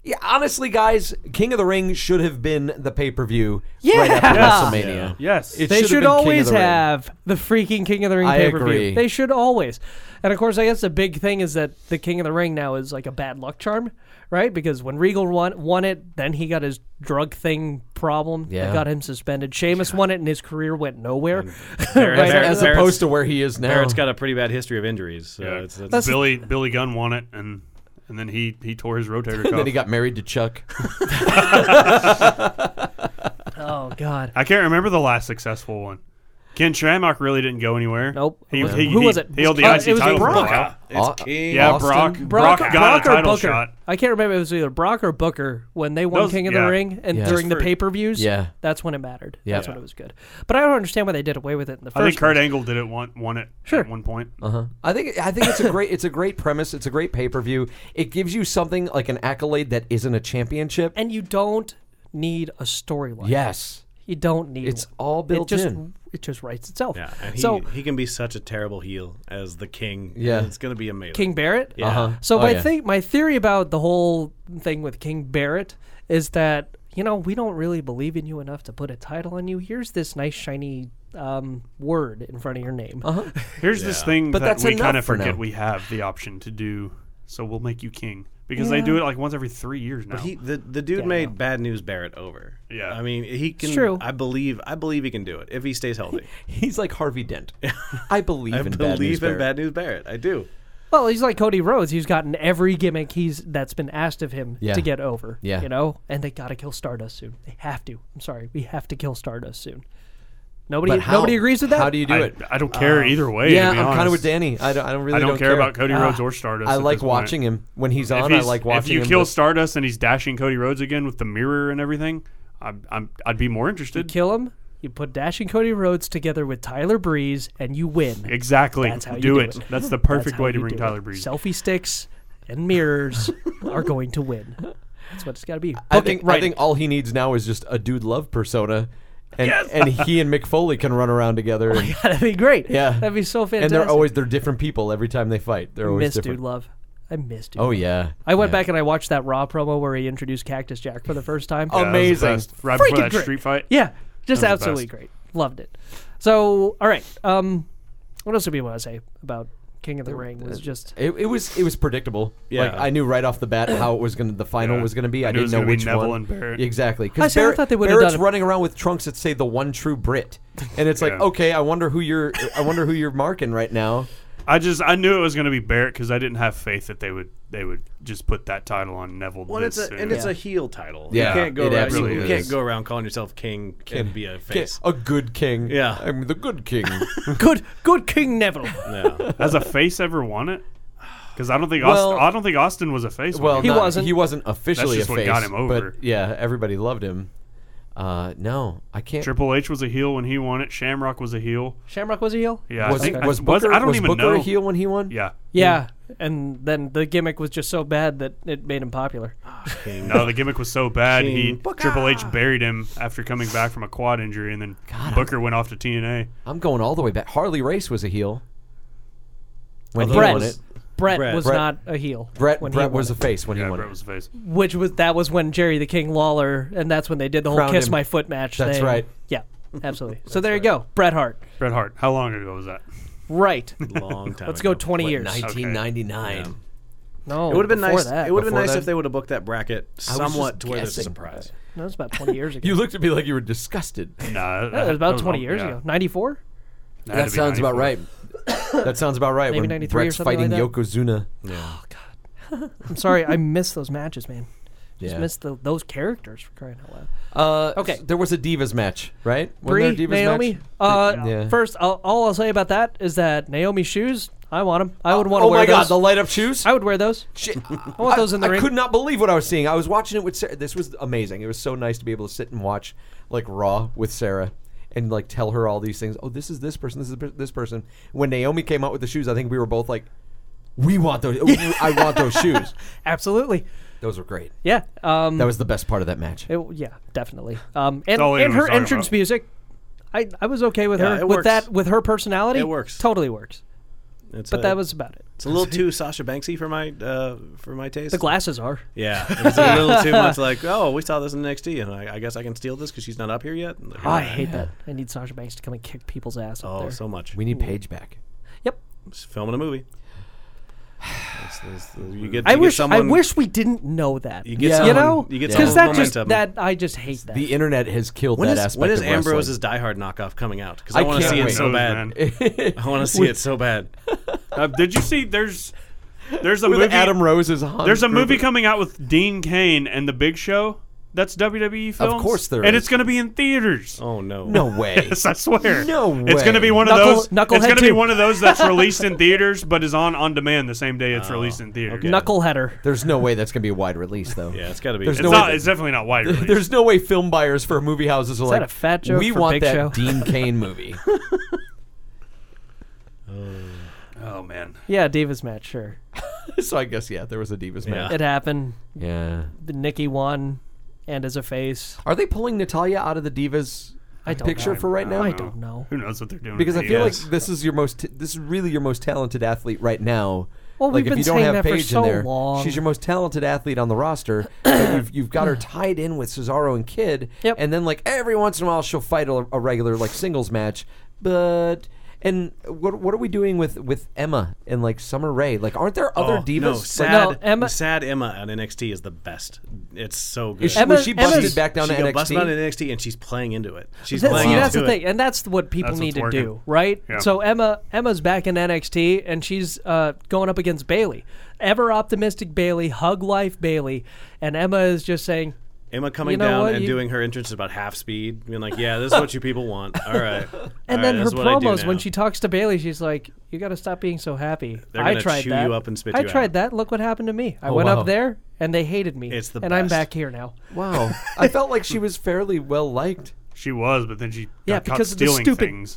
[SPEAKER 7] Yeah, honestly, guys, King of the Ring should have been the pay per view right after
[SPEAKER 2] Yeah.
[SPEAKER 7] WrestleMania.
[SPEAKER 8] Yes,
[SPEAKER 7] It
[SPEAKER 2] they
[SPEAKER 7] should've
[SPEAKER 2] should
[SPEAKER 7] been King of
[SPEAKER 2] always
[SPEAKER 7] the Ring.
[SPEAKER 2] have the freaking King of the Ring
[SPEAKER 7] I
[SPEAKER 2] pay per
[SPEAKER 7] agree.
[SPEAKER 2] view. They should always. And of course, I guess the big thing is that the King of the Ring now is like a bad luck charm, right? Because when Regal won, won it, then he got his drug thing problem
[SPEAKER 7] Yeah.
[SPEAKER 2] that got him suspended. Sheamus won it, and his career went nowhere.
[SPEAKER 4] Barrett-
[SPEAKER 2] Right,
[SPEAKER 4] Barrett-
[SPEAKER 7] As
[SPEAKER 4] Barrett's-
[SPEAKER 7] opposed to where he is now.
[SPEAKER 4] Barrett's got a pretty bad history of injuries. So
[SPEAKER 8] Yeah.
[SPEAKER 4] it's, it's,
[SPEAKER 2] That's-
[SPEAKER 8] Billy Billy Gunn won it, and and then he he tore his rotator
[SPEAKER 7] and
[SPEAKER 8] cuff.
[SPEAKER 7] then he got married to Chuck.
[SPEAKER 2] oh God.
[SPEAKER 8] I can't remember the last successful one. Ken Shamrock really didn't go anywhere.
[SPEAKER 2] Nope.
[SPEAKER 8] He,
[SPEAKER 2] Was-
[SPEAKER 8] he,
[SPEAKER 2] who
[SPEAKER 8] he-
[SPEAKER 2] was it?
[SPEAKER 8] He held the
[SPEAKER 2] Uh,
[SPEAKER 8] IC
[SPEAKER 2] it was
[SPEAKER 8] title for a
[SPEAKER 2] Brock.
[SPEAKER 8] while.
[SPEAKER 7] Au-
[SPEAKER 4] King.
[SPEAKER 8] Yeah,
[SPEAKER 7] Austin.
[SPEAKER 8] Brock.
[SPEAKER 2] Brock,
[SPEAKER 8] Brock
[SPEAKER 2] Brock,
[SPEAKER 8] got a
[SPEAKER 2] or
[SPEAKER 8] title
[SPEAKER 2] Booker.
[SPEAKER 8] shot.
[SPEAKER 2] I can't remember. if It was either Brock or Booker when they won
[SPEAKER 8] Those-
[SPEAKER 2] King of
[SPEAKER 8] yeah.
[SPEAKER 2] the Ring, and
[SPEAKER 7] Yeah.
[SPEAKER 2] during the
[SPEAKER 4] For-
[SPEAKER 2] pay per views,
[SPEAKER 7] Yeah.
[SPEAKER 2] that's when it mattered.
[SPEAKER 7] Yeah.
[SPEAKER 2] That's when it was good. But I don't understand why they did away with it in the first.
[SPEAKER 8] I think
[SPEAKER 2] place.
[SPEAKER 8] Kurt Angle did it one won it
[SPEAKER 2] Sure.
[SPEAKER 8] at one point.
[SPEAKER 7] I think I think it's a great it's a great premise. It's a great pay per view. It gives you something like an accolade that isn't a championship.
[SPEAKER 2] and you don't need a storyline.
[SPEAKER 7] yes,
[SPEAKER 2] you don't need.
[SPEAKER 7] It's
[SPEAKER 2] one.
[SPEAKER 7] all built
[SPEAKER 2] it just,
[SPEAKER 7] in.
[SPEAKER 2] It just writes itself.
[SPEAKER 4] yeah, and he,
[SPEAKER 2] so
[SPEAKER 4] he can be such a terrible heel as the king.
[SPEAKER 7] Yeah.
[SPEAKER 4] And it's gonna be amazing.
[SPEAKER 2] King Barrett.
[SPEAKER 4] Yeah. Uh-huh.
[SPEAKER 2] So
[SPEAKER 7] Oh,
[SPEAKER 2] my
[SPEAKER 7] yeah.
[SPEAKER 2] thing, my theory about the whole thing with King Barrett is that you know we don't really believe in you enough to put a title on you. Here's this nice shiny um, word in front of your name.
[SPEAKER 7] Uh-huh.
[SPEAKER 8] Here's this thing
[SPEAKER 7] But
[SPEAKER 8] that
[SPEAKER 7] that's
[SPEAKER 8] we
[SPEAKER 7] enough
[SPEAKER 8] kind of
[SPEAKER 7] for now.
[SPEAKER 8] forget we have the option to do. So we'll make you king because they do it like once every three years now.
[SPEAKER 4] He, the the dude
[SPEAKER 2] Yeah, I know.
[SPEAKER 4] made bad news Barrett over.
[SPEAKER 8] Yeah.
[SPEAKER 4] I mean he can.
[SPEAKER 2] true.
[SPEAKER 4] I believe I believe he can do it if he stays healthy.
[SPEAKER 7] he's like Harvey Dent. I believe
[SPEAKER 4] I
[SPEAKER 7] in bad news.
[SPEAKER 4] believe in
[SPEAKER 7] Barrett.
[SPEAKER 4] bad news Barrett. I do.
[SPEAKER 2] Well, he's like Cody Rhodes. He's gotten every gimmick he's that's been asked of him
[SPEAKER 7] Yeah.
[SPEAKER 2] to get over.
[SPEAKER 7] Yeah.
[SPEAKER 2] you know, and they gotta kill Stardust soon. They have to. I'm sorry, we have to kill Stardust soon. Nobody,
[SPEAKER 7] But how,
[SPEAKER 2] nobody agrees with that.
[SPEAKER 7] How do you do
[SPEAKER 8] I,
[SPEAKER 7] it?
[SPEAKER 8] I don't care either way.
[SPEAKER 7] yeah,
[SPEAKER 8] to be
[SPEAKER 7] I'm kind
[SPEAKER 8] honest.
[SPEAKER 7] of with Danny. I don't, I don't really
[SPEAKER 8] I don't, care, about Cody Rhodes
[SPEAKER 7] Ah,
[SPEAKER 8] or Stardust.
[SPEAKER 7] I
[SPEAKER 8] at
[SPEAKER 7] like
[SPEAKER 8] this point.
[SPEAKER 7] watching him when he's
[SPEAKER 8] If
[SPEAKER 7] on. I
[SPEAKER 8] he's-
[SPEAKER 7] like watching
[SPEAKER 8] If you
[SPEAKER 7] him.
[SPEAKER 8] kill
[SPEAKER 7] but-
[SPEAKER 8] Stardust and he's dashing Cody Rhodes again with the mirror and everything, I'm, I'm I'd be more interested.
[SPEAKER 2] kill him? You put Dash and Cody Rhodes together with Tyler Breeze, and you win.
[SPEAKER 8] exactly.
[SPEAKER 2] That's how you
[SPEAKER 8] do,
[SPEAKER 2] do
[SPEAKER 8] it.
[SPEAKER 2] it.
[SPEAKER 8] That's the
[SPEAKER 2] That's
[SPEAKER 8] perfect
[SPEAKER 2] how
[SPEAKER 8] way to
[SPEAKER 2] you
[SPEAKER 8] bring
[SPEAKER 2] do
[SPEAKER 8] Tyler
[SPEAKER 2] it.
[SPEAKER 8] Breeze.
[SPEAKER 2] Selfie sticks and mirrors are going to win. That's what it's got to be.
[SPEAKER 7] I
[SPEAKER 2] Book
[SPEAKER 7] think
[SPEAKER 2] it, write
[SPEAKER 7] I think
[SPEAKER 2] it.
[SPEAKER 7] all he needs now is just a dude love persona, and and he and Mick Foley can run around together. and-
[SPEAKER 2] that'd be great.
[SPEAKER 7] yeah,
[SPEAKER 2] that'd be so fantastic.
[SPEAKER 7] And they're always they're different people every time they fight. They're always
[SPEAKER 2] miss
[SPEAKER 7] different.
[SPEAKER 2] dude love. I miss dude.
[SPEAKER 7] Oh
[SPEAKER 2] Love.
[SPEAKER 7] yeah.
[SPEAKER 2] I went
[SPEAKER 7] Yeah.
[SPEAKER 2] back and I watched that Raw promo where he introduced Cactus Jack for the first time.
[SPEAKER 8] Yeah, that was the
[SPEAKER 7] Amazing.
[SPEAKER 8] best. Right
[SPEAKER 2] Freaking
[SPEAKER 8] before that
[SPEAKER 2] great.
[SPEAKER 8] street fight.
[SPEAKER 2] Yeah, just
[SPEAKER 8] That was the
[SPEAKER 2] absolutely
[SPEAKER 8] best.
[SPEAKER 2] great. Loved it. So, all right. Um, What else do we want to say about King of the Ring? Was just
[SPEAKER 7] It, it was it was predictable.
[SPEAKER 4] Yeah.
[SPEAKER 7] like, I knew right off the bat how it was gonna the final
[SPEAKER 8] Yeah.
[SPEAKER 7] was gonna be. I,
[SPEAKER 8] I knew it
[SPEAKER 7] didn't
[SPEAKER 8] was
[SPEAKER 7] know
[SPEAKER 8] gonna be
[SPEAKER 7] which
[SPEAKER 8] Neville
[SPEAKER 7] one
[SPEAKER 8] and Barrett.
[SPEAKER 7] exactly.
[SPEAKER 2] I
[SPEAKER 7] Because
[SPEAKER 2] see, I
[SPEAKER 7] Barrett,
[SPEAKER 2] thought they would've
[SPEAKER 7] Barrett's
[SPEAKER 2] done it.
[SPEAKER 7] running around with trunks that say the one true Brit, and it's like
[SPEAKER 8] Yeah.
[SPEAKER 7] okay, I wonder who you're I wonder who you're marking right now.
[SPEAKER 8] I just I knew it was going to be Barrett because I didn't have faith that they would they would just put that title on Neville.
[SPEAKER 4] Well,
[SPEAKER 8] this
[SPEAKER 4] it's a,
[SPEAKER 8] soon.
[SPEAKER 4] and it's a heel title.
[SPEAKER 7] Yeah,
[SPEAKER 4] you can't go
[SPEAKER 7] it
[SPEAKER 4] around,
[SPEAKER 7] absolutely
[SPEAKER 4] you
[SPEAKER 7] is. Oh.
[SPEAKER 4] can't go around calling yourself king and be a face.
[SPEAKER 7] A good king.
[SPEAKER 4] Yeah.
[SPEAKER 7] I'm the good king.
[SPEAKER 2] good, good King Neville.
[SPEAKER 4] No.
[SPEAKER 8] Has a face ever won it? Because I don't think
[SPEAKER 7] Well-
[SPEAKER 8] Austin, I don't think Austin was a face. when
[SPEAKER 7] Well,
[SPEAKER 8] he
[SPEAKER 7] not-
[SPEAKER 2] wasn't.
[SPEAKER 7] He wasn't officially
[SPEAKER 8] That's just
[SPEAKER 7] a
[SPEAKER 8] what
[SPEAKER 7] face.
[SPEAKER 8] got him over.
[SPEAKER 7] But yeah, everybody loved him. Uh, no, I can't.
[SPEAKER 8] Triple H was a heel when he won it. Shamrock was a heel.
[SPEAKER 2] Shamrock was a heel.
[SPEAKER 8] Yeah,
[SPEAKER 7] was
[SPEAKER 8] I think, I-
[SPEAKER 7] was Booker,
[SPEAKER 8] I don't
[SPEAKER 7] was
[SPEAKER 8] even
[SPEAKER 7] Booker
[SPEAKER 8] know.
[SPEAKER 7] a heel when he won?
[SPEAKER 8] Yeah,
[SPEAKER 2] Yeah, and then the gimmick was just so bad that it made him popular.
[SPEAKER 8] no, the gimmick was so bad. He
[SPEAKER 4] King Booker.
[SPEAKER 8] Triple H buried him after coming back from a quad injury, and then Booker went off to TNA.
[SPEAKER 7] I'm going all the way back. Harley Race was a heel. When he
[SPEAKER 2] Brett,
[SPEAKER 7] won it,
[SPEAKER 2] Brett,
[SPEAKER 4] Brett.
[SPEAKER 2] was
[SPEAKER 7] Brett-
[SPEAKER 2] not a heel.
[SPEAKER 7] Brett,
[SPEAKER 2] when he
[SPEAKER 7] Brett
[SPEAKER 2] won
[SPEAKER 7] was
[SPEAKER 2] it.
[SPEAKER 7] a face when he
[SPEAKER 8] Yeah,
[SPEAKER 7] won
[SPEAKER 8] Brett
[SPEAKER 7] it.
[SPEAKER 8] was a face.
[SPEAKER 2] which was that was when Jerry the King Lawler, and that's when they did the whole
[SPEAKER 7] Crowned
[SPEAKER 2] "Kiss
[SPEAKER 7] him.
[SPEAKER 2] My Foot" match.
[SPEAKER 7] That's
[SPEAKER 2] thing.
[SPEAKER 7] right.
[SPEAKER 2] Yeah, absolutely. so there you go, Bret Hart.
[SPEAKER 8] Bret Hart. How long ago was that?
[SPEAKER 2] Right.
[SPEAKER 4] Long time.
[SPEAKER 2] Let's go
[SPEAKER 4] ago.
[SPEAKER 2] twenty years.
[SPEAKER 7] 1999.
[SPEAKER 2] No,
[SPEAKER 4] It would have been
[SPEAKER 2] before
[SPEAKER 4] nice.
[SPEAKER 2] That.
[SPEAKER 4] It would have been
[SPEAKER 7] Before
[SPEAKER 4] nice
[SPEAKER 7] that?
[SPEAKER 4] if they would have booked that bracket
[SPEAKER 7] was
[SPEAKER 4] somewhat
[SPEAKER 7] just
[SPEAKER 4] to where there's a
[SPEAKER 7] guessing.
[SPEAKER 4] surprise.
[SPEAKER 2] No, that's about twenty years ago.
[SPEAKER 7] You looked at me like you were disgusted.
[SPEAKER 8] Nah,
[SPEAKER 2] that was about twenty
[SPEAKER 8] all-
[SPEAKER 2] years
[SPEAKER 8] yeah.
[SPEAKER 2] ago. Ninety four.
[SPEAKER 8] That had
[SPEAKER 7] That
[SPEAKER 8] to be
[SPEAKER 7] sounds about
[SPEAKER 8] 94.
[SPEAKER 7] right. that sounds about right.
[SPEAKER 2] Maybe
[SPEAKER 7] when
[SPEAKER 2] 93 or
[SPEAKER 7] Brett's
[SPEAKER 2] something like
[SPEAKER 7] fighting
[SPEAKER 2] that.
[SPEAKER 7] Yokozuna.
[SPEAKER 2] I'm sorry, I missed those matches, man. Just
[SPEAKER 7] Yeah.
[SPEAKER 2] missed the, those characters for crying out loud.
[SPEAKER 7] Uh,
[SPEAKER 2] Okay.
[SPEAKER 7] okay. There was a divas match, right?
[SPEAKER 2] Brie,
[SPEAKER 7] Wasn't there a divas
[SPEAKER 2] Naomi.
[SPEAKER 7] match?
[SPEAKER 2] Uh,
[SPEAKER 7] Yeah.
[SPEAKER 2] First, I'll, all I'll say about that is that Naomi shoes. I want them. I would want to
[SPEAKER 7] Oh
[SPEAKER 2] wear
[SPEAKER 7] my
[SPEAKER 2] those.
[SPEAKER 7] God! The light up shoes.
[SPEAKER 2] I would wear those.
[SPEAKER 7] Shit.
[SPEAKER 2] I want those in the
[SPEAKER 7] I
[SPEAKER 2] ring.
[SPEAKER 7] could not believe what I was seeing. I was watching it with Sarah. This was amazing. It was so nice to be able to sit and watch like Raw with Sarah and like tell her all these things. Oh, this is this person. This is per- this person. When Naomi came out with the shoes, I think we were both like, "We want those. I want those shoes."
[SPEAKER 2] Absolutely.
[SPEAKER 7] Those were great.
[SPEAKER 2] Yeah. Um,
[SPEAKER 7] That was the best part of that match.
[SPEAKER 2] It, yeah, definitely. Um, and
[SPEAKER 8] all
[SPEAKER 2] and
[SPEAKER 8] anyone's
[SPEAKER 2] her
[SPEAKER 8] talking
[SPEAKER 2] entrance
[SPEAKER 8] about.
[SPEAKER 2] music, I, I was okay with
[SPEAKER 4] Yeah,
[SPEAKER 2] her
[SPEAKER 4] it
[SPEAKER 2] with
[SPEAKER 4] works.
[SPEAKER 2] that with her personality.
[SPEAKER 4] It works.
[SPEAKER 2] totally works.
[SPEAKER 4] It's
[SPEAKER 2] But
[SPEAKER 4] a-
[SPEAKER 2] that was about it.
[SPEAKER 4] it's a little too Sasha Banksy for my uh, for my taste.
[SPEAKER 2] The glasses are.
[SPEAKER 4] Yeah, it was a little too much. Like, oh, we saw this in NXT, and I, I guess I can steal this because she's not up here yet. And like,
[SPEAKER 2] Oh, I hate that. I need Sasha Banks to come and kick people's ass up
[SPEAKER 4] Oh,
[SPEAKER 2] there.
[SPEAKER 4] so much.
[SPEAKER 7] We need Paige back.
[SPEAKER 2] yep.
[SPEAKER 4] Just filming a movie. It's- it's- you get,
[SPEAKER 2] I
[SPEAKER 4] you get
[SPEAKER 2] wish
[SPEAKER 4] someone,
[SPEAKER 2] I wish we didn't know that.
[SPEAKER 4] You get
[SPEAKER 7] Yeah.
[SPEAKER 2] you
[SPEAKER 4] someone-
[SPEAKER 2] know,
[SPEAKER 4] you get
[SPEAKER 2] because
[SPEAKER 4] someone's
[SPEAKER 2] that just
[SPEAKER 4] momentum.
[SPEAKER 2] that I just hate that.
[SPEAKER 7] The internet has killed
[SPEAKER 4] When
[SPEAKER 7] that
[SPEAKER 4] is,
[SPEAKER 7] aspect.
[SPEAKER 4] when is
[SPEAKER 7] of wrestling.
[SPEAKER 4] Ambrose's Die Hard knockoff coming out? Because
[SPEAKER 7] I
[SPEAKER 4] I, want to
[SPEAKER 7] can't
[SPEAKER 4] see it
[SPEAKER 7] wait.
[SPEAKER 4] so
[SPEAKER 8] Those,
[SPEAKER 4] bad.
[SPEAKER 8] man.
[SPEAKER 4] I want to see it so bad.
[SPEAKER 8] Uh, did you see? There's there's a
[SPEAKER 7] With
[SPEAKER 8] movie.
[SPEAKER 7] Adam Rose's on?
[SPEAKER 8] There's a movie coming out with Dean Kane and The Big Show. That's WWE films.
[SPEAKER 7] course there
[SPEAKER 8] and
[SPEAKER 7] is.
[SPEAKER 8] it's going to be in theaters.
[SPEAKER 4] Oh no,
[SPEAKER 7] No way.
[SPEAKER 8] Yes, I swear.
[SPEAKER 7] No
[SPEAKER 8] It's going to
[SPEAKER 7] way.
[SPEAKER 8] be one of
[SPEAKER 2] Knuckle-
[SPEAKER 8] those.
[SPEAKER 2] Knucklehead
[SPEAKER 8] it's going to be
[SPEAKER 2] two.
[SPEAKER 8] one of those that's released in theaters, but is on on demand the same day it's
[SPEAKER 2] Oh,
[SPEAKER 8] released in theaters.
[SPEAKER 2] Knuckleheader.
[SPEAKER 7] There's no way that's going to be a wide release though.
[SPEAKER 4] Yeah, it's got to be.
[SPEAKER 7] There's
[SPEAKER 8] It's
[SPEAKER 7] no
[SPEAKER 8] not.
[SPEAKER 7] way-
[SPEAKER 8] It's definitely not wide release.
[SPEAKER 7] There's no way film buyers for movie houses are like
[SPEAKER 2] that a fat joke
[SPEAKER 7] We
[SPEAKER 2] for
[SPEAKER 7] want
[SPEAKER 2] Big
[SPEAKER 7] that
[SPEAKER 2] Show?"
[SPEAKER 7] Dean Kane movie.
[SPEAKER 8] oh man.
[SPEAKER 2] Yeah, Divas match. Sure,
[SPEAKER 7] so I guess yeah, there was a Divas match.
[SPEAKER 2] it happened.
[SPEAKER 7] Yeah.
[SPEAKER 2] The Nikki won, and as a face,
[SPEAKER 7] Are they pulling Natalia out of the Divas
[SPEAKER 2] I don't
[SPEAKER 7] picture
[SPEAKER 2] know.
[SPEAKER 7] for right now?
[SPEAKER 2] I don't know.
[SPEAKER 8] Who knows what they're doing?
[SPEAKER 7] Because I
[SPEAKER 8] with
[SPEAKER 7] feel
[SPEAKER 8] AES.
[SPEAKER 7] like this is your most this is really your most talented athlete right now.
[SPEAKER 2] Well,
[SPEAKER 7] like
[SPEAKER 2] we've
[SPEAKER 7] if
[SPEAKER 2] been
[SPEAKER 7] you don't
[SPEAKER 2] saying
[SPEAKER 7] have
[SPEAKER 2] that for
[SPEAKER 7] Paige
[SPEAKER 2] so
[SPEAKER 7] in there,
[SPEAKER 2] long.
[SPEAKER 7] she's your most talented athlete on the roster. but you've, you've got her tied in with Cesaro and Kid,
[SPEAKER 2] Yep.
[SPEAKER 7] and then like every once in a while she'll fight a, a regular like singles match. But and what what are we doing with with Emma and like Summer Rae? Like, aren't there other
[SPEAKER 4] Oh,
[SPEAKER 7] divas?
[SPEAKER 4] No,
[SPEAKER 7] Like,
[SPEAKER 4] sad,
[SPEAKER 2] No, Emma-
[SPEAKER 4] sad Emma on NXT is the best. It's so good.
[SPEAKER 7] is she,
[SPEAKER 2] Emma-
[SPEAKER 7] was she busted
[SPEAKER 2] Emma's-
[SPEAKER 7] back down
[SPEAKER 4] she
[SPEAKER 7] to
[SPEAKER 4] got
[SPEAKER 7] NXT?
[SPEAKER 4] busted on NXT, and she's playing into it. She's
[SPEAKER 2] That-
[SPEAKER 4] playing
[SPEAKER 2] see,
[SPEAKER 4] into
[SPEAKER 2] that's the
[SPEAKER 4] it.
[SPEAKER 2] thing, and that's what people
[SPEAKER 8] That's
[SPEAKER 2] need to
[SPEAKER 8] what's
[SPEAKER 2] do,
[SPEAKER 8] working.
[SPEAKER 2] right?
[SPEAKER 8] Yeah.
[SPEAKER 2] So Emma, Emma's back in NXT, and she's uh, going up against Bailey, ever optimistic Bailey, hug life Bailey, and Emma is just saying,
[SPEAKER 4] Emma coming
[SPEAKER 2] You know
[SPEAKER 4] down
[SPEAKER 2] what,
[SPEAKER 4] and
[SPEAKER 2] you-
[SPEAKER 4] doing her entrance at about half speed, being like, "Yeah, this is what you people want." All right.
[SPEAKER 2] and then her promos when she talks to Bailey, she's like, "You got to stop being so happy."
[SPEAKER 4] They're
[SPEAKER 2] I
[SPEAKER 4] gonna
[SPEAKER 2] tried
[SPEAKER 4] chew
[SPEAKER 2] that.
[SPEAKER 4] you up and spit
[SPEAKER 2] I
[SPEAKER 4] you
[SPEAKER 2] tried
[SPEAKER 4] out." Oh,
[SPEAKER 2] that. Look what happened to me. I went
[SPEAKER 7] wow.
[SPEAKER 2] up there, and they hated me.
[SPEAKER 4] It's the
[SPEAKER 2] and I'm
[SPEAKER 4] best.
[SPEAKER 2] back here now.
[SPEAKER 7] Wow, Oh, I felt like she was fairly well liked.
[SPEAKER 8] she was, but then she got
[SPEAKER 2] Yeah,
[SPEAKER 8] caught
[SPEAKER 2] because of the
[SPEAKER 8] stealing
[SPEAKER 2] stupid-
[SPEAKER 8] things.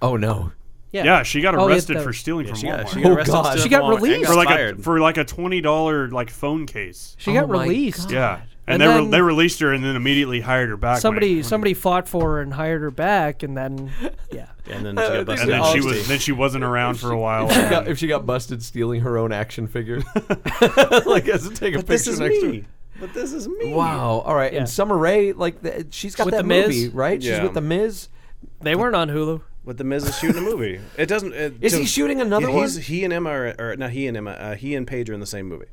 [SPEAKER 7] Oh no,
[SPEAKER 2] Yeah,
[SPEAKER 8] Yeah, she got
[SPEAKER 2] Oh, yeah,
[SPEAKER 8] arrested
[SPEAKER 2] that-
[SPEAKER 8] for stealing from
[SPEAKER 4] she got,
[SPEAKER 8] Walmart.
[SPEAKER 4] she got
[SPEAKER 7] Oh,
[SPEAKER 4] arrested
[SPEAKER 7] God.
[SPEAKER 4] still
[SPEAKER 2] She
[SPEAKER 4] at
[SPEAKER 2] got
[SPEAKER 4] Walmart and
[SPEAKER 2] released.
[SPEAKER 4] got
[SPEAKER 8] for like a
[SPEAKER 4] fired.
[SPEAKER 8] for like a twenty dollar like phone case.
[SPEAKER 2] she
[SPEAKER 7] Oh
[SPEAKER 2] got
[SPEAKER 7] my
[SPEAKER 2] released.
[SPEAKER 7] God.
[SPEAKER 8] Yeah,
[SPEAKER 2] And
[SPEAKER 8] and, they re-
[SPEAKER 2] then-
[SPEAKER 8] they released her and then immediately hired her back. when
[SPEAKER 2] Somebody,
[SPEAKER 8] it-
[SPEAKER 2] somebody fought for her and hired her back, and then, yeah.
[SPEAKER 4] and then she got busted.
[SPEAKER 8] and then
[SPEAKER 4] on
[SPEAKER 8] she
[SPEAKER 4] NXT.
[SPEAKER 8] was then she wasn't around for a while.
[SPEAKER 7] She got- if she got busted stealing her own action figure, like has to take a
[SPEAKER 4] But this
[SPEAKER 7] picture
[SPEAKER 4] is
[SPEAKER 7] next to it.
[SPEAKER 4] me. But this is me.
[SPEAKER 7] Wow. All right.
[SPEAKER 2] Yeah.
[SPEAKER 7] And Summer Rae, like the, she's got
[SPEAKER 2] With
[SPEAKER 7] that
[SPEAKER 2] The Miz?
[SPEAKER 7] movie, right? She's
[SPEAKER 4] Yeah.
[SPEAKER 7] with the Miz.
[SPEAKER 2] They weren't on Hulu.
[SPEAKER 4] What the Miz is shooting a movie. It doesn't. It,
[SPEAKER 7] Is he shooting another
[SPEAKER 4] yeah, he's-
[SPEAKER 7] one?
[SPEAKER 4] He and Emma, are, or not he and Emma, uh, he and Paige are in the same movie.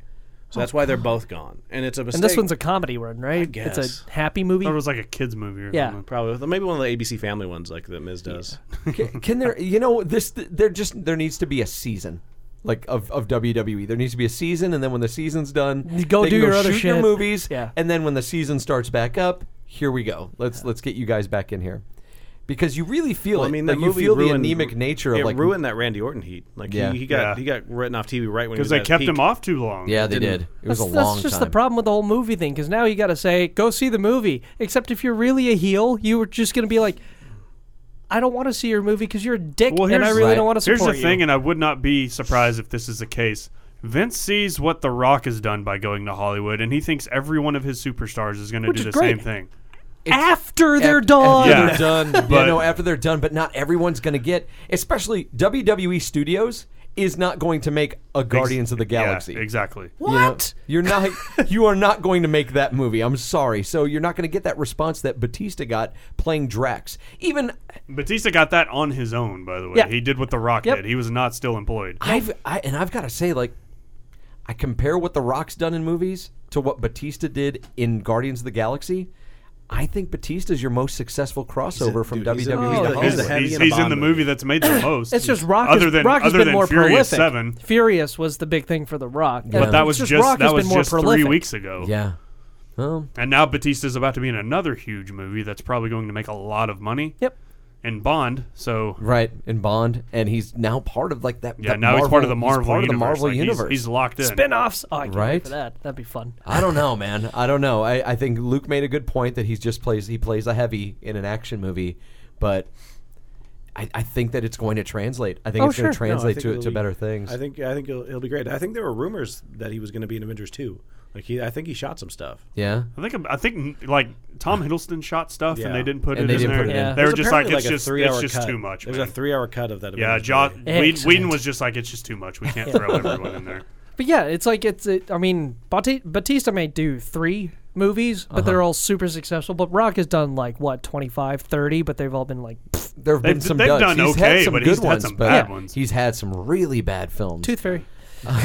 [SPEAKER 4] So that's why they're
[SPEAKER 7] Oh.
[SPEAKER 4] both gone, and it's a mistake.
[SPEAKER 2] And this one's a comedy one, right? It's
[SPEAKER 4] guess.
[SPEAKER 2] a happy movie.
[SPEAKER 8] It was like a kids movie. Or
[SPEAKER 2] Yeah.
[SPEAKER 8] something.
[SPEAKER 4] probably maybe one of the ABC Family ones like that Miz does.
[SPEAKER 7] Can, can there? You know, this there just there needs to be a season. Like of, of WWE, there needs to be a season, and then when the season's done,
[SPEAKER 2] You go
[SPEAKER 7] they
[SPEAKER 2] do
[SPEAKER 7] can
[SPEAKER 2] your other
[SPEAKER 7] shoot Your
[SPEAKER 2] shit.
[SPEAKER 7] movies,
[SPEAKER 2] Yeah.
[SPEAKER 7] And then when the season starts back up, here we go. Let's let's get you guys back in here, because you really feel
[SPEAKER 4] Well,
[SPEAKER 7] it.
[SPEAKER 4] I mean,
[SPEAKER 7] like
[SPEAKER 4] that
[SPEAKER 7] you
[SPEAKER 4] movie
[SPEAKER 7] feel the
[SPEAKER 4] ruined-
[SPEAKER 7] anemic nature
[SPEAKER 4] it
[SPEAKER 7] of like
[SPEAKER 4] ruined that Randy Orton heat. Like
[SPEAKER 7] Yeah.
[SPEAKER 4] he, he got
[SPEAKER 8] Yeah.
[SPEAKER 4] he got written off TV right when
[SPEAKER 8] Because they kept him off too long.
[SPEAKER 7] Yeah, they
[SPEAKER 4] didn't-
[SPEAKER 7] did. It was a
[SPEAKER 2] that's,
[SPEAKER 7] long
[SPEAKER 2] that's just
[SPEAKER 7] time.
[SPEAKER 2] the problem with the whole movie thing because now you got to say go see the movie except if you're really a heel you were just going to be like i don't want to see your movie because you're a dick
[SPEAKER 8] Well,
[SPEAKER 2] and i
[SPEAKER 8] here's-
[SPEAKER 2] really
[SPEAKER 7] Right.
[SPEAKER 2] don't want to
[SPEAKER 8] Here's
[SPEAKER 2] support
[SPEAKER 8] the
[SPEAKER 2] you
[SPEAKER 8] thing, and I would not be surprised if this is the case. Vince sees what The Rock has done by going to Hollywood, and he thinks every one of his superstars is going to
[SPEAKER 2] Which
[SPEAKER 8] do
[SPEAKER 2] is
[SPEAKER 8] the
[SPEAKER 2] great.
[SPEAKER 8] same thing.
[SPEAKER 2] after
[SPEAKER 7] Af-
[SPEAKER 2] they're done
[SPEAKER 8] Yeah.
[SPEAKER 7] After they're done. yeah,
[SPEAKER 8] But-
[SPEAKER 7] no, after they're done, but not everyone's going to get, especially WWE Studios is not going to make a Guardians of the
[SPEAKER 8] Yeah,
[SPEAKER 7] Galaxy.
[SPEAKER 8] exactly.
[SPEAKER 7] You know,
[SPEAKER 2] What?
[SPEAKER 7] you're not you are not going to make that movie. I'm sorry. So you're not going to get that response that Batista got playing Drax. Even
[SPEAKER 8] Batista got that on his own, by the way.
[SPEAKER 2] Yeah.
[SPEAKER 8] He did what The Rock
[SPEAKER 2] Yep.
[SPEAKER 8] did. He was not still employed.
[SPEAKER 7] I've I, and I've got to say like I compare what The Rock's done in movies to what Batista did in Guardians of the Galaxy. I think Batista's your most successful crossover from
[SPEAKER 4] dude, he's
[SPEAKER 7] WWE to
[SPEAKER 4] a- he's a-
[SPEAKER 7] Hollywood.
[SPEAKER 4] he's a
[SPEAKER 8] He's,
[SPEAKER 4] heavy
[SPEAKER 8] he's
[SPEAKER 4] in a
[SPEAKER 8] in
[SPEAKER 4] Bond
[SPEAKER 8] the
[SPEAKER 4] movie.
[SPEAKER 8] movie that's made the most.
[SPEAKER 2] it's just rock
[SPEAKER 8] Other
[SPEAKER 2] has,
[SPEAKER 8] than
[SPEAKER 2] rock has
[SPEAKER 8] other
[SPEAKER 2] been
[SPEAKER 8] than
[SPEAKER 2] more
[SPEAKER 8] Furious
[SPEAKER 2] prolific
[SPEAKER 8] Seven,
[SPEAKER 2] furious was the big thing for the rock
[SPEAKER 7] But
[SPEAKER 8] but that was
[SPEAKER 2] just,
[SPEAKER 8] just,
[SPEAKER 2] rock has
[SPEAKER 8] that was
[SPEAKER 2] been more
[SPEAKER 8] just three
[SPEAKER 2] prolific.
[SPEAKER 8] weeks ago.
[SPEAKER 7] Yeah. Well,
[SPEAKER 8] And now Batista's about to be in another huge movie that's probably going to make a lot of money.
[SPEAKER 2] Yep.
[SPEAKER 8] And Bond. So
[SPEAKER 7] right in Bond, and he's now part of like that.
[SPEAKER 8] yeah,
[SPEAKER 7] that
[SPEAKER 8] now he's part of the Marvel
[SPEAKER 7] he's part of
[SPEAKER 8] universe.
[SPEAKER 7] the Marvel
[SPEAKER 8] Like, he's-
[SPEAKER 7] universe.
[SPEAKER 8] He's, locked in.
[SPEAKER 2] spin-offs oh, I can't
[SPEAKER 7] Right?
[SPEAKER 2] wait for that that'd be fun
[SPEAKER 7] I don't know, man. I don't know. I, I think Luke made a good point that he's just plays he plays a heavy in an action movie, but I, I think that it's going to translate. I think
[SPEAKER 2] Oh,
[SPEAKER 7] it's
[SPEAKER 2] sure.
[SPEAKER 7] going
[SPEAKER 2] No, I
[SPEAKER 7] to translate
[SPEAKER 4] think
[SPEAKER 7] to
[SPEAKER 4] it'll
[SPEAKER 7] to
[SPEAKER 4] be-
[SPEAKER 7] better things.
[SPEAKER 4] I think I think it'll, it'll be great. I think there were rumors that he was going to be in Avengers 2. Like he, I think he shot some stuff.
[SPEAKER 7] yeah.
[SPEAKER 8] I think I think like Tom Hiddleston shot stuff
[SPEAKER 4] Yeah.
[SPEAKER 8] and they didn't put
[SPEAKER 7] And
[SPEAKER 8] it
[SPEAKER 7] they
[SPEAKER 8] in
[SPEAKER 7] didn't
[SPEAKER 8] there.
[SPEAKER 7] put it in.
[SPEAKER 2] Yeah.
[SPEAKER 8] They
[SPEAKER 4] There's
[SPEAKER 8] were just like
[SPEAKER 4] apparently,
[SPEAKER 8] it's
[SPEAKER 4] a
[SPEAKER 8] just
[SPEAKER 4] three-hour
[SPEAKER 8] it's just
[SPEAKER 4] cut.
[SPEAKER 8] too much.
[SPEAKER 4] There's
[SPEAKER 8] man.
[SPEAKER 4] a three-hour cut of that.
[SPEAKER 8] yeah,
[SPEAKER 4] Avengers
[SPEAKER 8] jo-
[SPEAKER 4] movie.
[SPEAKER 8] Whedon,
[SPEAKER 2] Excellent.
[SPEAKER 8] Whedon was just like it's just too much. We can't throw everyone in there.
[SPEAKER 2] But yeah, it's like it's. It, I mean, Bati- Batista may do three movies, but
[SPEAKER 7] Uh-huh.
[SPEAKER 2] they're all super successful. But Rock has done like what 25, 30, but they've all been like pfft,
[SPEAKER 7] There have been
[SPEAKER 8] They've-
[SPEAKER 7] some
[SPEAKER 8] they've
[SPEAKER 7] duds.
[SPEAKER 8] done
[SPEAKER 7] he's had
[SPEAKER 8] okay,
[SPEAKER 7] some
[SPEAKER 8] but
[SPEAKER 7] good
[SPEAKER 8] he's had
[SPEAKER 7] ones,
[SPEAKER 8] some
[SPEAKER 7] but
[SPEAKER 8] bad ones.
[SPEAKER 7] he's had some really bad films.
[SPEAKER 2] Tooth Fairy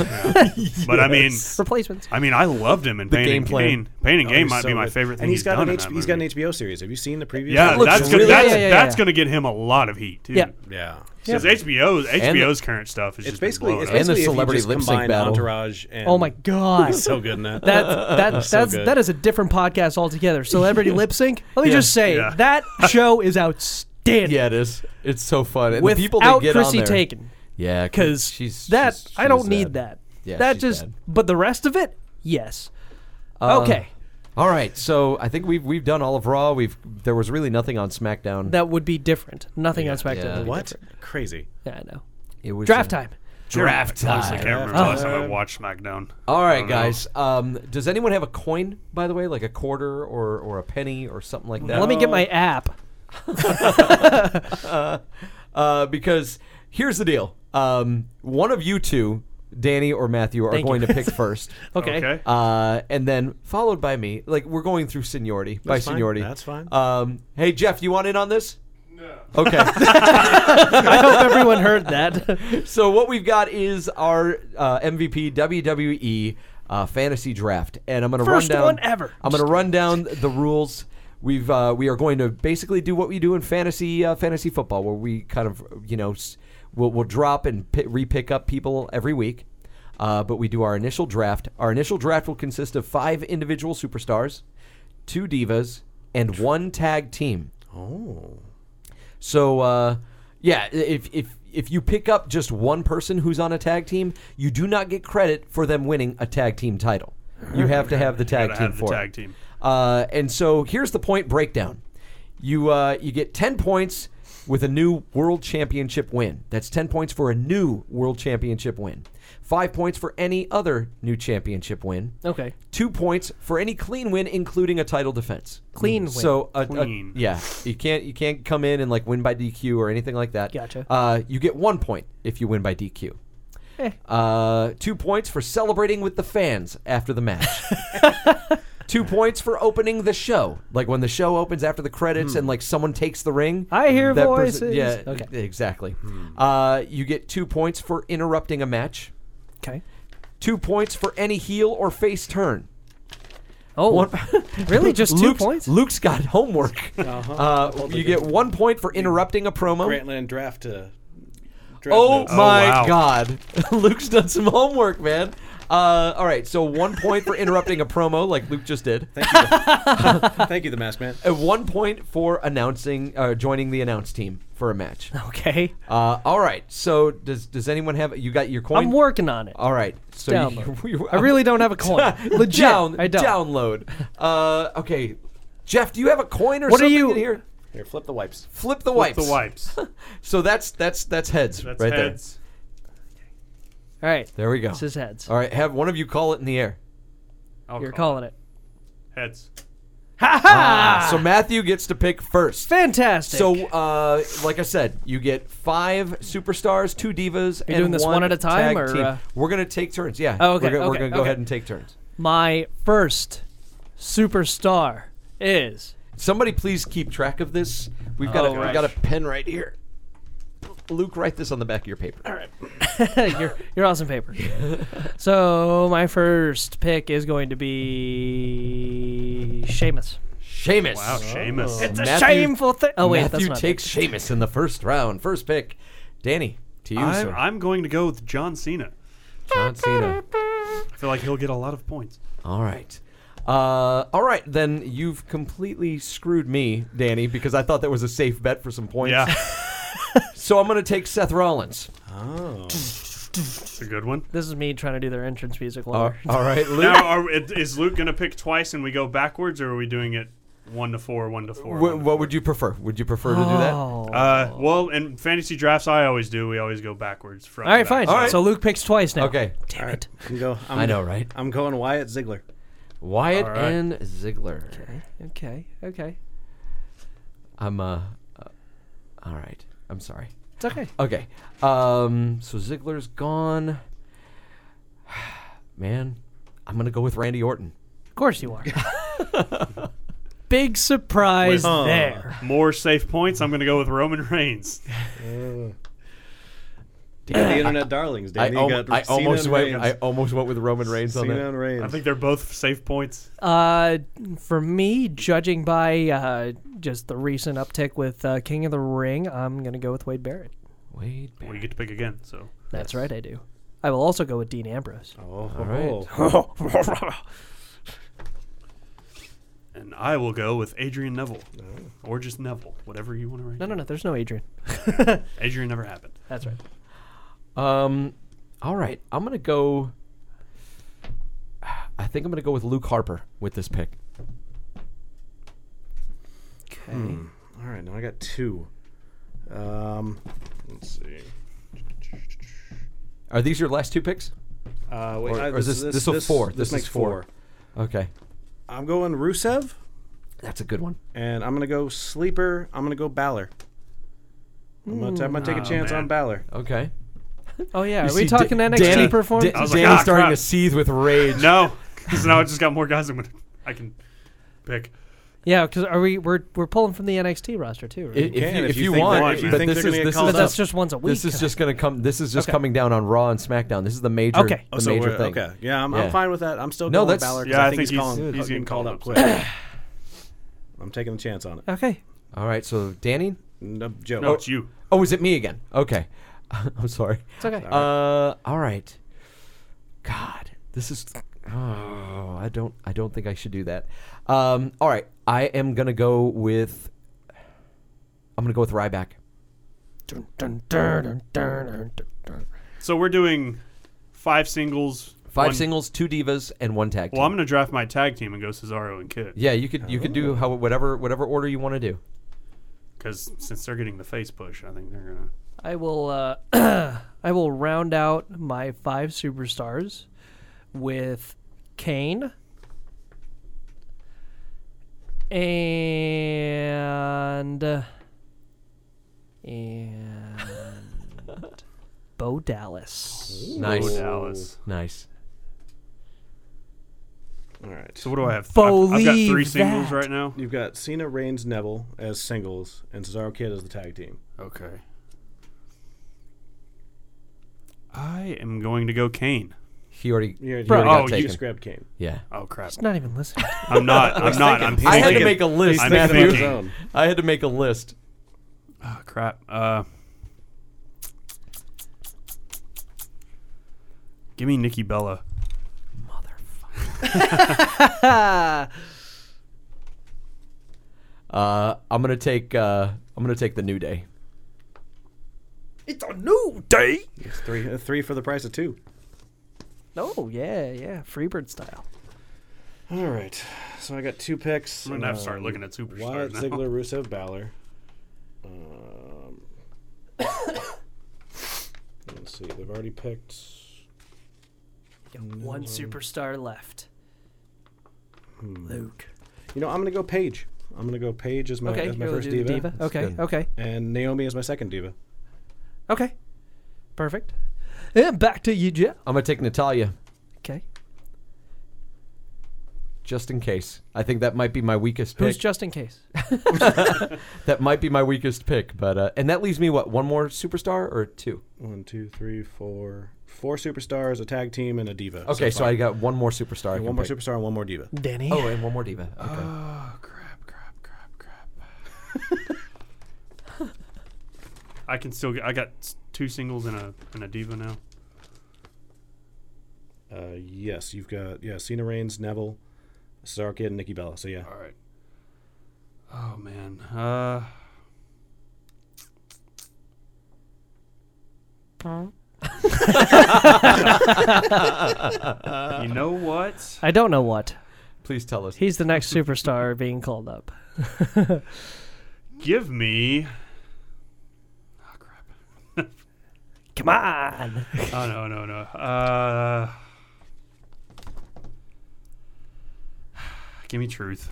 [SPEAKER 8] But I mean,
[SPEAKER 2] replacements.
[SPEAKER 8] I mean, I loved him in Pain
[SPEAKER 7] game
[SPEAKER 8] and
[SPEAKER 7] plan.
[SPEAKER 8] Gain. Pain and
[SPEAKER 4] Oh,
[SPEAKER 8] Game
[SPEAKER 4] he's
[SPEAKER 8] might
[SPEAKER 4] so
[SPEAKER 8] be my
[SPEAKER 4] good.
[SPEAKER 8] favorite thing
[SPEAKER 4] And
[SPEAKER 8] he's
[SPEAKER 4] got
[SPEAKER 8] done
[SPEAKER 4] an
[SPEAKER 8] in
[SPEAKER 4] H-
[SPEAKER 8] that
[SPEAKER 4] he's got an
[SPEAKER 8] movie.
[SPEAKER 4] HBO series. Have you seen the preview?
[SPEAKER 8] Yeah,
[SPEAKER 7] That looks
[SPEAKER 8] that's gonna,
[SPEAKER 7] really-
[SPEAKER 8] that's,
[SPEAKER 2] Yeah, yeah, yeah,
[SPEAKER 8] that's
[SPEAKER 2] yeah.
[SPEAKER 8] going to get him a lot of heat too.
[SPEAKER 2] Yeah.
[SPEAKER 4] yeah.
[SPEAKER 8] Because HBO's HBO's current stuff is
[SPEAKER 4] It's
[SPEAKER 8] just been
[SPEAKER 4] basically
[SPEAKER 8] blowing
[SPEAKER 4] it's
[SPEAKER 8] up.
[SPEAKER 7] And the
[SPEAKER 4] basically if you
[SPEAKER 7] celebrity
[SPEAKER 4] just
[SPEAKER 7] lip sync
[SPEAKER 4] combine
[SPEAKER 7] battle.
[SPEAKER 4] Entourage and
[SPEAKER 2] Oh my god,
[SPEAKER 4] he's so good in that.
[SPEAKER 2] that that that's
[SPEAKER 4] so good.
[SPEAKER 2] that is a different podcast altogether. Celebrity lip sync. Let me just say
[SPEAKER 8] Yeah.
[SPEAKER 2] that show is outstanding.
[SPEAKER 7] Yeah, it is. It's so fun. And the people
[SPEAKER 2] Without
[SPEAKER 7] that get
[SPEAKER 2] Chrissy
[SPEAKER 7] on there,
[SPEAKER 2] Teigen,
[SPEAKER 7] yeah,
[SPEAKER 2] because
[SPEAKER 7] she's
[SPEAKER 2] that
[SPEAKER 7] she's-
[SPEAKER 2] I don't
[SPEAKER 7] she's
[SPEAKER 2] need
[SPEAKER 7] bad.
[SPEAKER 2] that.
[SPEAKER 7] Yeah,
[SPEAKER 2] that
[SPEAKER 7] she's Uh,
[SPEAKER 2] just.
[SPEAKER 7] bad.
[SPEAKER 2] But the rest of it, yes. okay,
[SPEAKER 7] All right, so I think we've we've done all of Raw. We've there was really nothing on SmackDown.
[SPEAKER 2] that would be different. Nothing on SmackDown.
[SPEAKER 7] yeah.
[SPEAKER 2] would be
[SPEAKER 4] what
[SPEAKER 2] different.
[SPEAKER 4] crazy.
[SPEAKER 2] Yeah, I know.
[SPEAKER 7] It was
[SPEAKER 2] Draft
[SPEAKER 7] uh,
[SPEAKER 2] time.
[SPEAKER 7] Draft
[SPEAKER 8] I
[SPEAKER 7] time. Uh-huh.
[SPEAKER 8] can't remember the last time I watched SmackDown.
[SPEAKER 7] All
[SPEAKER 4] Oh,
[SPEAKER 8] I
[SPEAKER 7] right,
[SPEAKER 8] don't know.
[SPEAKER 7] guys. Um, does anyone have a coin, by the way, like a quarter or, or a penny or something like that?
[SPEAKER 2] Let me get my app.
[SPEAKER 7] uh, because here's the deal. Um, one of you two, Danny or Matthew, are
[SPEAKER 2] Thank you.
[SPEAKER 7] going to pick first.
[SPEAKER 2] Okay.
[SPEAKER 8] Okay.
[SPEAKER 7] Uh, and then followed by me. Like we're going through seniority by
[SPEAKER 4] fine.
[SPEAKER 7] seniority.
[SPEAKER 4] That's fine.
[SPEAKER 7] Um, hey Jeff, you want in on this? No. Okay.
[SPEAKER 2] I hope everyone heard that.
[SPEAKER 7] so what we've got is our uh, MVP WWE uh, fantasy draft, and I'm going to run
[SPEAKER 2] First
[SPEAKER 7] down.
[SPEAKER 2] one ever.
[SPEAKER 7] I'm going to run down the rules. We've uh, we are going to basically do what we do in fantasy uh, fantasy football, where we kind of you know s- we'll, we'll drop and pi repick up people every week. Uh, but we do our initial draft. Our initial draft will consist of five individual superstars, two divas, and one tag team. So uh, yeah, if if if you pick up just one person who's on a tag team, you do not get credit for them winning a tag team title. You have to have the tag
[SPEAKER 8] gotta
[SPEAKER 7] team
[SPEAKER 8] have the
[SPEAKER 7] for it.
[SPEAKER 8] tag team.
[SPEAKER 7] Uh, and so here's the point breakdown. You uh, you get ten points with a new world championship win. That's ten points for a new world championship win. Five points for any other new championship win.
[SPEAKER 2] Okay.
[SPEAKER 7] Two points for any clean win, including a title defense. Mm-hmm.
[SPEAKER 2] Clean win.
[SPEAKER 7] So a, a-
[SPEAKER 8] Clean.
[SPEAKER 7] yeah, you can't you can't come in and like win by DQ or anything like that.
[SPEAKER 2] Gotcha.
[SPEAKER 7] Uh, you get one point if you win by DQ.
[SPEAKER 2] Eh.
[SPEAKER 7] Uh, two points for celebrating with the fans after the match. Two points for opening the show. Like when the show opens after the credits and like someone takes the ring.
[SPEAKER 2] I hear
[SPEAKER 7] that
[SPEAKER 2] voices.
[SPEAKER 7] yeah, e,
[SPEAKER 2] Okay.
[SPEAKER 7] exactly. Uh, you get two points for interrupting a match.
[SPEAKER 2] Okay.
[SPEAKER 7] Two points for any heel or face turn.
[SPEAKER 2] Oh, really? Just two
[SPEAKER 7] Luke's-
[SPEAKER 2] points?
[SPEAKER 7] Luke's got homework. Uh-huh. you get one point for interrupting a promo.
[SPEAKER 4] Uh, Grantland draft to. Draft
[SPEAKER 7] Oh
[SPEAKER 4] notes.
[SPEAKER 7] my
[SPEAKER 8] wow.
[SPEAKER 7] god. Luke's done some homework, man. Uh, all right, so one point for interrupting a promo like Luke just did.
[SPEAKER 4] Thank you, the Mask Man.
[SPEAKER 7] And one point for announcing, uh, joining the announce team for a match.
[SPEAKER 2] Okay.
[SPEAKER 7] Uh, all right, so does does anyone have, you got your coin?
[SPEAKER 2] I'm working on it.
[SPEAKER 7] All right, so you,
[SPEAKER 2] Download. I really don't have a coin. Legit.
[SPEAKER 7] Down,
[SPEAKER 2] I don't.
[SPEAKER 7] Download. Uh, okay, Jeff, do you have a coin or
[SPEAKER 2] What are
[SPEAKER 7] something
[SPEAKER 2] you-
[SPEAKER 7] in here?
[SPEAKER 4] Here, flip the wipes.
[SPEAKER 7] Flip the wipes.
[SPEAKER 8] The wipes.
[SPEAKER 7] So that's that's that's heads
[SPEAKER 8] That's
[SPEAKER 7] right
[SPEAKER 8] heads.
[SPEAKER 2] All right.
[SPEAKER 7] there. There we go.
[SPEAKER 2] This is heads.
[SPEAKER 7] All right, have one of you call it in the air.
[SPEAKER 8] I'll
[SPEAKER 2] You're
[SPEAKER 8] call
[SPEAKER 2] calling it.
[SPEAKER 8] it. Heads.
[SPEAKER 7] So Matthew gets to pick first.
[SPEAKER 2] Ah. Fantastic.
[SPEAKER 7] So, uh, like I said, you get five superstars, two divas, and
[SPEAKER 2] doing this one at a time,
[SPEAKER 7] tag
[SPEAKER 2] or,
[SPEAKER 7] team.
[SPEAKER 2] uh?
[SPEAKER 7] We're gonna take turns. Yeah.
[SPEAKER 2] Oh, okay,
[SPEAKER 7] We're gonna, we're
[SPEAKER 2] okay,
[SPEAKER 7] gonna go
[SPEAKER 2] okay.
[SPEAKER 7] ahead and take turns.
[SPEAKER 2] my first superstar is
[SPEAKER 7] Somebody, please keep track of this. We've got a,
[SPEAKER 2] Oh,
[SPEAKER 7] we've
[SPEAKER 2] right.
[SPEAKER 7] got a pen right here. Luke, write this on the back of your paper. All right.
[SPEAKER 2] your your awesome paper. so my first pick is going to be Seamus.
[SPEAKER 7] Sheamus.
[SPEAKER 8] Wow, Seamus.
[SPEAKER 2] It's a
[SPEAKER 7] Matthew-
[SPEAKER 2] shameful thing. Oh wait,
[SPEAKER 7] Matthew
[SPEAKER 2] that's not
[SPEAKER 7] takes Sheamus in the first round. First pick. Danny, to you,
[SPEAKER 8] I'm,
[SPEAKER 7] sir.
[SPEAKER 8] I'm going to go with John Cena.
[SPEAKER 7] John Cena.
[SPEAKER 8] I feel like he'll get a lot of points.
[SPEAKER 7] All right. Uh, all right, then you've completely screwed me, Danny, because I thought that was a safe bet for some points.
[SPEAKER 8] Yeah,
[SPEAKER 7] So I'm going to take Seth Rollins.
[SPEAKER 8] it's a good one.
[SPEAKER 2] This is me trying to do their entrance music.
[SPEAKER 7] Uh,
[SPEAKER 2] Longer.
[SPEAKER 7] all right, Luke.
[SPEAKER 8] Now, are, it- is Luke going to pick twice and we go backwards, or are we doing it one to four, one to four?
[SPEAKER 7] Wh-
[SPEAKER 8] one
[SPEAKER 7] what would you prefer? Would you prefer to do that? All
[SPEAKER 8] to- uh, well, in fantasy drafts, I always do. We always go backwards. Front
[SPEAKER 2] all right,
[SPEAKER 8] to
[SPEAKER 2] fine.
[SPEAKER 8] back.
[SPEAKER 7] right.
[SPEAKER 2] So Luke picks twice now.
[SPEAKER 7] Okay.
[SPEAKER 2] Damn it.
[SPEAKER 4] I'm go, I'm,
[SPEAKER 7] I know, right?
[SPEAKER 4] I'm going Wyatt Ziggler.
[SPEAKER 7] Wyatt
[SPEAKER 8] All right.
[SPEAKER 7] and Ziggler.
[SPEAKER 2] Okay. Okay.
[SPEAKER 7] I'm uh, uh all right. I'm sorry.
[SPEAKER 2] It's okay.
[SPEAKER 7] Okay. Um so Ziggler's gone. Man, I'm going to go with Randy Orton.
[SPEAKER 2] Of course you are. Big surprise
[SPEAKER 8] Wait, huh.
[SPEAKER 2] there.
[SPEAKER 8] More safe points. I'm going to go with Roman Reigns.
[SPEAKER 4] the internet darlings.
[SPEAKER 7] I,
[SPEAKER 4] Danny
[SPEAKER 7] al-
[SPEAKER 4] got
[SPEAKER 7] I
[SPEAKER 4] Cena
[SPEAKER 7] almost
[SPEAKER 4] and
[SPEAKER 7] went
[SPEAKER 4] Reigns.
[SPEAKER 7] I almost went with Roman Reigns on
[SPEAKER 4] Cena
[SPEAKER 7] that.
[SPEAKER 4] and Reigns.
[SPEAKER 8] I think they're both safe points.
[SPEAKER 2] Uh, for me, judging by uh, just the recent uptick with uh, King of the Ring, I'm gonna go with Wade Barrett.
[SPEAKER 7] Wait.
[SPEAKER 8] Well, you get to pick again. So
[SPEAKER 2] That's right, I do. I will also go with Dean Ambrose.
[SPEAKER 4] oh,
[SPEAKER 7] right.
[SPEAKER 4] oh.
[SPEAKER 8] And I will go with Adrian Neville. Or just Neville. Whatever you want to write.
[SPEAKER 2] No, no, no. There's no Adrian.
[SPEAKER 8] Adrian never happened.
[SPEAKER 2] That's right.
[SPEAKER 7] Um, all right, I'm gonna go. I think I'm gonna go with Luke Harper with this pick.
[SPEAKER 2] Okay.
[SPEAKER 4] All right, now I got two. Um, let's see.
[SPEAKER 7] Are these your last two picks?
[SPEAKER 4] Uh, wait,
[SPEAKER 7] Or-
[SPEAKER 4] I-
[SPEAKER 7] or is this- this'll four.
[SPEAKER 4] This,
[SPEAKER 7] This is
[SPEAKER 4] makes
[SPEAKER 7] four.
[SPEAKER 4] four.
[SPEAKER 7] Okay,
[SPEAKER 4] I'm going Rusev,
[SPEAKER 7] that's a good one.
[SPEAKER 4] and I'm gonna go sleeper. I'm gonna go Balor. I'm gonna, I'm gonna take a chance
[SPEAKER 8] man.
[SPEAKER 4] on Balor.
[SPEAKER 7] Okay,
[SPEAKER 2] Oh yeah. Are
[SPEAKER 7] You
[SPEAKER 2] we
[SPEAKER 7] see,
[SPEAKER 2] talking
[SPEAKER 7] Da-
[SPEAKER 2] NXT
[SPEAKER 7] Danny-
[SPEAKER 2] performance?
[SPEAKER 7] Da-
[SPEAKER 4] Oh,
[SPEAKER 8] I was like,
[SPEAKER 7] Danny's
[SPEAKER 8] "Ah,
[SPEAKER 7] starting
[SPEAKER 8] crap."
[SPEAKER 7] to seethe with rage.
[SPEAKER 8] No, because now I just got more guys I'm gonna, I can pick.
[SPEAKER 2] yeah, because are we we're we're pulling from the NXT roster too? Right?
[SPEAKER 7] I- If you,
[SPEAKER 4] can if
[SPEAKER 7] if
[SPEAKER 4] you
[SPEAKER 7] you
[SPEAKER 4] think
[SPEAKER 7] want,
[SPEAKER 4] they're- if you
[SPEAKER 7] but
[SPEAKER 4] think
[SPEAKER 7] this
[SPEAKER 4] they're
[SPEAKER 7] is
[SPEAKER 4] gonna get
[SPEAKER 7] this
[SPEAKER 4] called
[SPEAKER 7] is
[SPEAKER 2] but
[SPEAKER 4] up.
[SPEAKER 2] that's just once a week.
[SPEAKER 7] this is just gonna come. This is just
[SPEAKER 2] Okay.
[SPEAKER 7] coming down on Raw and SmackDown. This is the major,
[SPEAKER 2] Okay.
[SPEAKER 7] the
[SPEAKER 4] Oh, so
[SPEAKER 7] major
[SPEAKER 4] we're-
[SPEAKER 7] thing.
[SPEAKER 4] Okay, yeah, I'm,
[SPEAKER 7] Yeah.
[SPEAKER 4] I'm fine with that. I'm still
[SPEAKER 7] No,
[SPEAKER 4] going with
[SPEAKER 7] that's-
[SPEAKER 4] Balor. 'cause
[SPEAKER 8] Yeah,
[SPEAKER 4] I think he's, calling, he's getting called up quick. I'm taking the chance on it.
[SPEAKER 2] okay.
[SPEAKER 7] All right, so Danny.
[SPEAKER 4] No, Joe.
[SPEAKER 8] No, it's you.
[SPEAKER 7] Oh, is it me again? Okay, I'm sorry.
[SPEAKER 2] It's okay.
[SPEAKER 7] Uh, all right. God, this is. Oh, I don't. I don't think I should do that. Um, all right, I am gonna go with. I'm gonna go with Ryback.
[SPEAKER 2] Dun, dun, dun, dun, dun, dun, dun, dun.
[SPEAKER 8] So we're doing five singles.
[SPEAKER 7] Five
[SPEAKER 8] one-
[SPEAKER 7] singles, two divas, and one tag team.
[SPEAKER 8] Well, I'm gonna draft my tag team and go Cesaro and Kid.
[SPEAKER 7] yeah, you could you could do how whatever whatever order you want to do.
[SPEAKER 8] Because since they're getting the face push, I think they're gonna.
[SPEAKER 2] I will uh, I will round out my five superstars with Kane and and Bo Dallas.
[SPEAKER 7] Nice,
[SPEAKER 8] Dallas.
[SPEAKER 7] nice.
[SPEAKER 4] All right.
[SPEAKER 8] So what do I have? I've- I've, got three
[SPEAKER 2] Believe
[SPEAKER 8] singles
[SPEAKER 2] that.
[SPEAKER 8] right now.
[SPEAKER 4] You've got Cena, Reigns, Neville as singles, and Cesaro Kid as the tag team.
[SPEAKER 8] Okay. I am going to go Kane.
[SPEAKER 7] He already.
[SPEAKER 4] You, already-
[SPEAKER 2] Bro,
[SPEAKER 4] you already
[SPEAKER 8] oh,
[SPEAKER 4] got-
[SPEAKER 8] you-
[SPEAKER 4] you just grabbed Kane.
[SPEAKER 7] Yeah.
[SPEAKER 8] Oh crap!
[SPEAKER 2] Not even listening.
[SPEAKER 8] I'm not. I'm not. I'm thinking.
[SPEAKER 7] I had to make a list.
[SPEAKER 8] I'm
[SPEAKER 4] Thinking about his
[SPEAKER 8] thinking.
[SPEAKER 4] own.
[SPEAKER 7] I had to make a list.
[SPEAKER 8] Oh, crap. Uh, give me Nikki Bella.
[SPEAKER 7] Uh, I'm gonna take. Uh, I'm gonna take the New Day.
[SPEAKER 2] it's a new day.
[SPEAKER 4] It's three, uh, three for the price of two.
[SPEAKER 2] Oh yeah, yeah, Freebird style.
[SPEAKER 4] All right. So I got two picks.
[SPEAKER 8] I'm gonna have to start looking at superstars
[SPEAKER 4] Wyatt,
[SPEAKER 8] now.
[SPEAKER 4] Ziggler, Rusev, Balor. Um, let's see. They've already picked.
[SPEAKER 2] One
[SPEAKER 4] Mm.
[SPEAKER 2] superstar left.
[SPEAKER 4] Hmm.
[SPEAKER 2] Luke.
[SPEAKER 4] You know, I'm gonna go Paige. I'm gonna go Paige as my
[SPEAKER 2] Okay,
[SPEAKER 4] as my
[SPEAKER 2] you'll
[SPEAKER 4] first
[SPEAKER 2] do the
[SPEAKER 4] diva,
[SPEAKER 2] diva. Okay,
[SPEAKER 7] good.
[SPEAKER 2] okay,
[SPEAKER 4] and Naomi as my second diva.
[SPEAKER 2] okay. Perfect. And back to you, Jeff.
[SPEAKER 7] I'm gonna take Natalia,
[SPEAKER 2] Okay.
[SPEAKER 7] just in case. I think that might be my weakest pick.
[SPEAKER 2] Who's just in case?
[SPEAKER 7] that might be my weakest pick, but uh, and that leaves me what one more superstar or two?
[SPEAKER 4] One, two, three, four, four superstars, a tag team, and a diva.
[SPEAKER 7] Okay, so,
[SPEAKER 4] far.
[SPEAKER 7] I got one more superstar. I
[SPEAKER 4] And
[SPEAKER 7] can
[SPEAKER 4] one more
[SPEAKER 7] pick.
[SPEAKER 4] superstar and one more diva.
[SPEAKER 2] Denny.
[SPEAKER 7] Oh, and one more diva. Okay.
[SPEAKER 8] I can still get. I got s- two singles and a and a diva now.
[SPEAKER 4] Uh, yes, you've got yeah Cena, Reigns, Neville, Cesaro, Kid, and Nikki Bella. So yeah,
[SPEAKER 8] All right. Oh man. Uh. you know what?
[SPEAKER 2] I don't know what.
[SPEAKER 7] Please tell us.
[SPEAKER 2] He's the next superstar being called up.
[SPEAKER 8] Give me. Oh crap.
[SPEAKER 2] Come on.
[SPEAKER 8] Oh no no no. Uh, give me truth.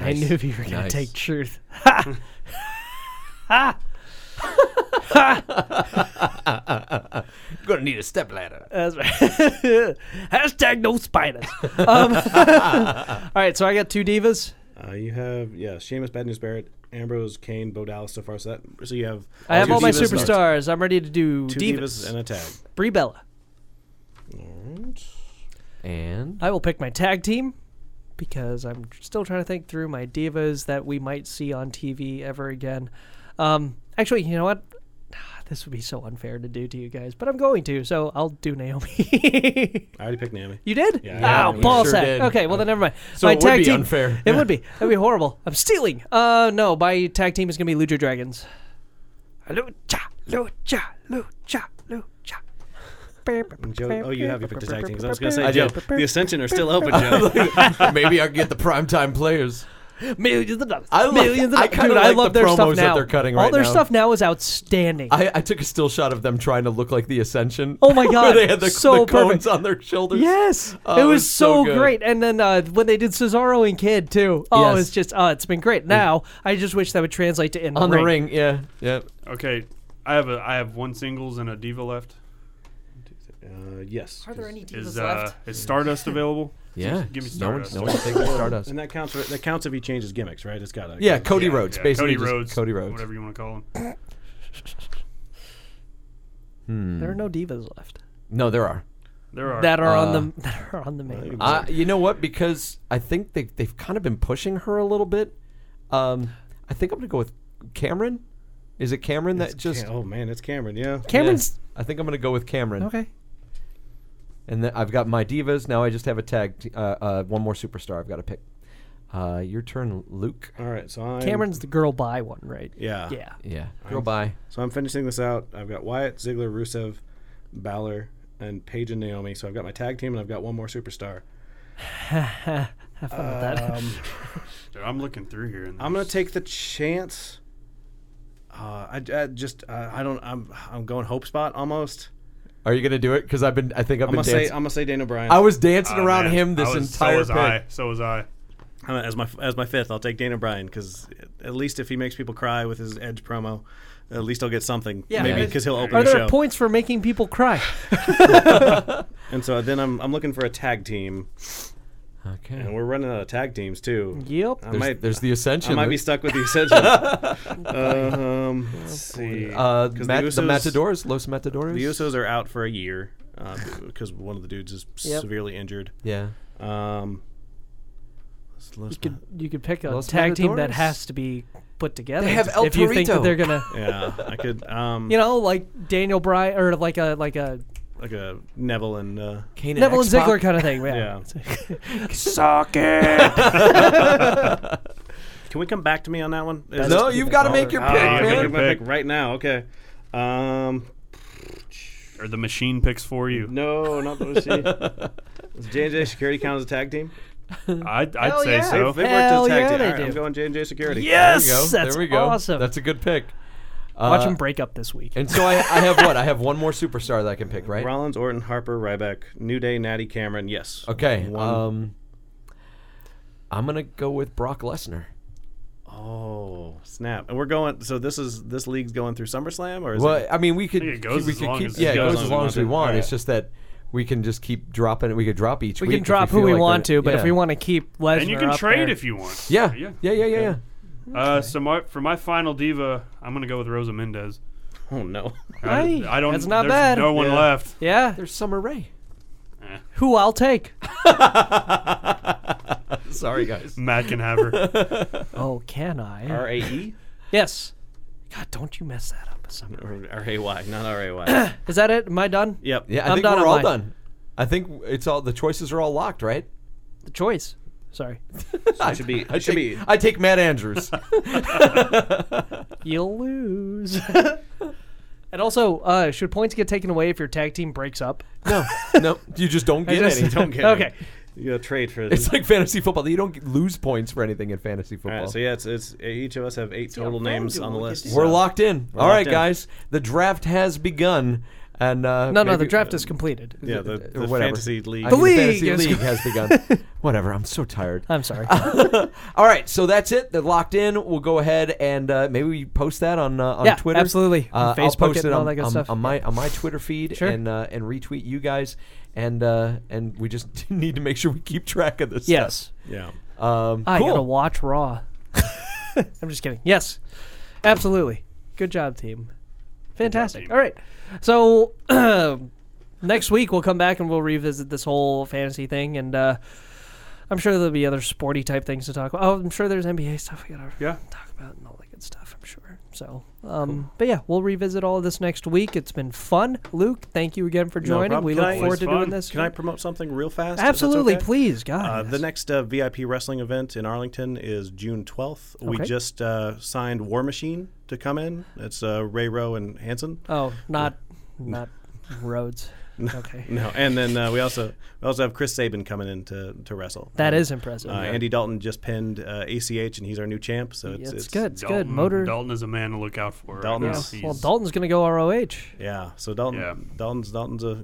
[SPEAKER 2] I knew you were gonna
[SPEAKER 7] Nice.
[SPEAKER 2] take truth.
[SPEAKER 7] You're gonna need a stepladder.
[SPEAKER 2] That's right. Hashtag no spiders. Um, all right, so I got two divas.
[SPEAKER 4] uh, you have yeah Sheamus, Bad News Barrett, Ambrose, Kane, Bo Dallas. So far, so that so you have
[SPEAKER 2] I have
[SPEAKER 4] two
[SPEAKER 2] all my
[SPEAKER 4] divas and a-
[SPEAKER 2] superstars. I'm ready to do
[SPEAKER 4] two
[SPEAKER 2] divas.
[SPEAKER 4] divas and a tag.
[SPEAKER 2] Brie Bella.
[SPEAKER 7] And
[SPEAKER 2] I will pick my tag team because I'm still trying to think through my divas that we might see on TV ever again. Um, actually, you know what? This would be so unfair to do to you guys, but I'm going to, so I'll do Naomi.
[SPEAKER 4] I already picked Naomi.
[SPEAKER 2] you did?
[SPEAKER 4] Yeah, I
[SPEAKER 2] oh,
[SPEAKER 4] did.
[SPEAKER 2] ball
[SPEAKER 7] Sure
[SPEAKER 2] sack.
[SPEAKER 7] did. Uh,
[SPEAKER 2] Okay, well then never mind.
[SPEAKER 7] So
[SPEAKER 2] my
[SPEAKER 7] it would
[SPEAKER 2] tag
[SPEAKER 7] be
[SPEAKER 2] team,
[SPEAKER 7] unfair.
[SPEAKER 2] It would be. That'd be horrible. I'm stealing. Uh, no, my tag team is gonna be Lucha Dragons. Lucha, Lucha, Lucha, Lucha.
[SPEAKER 4] Joe, oh, you have you picked the tag teams. I was gonna say Joe,
[SPEAKER 7] did.
[SPEAKER 4] the Ascension are still open.
[SPEAKER 7] Uh,
[SPEAKER 4] Joe,
[SPEAKER 7] maybe I can get the primetime players.
[SPEAKER 2] Millions of dollars.
[SPEAKER 7] I like-
[SPEAKER 2] Millions of
[SPEAKER 7] I
[SPEAKER 2] dollars.
[SPEAKER 7] kinda
[SPEAKER 2] Dude, I
[SPEAKER 7] like
[SPEAKER 2] love
[SPEAKER 7] the
[SPEAKER 2] their
[SPEAKER 7] promos
[SPEAKER 2] stuff
[SPEAKER 7] that
[SPEAKER 2] now.
[SPEAKER 7] they're cutting
[SPEAKER 2] All
[SPEAKER 7] right
[SPEAKER 2] their
[SPEAKER 7] now.
[SPEAKER 2] stuff now is outstanding.
[SPEAKER 7] I, I took a still shot of them trying to look like the Ascension.
[SPEAKER 2] Oh my God,
[SPEAKER 7] Where they had the,
[SPEAKER 2] so
[SPEAKER 7] the cones
[SPEAKER 2] perfect.
[SPEAKER 7] on their shoulders.
[SPEAKER 2] yes,
[SPEAKER 7] Oh,
[SPEAKER 2] it
[SPEAKER 7] it
[SPEAKER 2] was,
[SPEAKER 7] was so
[SPEAKER 2] so
[SPEAKER 7] good.
[SPEAKER 2] great. And then uh, when they did Cesaro and Kid too. Oh,
[SPEAKER 7] Yes.
[SPEAKER 2] it's just oh, it's been great. Now I just wish that would translate to in
[SPEAKER 7] On the ring, yeah, yeah.
[SPEAKER 8] Okay, I have a I have one singles and a diva left.
[SPEAKER 4] uh, yes.
[SPEAKER 2] Are there any divas
[SPEAKER 8] Is uh
[SPEAKER 2] left?
[SPEAKER 8] is Stardust available?
[SPEAKER 7] Yeah.
[SPEAKER 8] Give me
[SPEAKER 7] no one,
[SPEAKER 8] Stardust.
[SPEAKER 7] no one taking Stardust.
[SPEAKER 4] And that counts. For, that counts if he changes gimmicks, right? It's gotta.
[SPEAKER 7] Yeah, Cody
[SPEAKER 8] Yeah,
[SPEAKER 7] Rhodes,
[SPEAKER 8] yeah,
[SPEAKER 7] basically.
[SPEAKER 8] Cody
[SPEAKER 7] just
[SPEAKER 8] Rhodes.
[SPEAKER 7] Cody Rhodes.
[SPEAKER 8] Whatever you want to call him.
[SPEAKER 2] There are no divas left
[SPEAKER 7] No, there are.
[SPEAKER 8] There are.
[SPEAKER 2] that are on the that are on the main.
[SPEAKER 7] Uh, you know what? Because I think they they've kind of been pushing her a little bit. Um, I think I'm gonna go with Cameron. Is it Cameron that just?
[SPEAKER 4] Yeah, oh man, it's Cameron. Yeah.
[SPEAKER 2] Cameron's
[SPEAKER 7] Yeah, I think I'm gonna go with Cameron.
[SPEAKER 2] okay.
[SPEAKER 7] And then I've got my divas. Now I just have a tag. T- uh, uh, one more superstar I've got to pick. Uh, your turn, Luke.
[SPEAKER 4] All right. So I'm,
[SPEAKER 2] Cameron's the girl by one, right?
[SPEAKER 4] Yeah.
[SPEAKER 2] Yeah.
[SPEAKER 7] Yeah. Go by.
[SPEAKER 4] So I'm finishing this out. I've got Wyatt, Ziggler, Rusev, Balor, and Paige and Naomi. So I've got my tag team, and I've got one more superstar.
[SPEAKER 2] Have fun with that.
[SPEAKER 8] Dude, I'm looking through here. And
[SPEAKER 4] I'm gonna take the chance. Uh, I, I just uh, I don't I'm I'm going hope spot almost.
[SPEAKER 7] Are you gonna do it? Because I've been. I think I've
[SPEAKER 4] I'm
[SPEAKER 7] been
[SPEAKER 4] gonna say
[SPEAKER 7] dancing.
[SPEAKER 4] I'm Ah, gonna say Daniel Bryan.
[SPEAKER 7] I was dancing
[SPEAKER 8] Oh,
[SPEAKER 7] around
[SPEAKER 8] man.
[SPEAKER 7] him this
[SPEAKER 8] I was-
[SPEAKER 7] entire
[SPEAKER 8] So was
[SPEAKER 7] pick.
[SPEAKER 8] I. So was I.
[SPEAKER 4] Uh, as my as my fifth, I'll take Dana Bryan because at least if he makes people cry with his Edge promo, at least I'll get something.
[SPEAKER 2] Yeah,
[SPEAKER 4] maybe
[SPEAKER 2] because-
[SPEAKER 4] because he'll open
[SPEAKER 2] Are
[SPEAKER 4] the
[SPEAKER 2] there
[SPEAKER 4] show.
[SPEAKER 2] points for making people cry?
[SPEAKER 4] and so then I'm I'm looking for a tag team.
[SPEAKER 7] Okay.
[SPEAKER 4] And we're running out of tag teams too.
[SPEAKER 2] Yep.
[SPEAKER 4] I
[SPEAKER 7] There's,
[SPEAKER 4] might
[SPEAKER 7] there's the
[SPEAKER 4] I
[SPEAKER 7] Ascension.
[SPEAKER 4] might be stuck with the Ascension. Uh, um, let's see.
[SPEAKER 7] uh,
[SPEAKER 4] 'Cause
[SPEAKER 7] Mat- the,
[SPEAKER 4] Usos-
[SPEAKER 7] Matadors, Los Matadores.
[SPEAKER 4] The Usos are out for a year because one of the dudes is
[SPEAKER 2] Yep.
[SPEAKER 4] severely injured.
[SPEAKER 7] Yeah.
[SPEAKER 4] Um, let's- let's
[SPEAKER 2] You could, you could pick a
[SPEAKER 7] Los
[SPEAKER 2] tag team that
[SPEAKER 7] Matadores?
[SPEAKER 2] has to be put together.
[SPEAKER 7] They have El
[SPEAKER 2] if you think that
[SPEAKER 7] Torito.
[SPEAKER 2] they're gonna,
[SPEAKER 4] not- yeah, I could. Um,
[SPEAKER 2] you know, like Daniel Bryan or like a like a
[SPEAKER 4] like a Neville and uh,
[SPEAKER 7] Kane
[SPEAKER 2] Neville and
[SPEAKER 7] X-Pac.
[SPEAKER 2] Ziggler kind of thing. Yeah.
[SPEAKER 4] yeah. Can we come back to me on that one? Is
[SPEAKER 7] No,
[SPEAKER 4] this-
[SPEAKER 7] you've got to make your
[SPEAKER 4] Oh,
[SPEAKER 7] pick,
[SPEAKER 4] I gotta
[SPEAKER 7] man.
[SPEAKER 4] make my pick right now. Okay. Um,
[SPEAKER 8] Or the machine picks for you.
[SPEAKER 4] no, not the machine. Does J&J Security count as a tag team?
[SPEAKER 8] I'd, I'd say
[SPEAKER 2] yeah.
[SPEAKER 8] so.
[SPEAKER 4] They worked
[SPEAKER 2] Hell
[SPEAKER 4] as a tag
[SPEAKER 2] yeah, they
[SPEAKER 4] team. All right, I'm
[SPEAKER 2] do.
[SPEAKER 4] going J&J Security.
[SPEAKER 2] Yes,
[SPEAKER 7] There we go.
[SPEAKER 2] that's
[SPEAKER 7] there we go.
[SPEAKER 2] awesome.
[SPEAKER 7] That's a good pick.
[SPEAKER 2] Watch
[SPEAKER 7] Uh,
[SPEAKER 2] them break up this week.
[SPEAKER 7] And so I, I have what? I have one more superstar that I can pick, right?
[SPEAKER 4] Rollins, Orton, Harper, Ryback, New Day, Natty, Cameron. Yes.
[SPEAKER 7] Okay.
[SPEAKER 4] One.
[SPEAKER 7] Um, I'm gonna go with Brock Lesnar.
[SPEAKER 4] oh snap! And we're going. So this is this league's going through SummerSlam, or is
[SPEAKER 7] Well,
[SPEAKER 4] it?
[SPEAKER 7] I mean, we could
[SPEAKER 8] think it goes
[SPEAKER 7] we
[SPEAKER 8] as
[SPEAKER 7] could
[SPEAKER 8] long
[SPEAKER 7] keep
[SPEAKER 8] as-
[SPEAKER 7] yeah,
[SPEAKER 8] it
[SPEAKER 7] it
[SPEAKER 8] goes
[SPEAKER 7] goes
[SPEAKER 8] as
[SPEAKER 7] as
[SPEAKER 8] long
[SPEAKER 7] long
[SPEAKER 8] as
[SPEAKER 7] as we
[SPEAKER 8] it-
[SPEAKER 7] want.
[SPEAKER 8] alright.
[SPEAKER 7] It's just that we can just keep dropping it. We could drop each.
[SPEAKER 2] we
[SPEAKER 7] week
[SPEAKER 2] can drop
[SPEAKER 7] if
[SPEAKER 2] who
[SPEAKER 7] feel
[SPEAKER 2] we
[SPEAKER 7] like
[SPEAKER 2] want
[SPEAKER 7] they're-
[SPEAKER 2] to, but
[SPEAKER 7] yeah.
[SPEAKER 2] if we want to keep Lesnar,
[SPEAKER 8] And you can
[SPEAKER 2] up
[SPEAKER 8] trade
[SPEAKER 2] there-
[SPEAKER 8] if you want.
[SPEAKER 7] Yeah,
[SPEAKER 8] Yeah.
[SPEAKER 7] yeah, yeah, yeah, yeah.
[SPEAKER 8] Uh, so my, for my final diva, I'm gonna go with Rosa Mendez.
[SPEAKER 4] Oh no.
[SPEAKER 2] Hey,
[SPEAKER 8] I, I don't.
[SPEAKER 2] that's not
[SPEAKER 8] there's
[SPEAKER 2] bad.
[SPEAKER 8] No one
[SPEAKER 4] Yeah.
[SPEAKER 8] left.
[SPEAKER 2] Yeah,
[SPEAKER 7] There's Summer Rae.
[SPEAKER 2] who I'll take.
[SPEAKER 7] Sorry, guys.
[SPEAKER 8] Matt can have her.
[SPEAKER 2] Oh, can I?
[SPEAKER 4] R A E
[SPEAKER 2] Yes. God, don't you mess that up. Summer.
[SPEAKER 4] or R A Y? Not R A Y.
[SPEAKER 2] Is that it? Am I done?
[SPEAKER 4] Yep.
[SPEAKER 7] Yeah, I
[SPEAKER 2] I'm
[SPEAKER 7] think
[SPEAKER 2] done
[SPEAKER 7] we're
[SPEAKER 2] on
[SPEAKER 7] all
[SPEAKER 2] mine.
[SPEAKER 7] done. I think it's all the choices are all locked, right?
[SPEAKER 2] The choice. Sorry.
[SPEAKER 4] It should be. It should be.
[SPEAKER 7] I take Matt Andrews.
[SPEAKER 2] You'll lose. and also, uh, should points get taken away if your tag team breaks up?
[SPEAKER 7] no, no, you just don't get
[SPEAKER 2] just-
[SPEAKER 7] any.
[SPEAKER 4] Don't get
[SPEAKER 2] Okay.
[SPEAKER 4] it. You gotta trade for this.
[SPEAKER 7] It's like fantasy football. You don't get- lose points for anything in fantasy
[SPEAKER 4] All
[SPEAKER 7] football.
[SPEAKER 4] right, so yeah, it's, it's each of us have eight total names on the list.
[SPEAKER 7] We're
[SPEAKER 4] so-
[SPEAKER 7] locked in. All right,
[SPEAKER 4] locked in.
[SPEAKER 7] guys. The draft has begun, and uh,
[SPEAKER 2] No, no,
[SPEAKER 7] maybe-
[SPEAKER 2] the draft is completed.
[SPEAKER 4] Yeah, the,
[SPEAKER 7] or
[SPEAKER 4] the
[SPEAKER 7] whatever.
[SPEAKER 4] fantasy league.
[SPEAKER 7] I mean,
[SPEAKER 2] league
[SPEAKER 7] fantasy
[SPEAKER 2] is-
[SPEAKER 7] league has begun. whatever. I'm so tired.
[SPEAKER 2] I'm sorry.
[SPEAKER 7] All right, so that's it. They're locked in. We'll go ahead and uh, maybe we post that on uh, on
[SPEAKER 2] Yeah,
[SPEAKER 7] Twitter.
[SPEAKER 2] absolutely.
[SPEAKER 7] Uh,
[SPEAKER 2] On
[SPEAKER 7] I'll
[SPEAKER 2] Facebook
[SPEAKER 7] post
[SPEAKER 2] it
[SPEAKER 7] it
[SPEAKER 2] and all
[SPEAKER 7] on,
[SPEAKER 2] that good
[SPEAKER 7] on-
[SPEAKER 2] stuff.
[SPEAKER 7] on my on my Twitter feed
[SPEAKER 2] Sure.
[SPEAKER 7] and uh, and retweet you guys. And uh, and we just need to make sure we keep track of this.
[SPEAKER 2] yes.
[SPEAKER 4] yeah.
[SPEAKER 7] Stuff. Um,
[SPEAKER 2] I gotta
[SPEAKER 7] cool.
[SPEAKER 2] watch Raw. I'm just kidding. Yes, absolutely. Good job, team. Fantastic.
[SPEAKER 8] team.
[SPEAKER 2] All right. So next week we'll come back and we'll revisit this whole fantasy thing, and uh, I'm sure there'll be other sporty type things to talk about. Oh, I'm sure there's NBA stuff we gotta
[SPEAKER 8] Yeah.
[SPEAKER 2] talk about and all that good stuff. I'm sure. So, um, but yeah, we'll revisit all of this next week. It's been fun, Luke. Thank you again for joining.
[SPEAKER 4] problem.
[SPEAKER 2] we
[SPEAKER 4] Can
[SPEAKER 2] look
[SPEAKER 4] I-
[SPEAKER 2] forward to
[SPEAKER 8] Always
[SPEAKER 2] doing
[SPEAKER 8] fun.
[SPEAKER 2] this.
[SPEAKER 4] Can I promote something real fast? if that's
[SPEAKER 2] Absolutely,
[SPEAKER 4] okay?
[SPEAKER 2] please, God.
[SPEAKER 4] Uh, the
[SPEAKER 2] yes.
[SPEAKER 4] next uh, VIP wrestling event in Arlington is June 12th. We
[SPEAKER 2] Okay.
[SPEAKER 4] just uh, signed War Machine to come in. It's uh, Ray Rowe and Hanson.
[SPEAKER 2] Oh, not, not Rhodes. Okay.
[SPEAKER 4] No, and then uh, we also we also have Chris Sabin coming in to, to wrestle.
[SPEAKER 2] That is impressive.
[SPEAKER 4] uh, Andy Dalton just pinned uh, ACH, and he's our new champ. So it's,
[SPEAKER 2] it's, good. It's good.
[SPEAKER 8] Dalton-
[SPEAKER 2] Motor.
[SPEAKER 8] Dalton is a man to look out for.
[SPEAKER 4] Dalton's-
[SPEAKER 8] He's-
[SPEAKER 2] Well, Dalton's gonna go ROH.
[SPEAKER 4] Yeah. So Dalton,
[SPEAKER 8] Yeah.
[SPEAKER 4] Dalton's Dalton's uh,
[SPEAKER 2] That's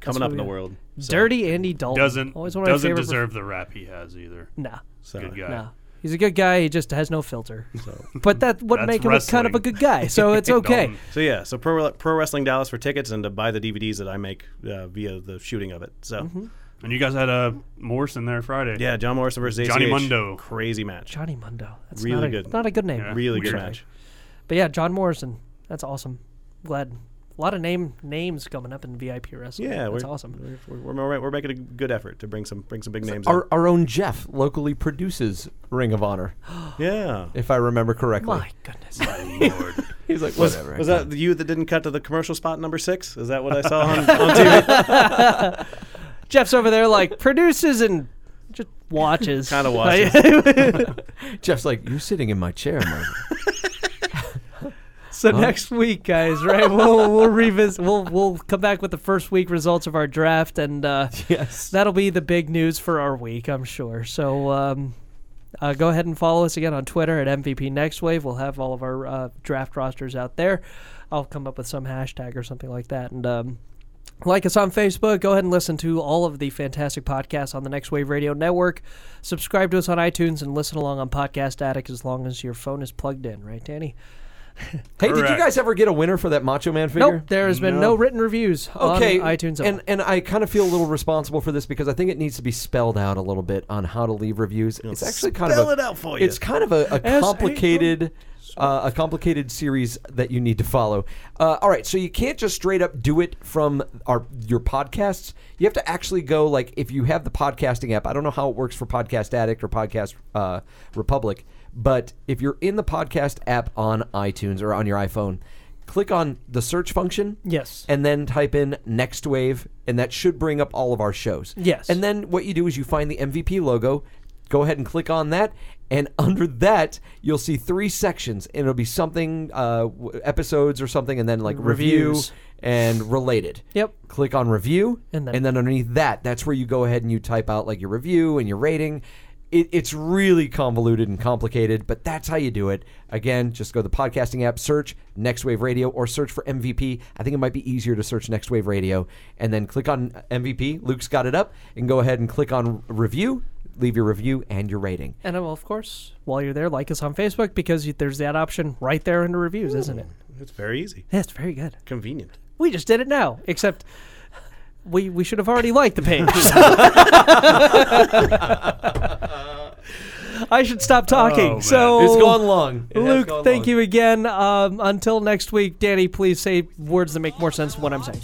[SPEAKER 4] coming
[SPEAKER 2] what
[SPEAKER 4] up
[SPEAKER 2] we
[SPEAKER 4] in the
[SPEAKER 2] got.
[SPEAKER 4] world. So-
[SPEAKER 2] Dirty Andy Dalton
[SPEAKER 8] doesn't
[SPEAKER 2] Always one of my
[SPEAKER 8] doesn't
[SPEAKER 2] favorite
[SPEAKER 8] deserve the rap he has either.
[SPEAKER 2] perf- nah,
[SPEAKER 4] so-
[SPEAKER 8] Good guy.
[SPEAKER 2] nah. He's a good guy. He just has no filter.
[SPEAKER 4] So.
[SPEAKER 2] But that what
[SPEAKER 8] That's
[SPEAKER 2] make him a kind of a
[SPEAKER 8] wrestling.
[SPEAKER 2] good guy. So it's okay.
[SPEAKER 8] Dalton.
[SPEAKER 4] So yeah, so pro, pro wrestling Dallas for tickets and to buy the DVDs that I make uh, via the shooting of it. So
[SPEAKER 8] And you guys had a Morse in there Friday.
[SPEAKER 4] yeah, John Morrison versus
[SPEAKER 8] Johnny
[SPEAKER 4] ACH.
[SPEAKER 8] Mundo.
[SPEAKER 4] crazy match,
[SPEAKER 2] Johnny Mundo. That's
[SPEAKER 4] Really
[SPEAKER 2] not a,
[SPEAKER 4] good.
[SPEAKER 2] Not a good name.
[SPEAKER 8] Yeah.
[SPEAKER 4] really good
[SPEAKER 8] Weird.
[SPEAKER 4] match.
[SPEAKER 2] But yeah, John Morrison. That's awesome. Glad. A lot of name names coming up in VIP wrestling.
[SPEAKER 4] Yeah,
[SPEAKER 2] that's
[SPEAKER 4] we're,
[SPEAKER 2] awesome.
[SPEAKER 4] We're, we're, we're- we're making a good effort to bring some bring some big names.
[SPEAKER 7] Our, our own Jeff locally produces Ring of Honor,
[SPEAKER 4] in. Yeah,
[SPEAKER 7] if I remember correctly.
[SPEAKER 2] My goodness.
[SPEAKER 8] Lord.
[SPEAKER 7] He's like, whatever.
[SPEAKER 4] was that you that didn't cut to the commercial spot number six? Is that what I saw on, on TV?
[SPEAKER 2] Jeff's over there like produces and just watches.
[SPEAKER 4] kind of
[SPEAKER 2] Like,
[SPEAKER 4] watching.
[SPEAKER 7] Jeff's like, you're sitting in my chair, man.
[SPEAKER 2] So next week, guys, right? We'll we'll revisit. We'll we'll come back with the first week results of our draft, and uh,
[SPEAKER 7] yes.
[SPEAKER 2] that'll be the big news for our week, I'm sure. So um, uh, go ahead and follow us again on Twitter at MVP Next Wave. We'll have all of our uh, draft rosters out there. I'll come up with some hashtag or something like that, and. Um, like us on Facebook. Go ahead and listen to all of the fantastic podcasts on the Next Wave Radio Network. Subscribe to us on iTunes and listen along on Podcast Addict as long as your phone is plugged in, right, Danny?
[SPEAKER 7] Hey, did you
[SPEAKER 8] Correct.
[SPEAKER 7] guys ever get a winner for that Macho Man figure?
[SPEAKER 2] Nope, there has been no, written reviews
[SPEAKER 7] okay,
[SPEAKER 2] on iTunes.
[SPEAKER 7] and and I kind of feel a little responsible for this because I think it needs to be spelled out a little bit on how to leave reviews. It's actually kind
[SPEAKER 4] spell
[SPEAKER 7] of
[SPEAKER 4] it
[SPEAKER 7] a,
[SPEAKER 4] out for you.
[SPEAKER 7] It's kind of a, a
[SPEAKER 2] S-A-O.
[SPEAKER 7] complicated. Uh, a complicated series that you need to follow. Uh, all right, so you can't just straight up do it from our your podcasts. You have to actually go like if you have the podcasting app. I don't know how it works for Podcast Addict or Podcast uh, Republic, but if you're in the podcast app on iTunes or on your iPhone, click on the search function.
[SPEAKER 2] Yes.
[SPEAKER 7] And then type in Next Wave, and that should bring up all of our shows.
[SPEAKER 2] Yes.
[SPEAKER 7] And then what you do is you find the MVP logo, go ahead and click on that, and under that you'll see three sections, and it'll be something uh, w- episodes or something, and then like review
[SPEAKER 2] Reviews.
[SPEAKER 7] and related.
[SPEAKER 2] Yep.
[SPEAKER 7] Click on review,
[SPEAKER 2] And then-
[SPEAKER 7] underneath that, that's where you go ahead and you type out like your review and your rating. It, it's really convoluted and complicated, but that's how you do it. Again, just go to the podcasting app, search Next Wave Radio, or search for MVP. I think it might be easier to search Next Wave Radio, and then click on MVP. Luke's got it up, and go ahead and click on review. Leave your review and your rating.
[SPEAKER 2] And uh, well, of course, while you're there, like us on Facebook because you, there's that option right there under reviews, isn't it?
[SPEAKER 4] It's very easy,
[SPEAKER 2] That's very good.
[SPEAKER 4] convenient.
[SPEAKER 2] We just did it now, except we we should have already liked the page. I should stop talking.
[SPEAKER 8] man.
[SPEAKER 2] so
[SPEAKER 7] Oh, It's gone long. It has
[SPEAKER 2] Luke,
[SPEAKER 7] gone
[SPEAKER 2] thank
[SPEAKER 7] long.
[SPEAKER 2] you again. Um, until next week, Danny, please say words that make more sense than what I'm saying.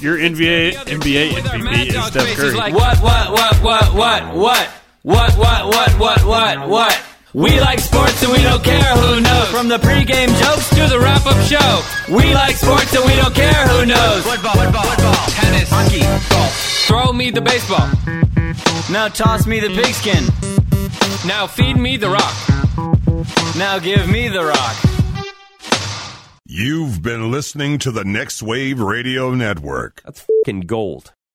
[SPEAKER 8] Your NBA NBA MVP is Steph Curry.
[SPEAKER 5] What, what, what, what, what, what, what, what, what, what, what, what? We like sports and we don't care who knows. From the pregame jokes to the wrap-up show, we like sports and we don't care who knows.
[SPEAKER 6] Football, football, football, tennis, hockey, golf.
[SPEAKER 5] Throw me the baseball.
[SPEAKER 6] Now toss me the pigskin.
[SPEAKER 5] Now feed me the rock.
[SPEAKER 6] Now give me the rock.
[SPEAKER 1] You've been listening to the Next Wave Radio Network.
[SPEAKER 9] That's fing gold.